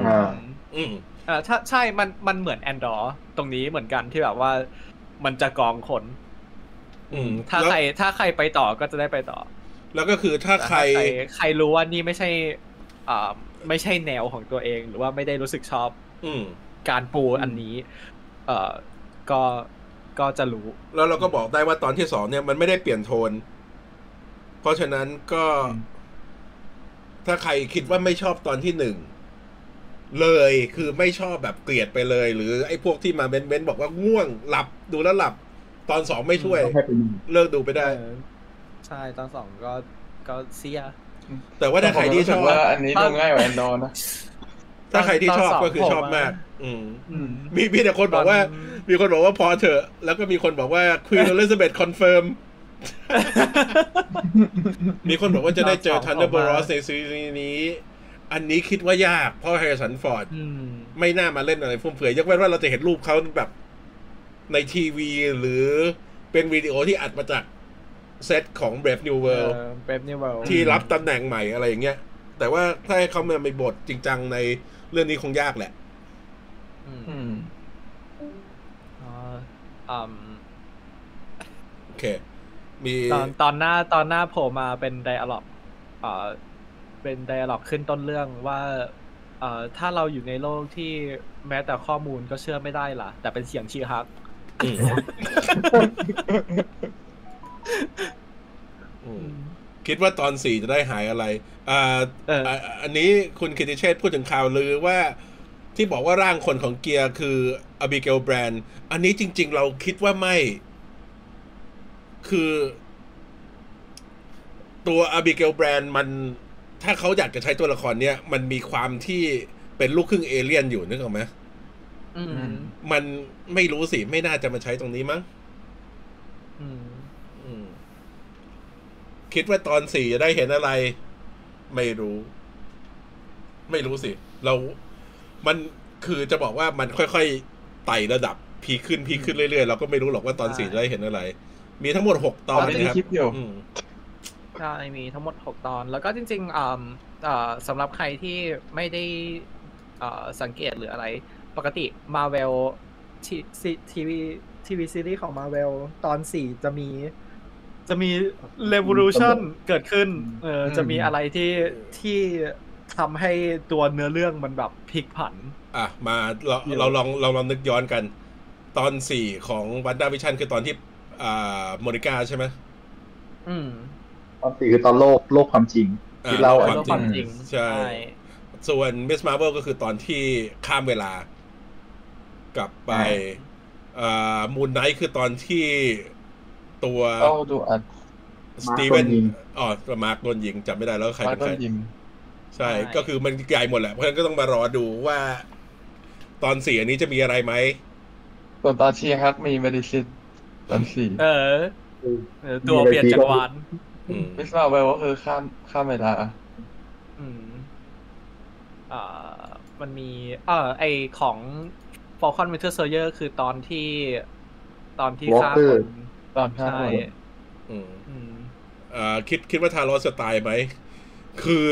S3: อ่า
S1: อืม
S2: เออถ้าใช่ มัน มันเหมือนแอนดอร์ตรงนี้เหมือนกันที่แบบว่า มันจะกองคน
S1: อืม
S2: ถ้า
S1: แล้ว
S2: ใคร ถ้าใครไปต่อก็จะได้ไปต่อ
S1: แล้วก็คือถ้า
S2: แต่
S1: ใคร
S2: ถ้าใครรู้ว่านี่ไม่ใช่อ่าไม่ใช่แนวของตัวเอง หรือว่าไม่ได้รู้สึกชอบ
S1: อืม
S2: การปูอันนี้ เออก็ ก็จะรู้
S1: แล้วเราก็บอกได้ว่าตอนที่สองเนี่ยมันไม่ได้เปลี่ยนโทน เพราะฉะนั้นก็
S4: อืม
S1: ถ้าใครคิดว่าไม่ชอบตอนที่หนึ่ง เลย คือไม่ชอบแบบเกลียดไปเลย หรือไอ้พวกที่มาเม้นๆบอกว่าง่วงหลับดูแล้วหลับ ตอนสองไม่ช่วย
S3: ต้องให้เป็น
S1: เลิกดูไปได้
S2: เออใช่ ตอนสองก็ ก็เสีย
S1: แต่ว่าถ้าใครที่ชอบ
S4: ว่าอันนี้ดูง่ายกว่าแอนดอร์นะ
S1: ถ้าใครที่ชอบ
S2: ตอนสอง
S1: ก็คือชอบ
S2: ผมอะ
S1: มาก อืม
S2: อืม
S1: มีมีแต่คนบอกว่า
S2: ตน
S1: มีคนบอกว่าพอเถอะ แล้วก็มีคนบอกว่าค e ีน e ลิซาเบธคอนเฟิ ร์ม มีคนบอกว่าจะได้เจอ
S2: ตอนสอง
S1: ทันเดอร์บอล
S2: ออกมา
S1: สในซีรีส์นี้ อันนี้คิดว่ายากเพราะแฮร์สันฟอร์ด
S2: อืม
S1: ไม่น่ามาเล่นอะไรฟุ่มเฟือยยกเว้นว่าเราจะเห็นรูปเขาแบบ ในทีวีหรือเป็นวิดีโอที่อัดมาจากเซตของ Brave New
S2: เอ
S1: World
S2: อเบบนี่เวล
S1: ที่รับตำแหน่งใหม่อะไรอย่างเงี้ย แต่ว่าถ้าให้เขามามีบทจริงจังในเรื่องนี้คงยากแหละ
S4: อืม
S2: อ๋ออืม
S1: โอเค มี
S2: ตอนตอนหน้าตอนหน้าโผล่มาเป็นไดอะล็อกเอ่อเป็นไดอะล็อกขึ้นต้นเรื่องว่าเอ่อถ้าเราอยู่ในโลกที่แม้แต่ข้อมูลก็เชื่อไม่ได้ล่ะ แต่เป็นเสียงชีฮัก
S1: อืมอืมคิดว่าตอนสี่จะได้หายอะไรอ่า
S2: เอออ่
S1: าอันนี้คุณคิติเชษฐ์พูดถึงข่าวลือว่า ที่บอกว่าร่างคนของเกียร์คืออบิเกลแบรนด์ อันนี้จริง ๆ เราคิดว่าไม่ คือ ตัวอบิเกลแบรนด์มัน ถ้าเขาอยากจะใช้ตัวละครเนี้ย มันมีความที่เป็นลูกครึ่งเอเลี่ยนอยู่นึกออกไหม
S2: อืม
S4: ม
S1: มันไม่รู้สิ ไม่น่าจะมาใช้ตรงนี้มั้ง
S2: อืม
S1: อืม คิดว่าตอนสี่จะได้เห็นอะไร ไม่รู้ ไม่รู้สิ เรา มันคือจะบอกว่ามันค่อยๆไต่ระดับ พีคขึ้นพีคขึ้นเรื่อยๆเราก็ไม่รู้หรอกว่าตอนสี่จะได้เห็นอะไร มีทั้งหมดหกตอน
S4: ตอนนี้
S1: นะครับ
S4: คลิปเดียว
S1: อืม
S2: ใช่มีทั้งหมด 6 ตอน แล้วก็จริงๆอ่าเอ่อสำหรับใครที่ไม่ได้เอ่อสังเกตหรืออะไร ปกติมาเวลทีวีทีวีซีรีส์ของมาเวลตอนสี่จะมี จะมี revolution เกิดขึ้น เออ จะมีอะไรที่ที่ทำให้ตัวเนื้อเรื่องมันแบบพลิกผัน
S1: อ่ะมาเราเราลองเราลองนึกย้อนกัน ตอนสี่ของวันด้าวิชันคือตอนที่ อ่าโมนิก้าใช่ไหม
S2: อืม
S3: ตอนสี่คือตอนโลกโลกความจริง
S1: อ่
S3: ที่เล่า
S1: ค
S3: อ
S1: วาม
S2: โลก
S1: จ
S2: ค
S1: ริ
S2: วาม
S1: ง
S2: จริง
S1: ใช่ ส่วนมิสมา r v เ l ลก็คือตอนที่ข้ามเวลา กลับไปมูนไนท์คือตอนที่ตัว
S4: ก็ดูอัด
S1: สตีเวน
S3: โดนยิง
S1: อ๋อตัวมาร์กโดนยิงจำไม่ได้แล้วว่าใคร
S4: มา
S1: เป็น
S4: ก็
S1: ใคร
S4: ยิง
S1: ใช่ ก็คือมันใหญ่หมดแหละ เพราะฉะนั้นก็ต้องมารอดูว่า ตอนสี่อันนี้จะมีอะไรไหม
S4: ส่วนตอนชีฮักมีเมดิซิตตอนสี่
S2: เออเออ ตัวเปลี่ยนจักรวาล
S1: อืม
S4: มิสมาเวลก็คือข้ามข้ามเวลา
S2: อืมอ่ามันมี เออไอของ Falcon Winter Soldier คือตอนที่ตอนที่ฆ่าคน
S3: Walker
S4: ตอนข้าม
S2: ใช่
S4: คน
S1: อืม
S2: อืม
S1: เอ่อคิดคิดว่าทารอสจะตายไหม คือ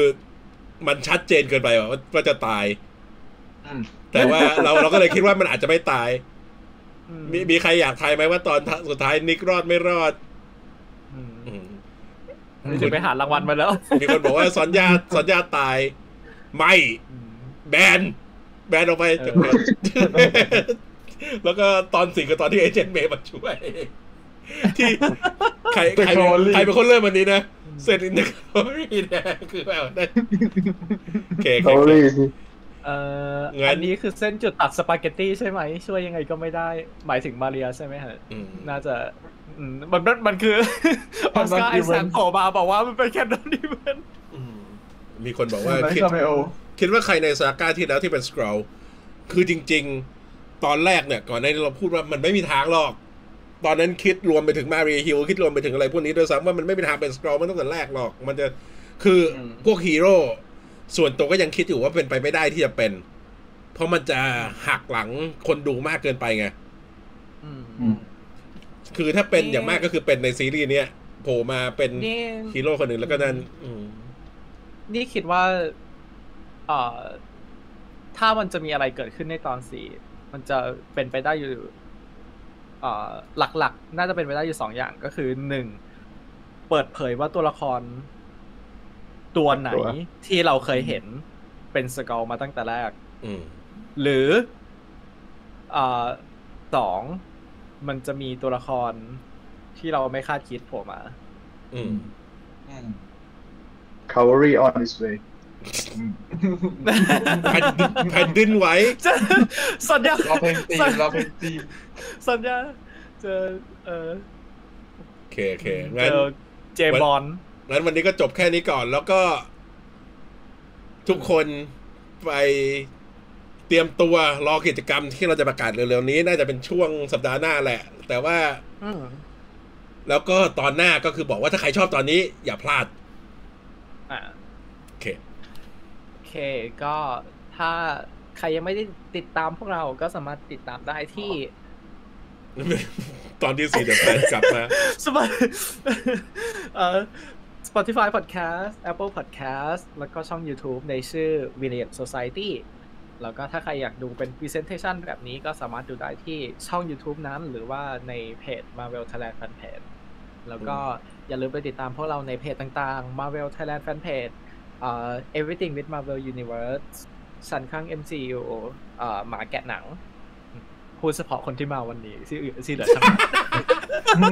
S1: มันชัดเจนเกินไปว่าว่าจะตาย
S4: อืม
S1: แต่ว่าเราเราก็เลยคิดว่ามันอาจจะไม่ตาย
S2: อื
S1: มีมีใครอยากทายไหมว่าตอนสุดท้ายนิกรอดไม่รอด
S2: อืม
S1: อืม
S2: นี่จะไปหารางวัลมาแล้ว
S1: มีคนบอกว่าสอนยาสอนยาตาย ไม่ แบน แบนออกไปจากเพจ แล้วก็ตอนสี่กับตอนที่เอเจนต์เมย์มาช่วย ที่ใครใคร
S4: Discovery
S1: ใครเป็นคนเริ่มวันนี้นะเซนอินเดอรี่นะคือแบบนั้นโอเคโอ
S3: เกาห
S1: เค
S3: ลีสิ
S2: เออ
S1: งั้น
S2: อันนี้คือเส้นจุดตัดสปาเกตตี้ใช่ไหม ช่วยยังไงก็ไม่ได้ หมายถึงมาเรียใช่ไหมฮะ
S1: อืม
S2: น่าจะอืมมันมันมัน คือออสการ์ไอแซนโผล่มาบอกว่ามันเป็นแค่ดอนดิเวน
S1: อืมมีคนบอกว่า
S4: ไลฟ์
S1: คิด
S4: ซาเมโอ
S1: คิดว่าใครในสถานการณ์ที่แล้วที่เป็นสครอลคือจริง ๆ ตอนแรกเนี่ย ก่อนหน้านี้เราพูดว่ามันไม่มีทางหรอก ตอนนั้นคิดรวมไปถึงมาเรียฮิลคิดรวมไปถึงอะไรพวกนี้ด้วยซ้ำว่ามันไม่มีทางเป็นสครอลมันตั้งแต่แรกหรอก มันจะคือพวกฮีโร่ส่วนตัวก็ยังคิดอยู่ว่าเป็นไปไม่ได้ที่จะเป็น เพราะมันจะหักหลังคนดูมากเกินไปไง
S2: อืม
S1: คือถ้าเป็น
S2: นี่
S1: อย่างมากก็คือเป็นในซีรีส์เนี้ยโผล่มาเป็น
S2: นี่
S1: ฮีโร่คนหนึ่งแล้วก็นั่นอืม
S2: นี่คิดว่าเอ่อถ้ามันจะมีอะไรเกิดขึ้นในตอนสี่มันจะเป็นไปได้อยู่เอ่อหลักๆ น่าจะเป็นไปได้อยู่สองอย่างก็คือหนึ่งเปิดเผยว่าตัวละคร ตัวไหนที่เราเคยเห็นเป็นสกอลมาตั้งแต่แรก
S1: อืม
S2: หรืออ่าสองมันจะมีตัวละครที่เราไม่คาดคิดโผล่มา
S1: อืม
S4: อืม
S3: เกาหลี on its way
S1: แผ่นดินแผ่นดินไหว
S2: จะสัญญาร
S4: อเพลงตีมรอเพลงตีม
S2: สัญญาเจอเออ
S1: โอเคโอเค
S2: เจ
S1: งั้น
S2: อเจบอล
S1: งั้นวันนี้ก็จบแค่นี้ก่อนแล้วก็ ทุกคนไปเตรียมตัวรอกิจกรรมที่เราจะประกาศเร็วๆนี้ น่าจะเป็นช่วงสัปดาห์หน้าแหละ แต่ว่า
S2: อืม
S1: แล้วก็ตอนหน้าก็คือบอกว่าถ้าใครชอบตอนนี้ อย่าพลาด
S2: อ่ะ
S1: โอเค
S2: โอเคก็ถ้าใครยังไม่ได้ติดตามพวกเราก็สามารถติดตามได้ที่
S1: ตอนที่สี่เดี๋ยวแฟนกลับมา
S2: สปอ เอ่อ Spotify Podcast Apple Podcast แล้วก็ช่อง YouTube ในชื่อ Village Society แล้วก็ถ้าใครอยากดูเป็น Presentation แบบนี้ก็สามารถดูได้ที่ช่อง YouTube นั้น หรือว่าในเพจ Marvel Thailand Fan Page แล้วก็อย่าลืมไปติดตามพวกเราในเพจต่างๆ Marvel Thailand Fan Page เอ่อ Everything with Marvel Universe สันข้าง MCU เอ่อหมาแกะหนังพูดเฉพาะคนที่มาวันนี้ที่อื่นที่เหลือทั้งหมด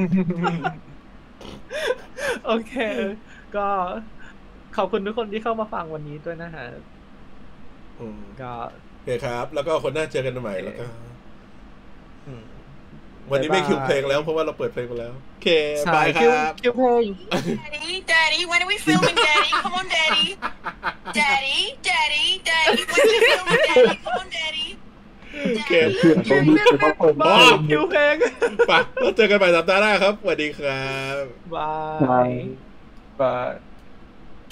S2: โอเค ก็ขอบคุณทุกคนที่เข้ามาฟังวันนี้ด้วยนะฮะ
S1: อืม
S2: ก็
S1: โอเคครับ แล้วก็คนหน้าเจอกันใหม่แล้วก็
S2: อืม
S1: วันนี้ไม่คิวเพลงแล้วเพราะว่าเราเปิดเพลงไปแล้ว โอเคบายค
S2: คิว
S1: รับ
S2: คิวเพลง
S6: Daddy, Daddy, when are we filming, Daddy? Come on, Daddy. Daddy, Daddy, Daddy, when are we filming, Daddy? Come on, Daddy.
S3: เพื่อนเขามีเฉพาะคน
S1: บ
S2: บอก กคิวเพลง
S1: ไปแล้วเจอกันใหม่สัปดาห์หน้าครับสวัสดีครับ
S2: บา
S3: ใช่
S2: ย
S4: บาย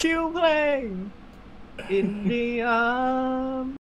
S2: คิวเพลง In the arms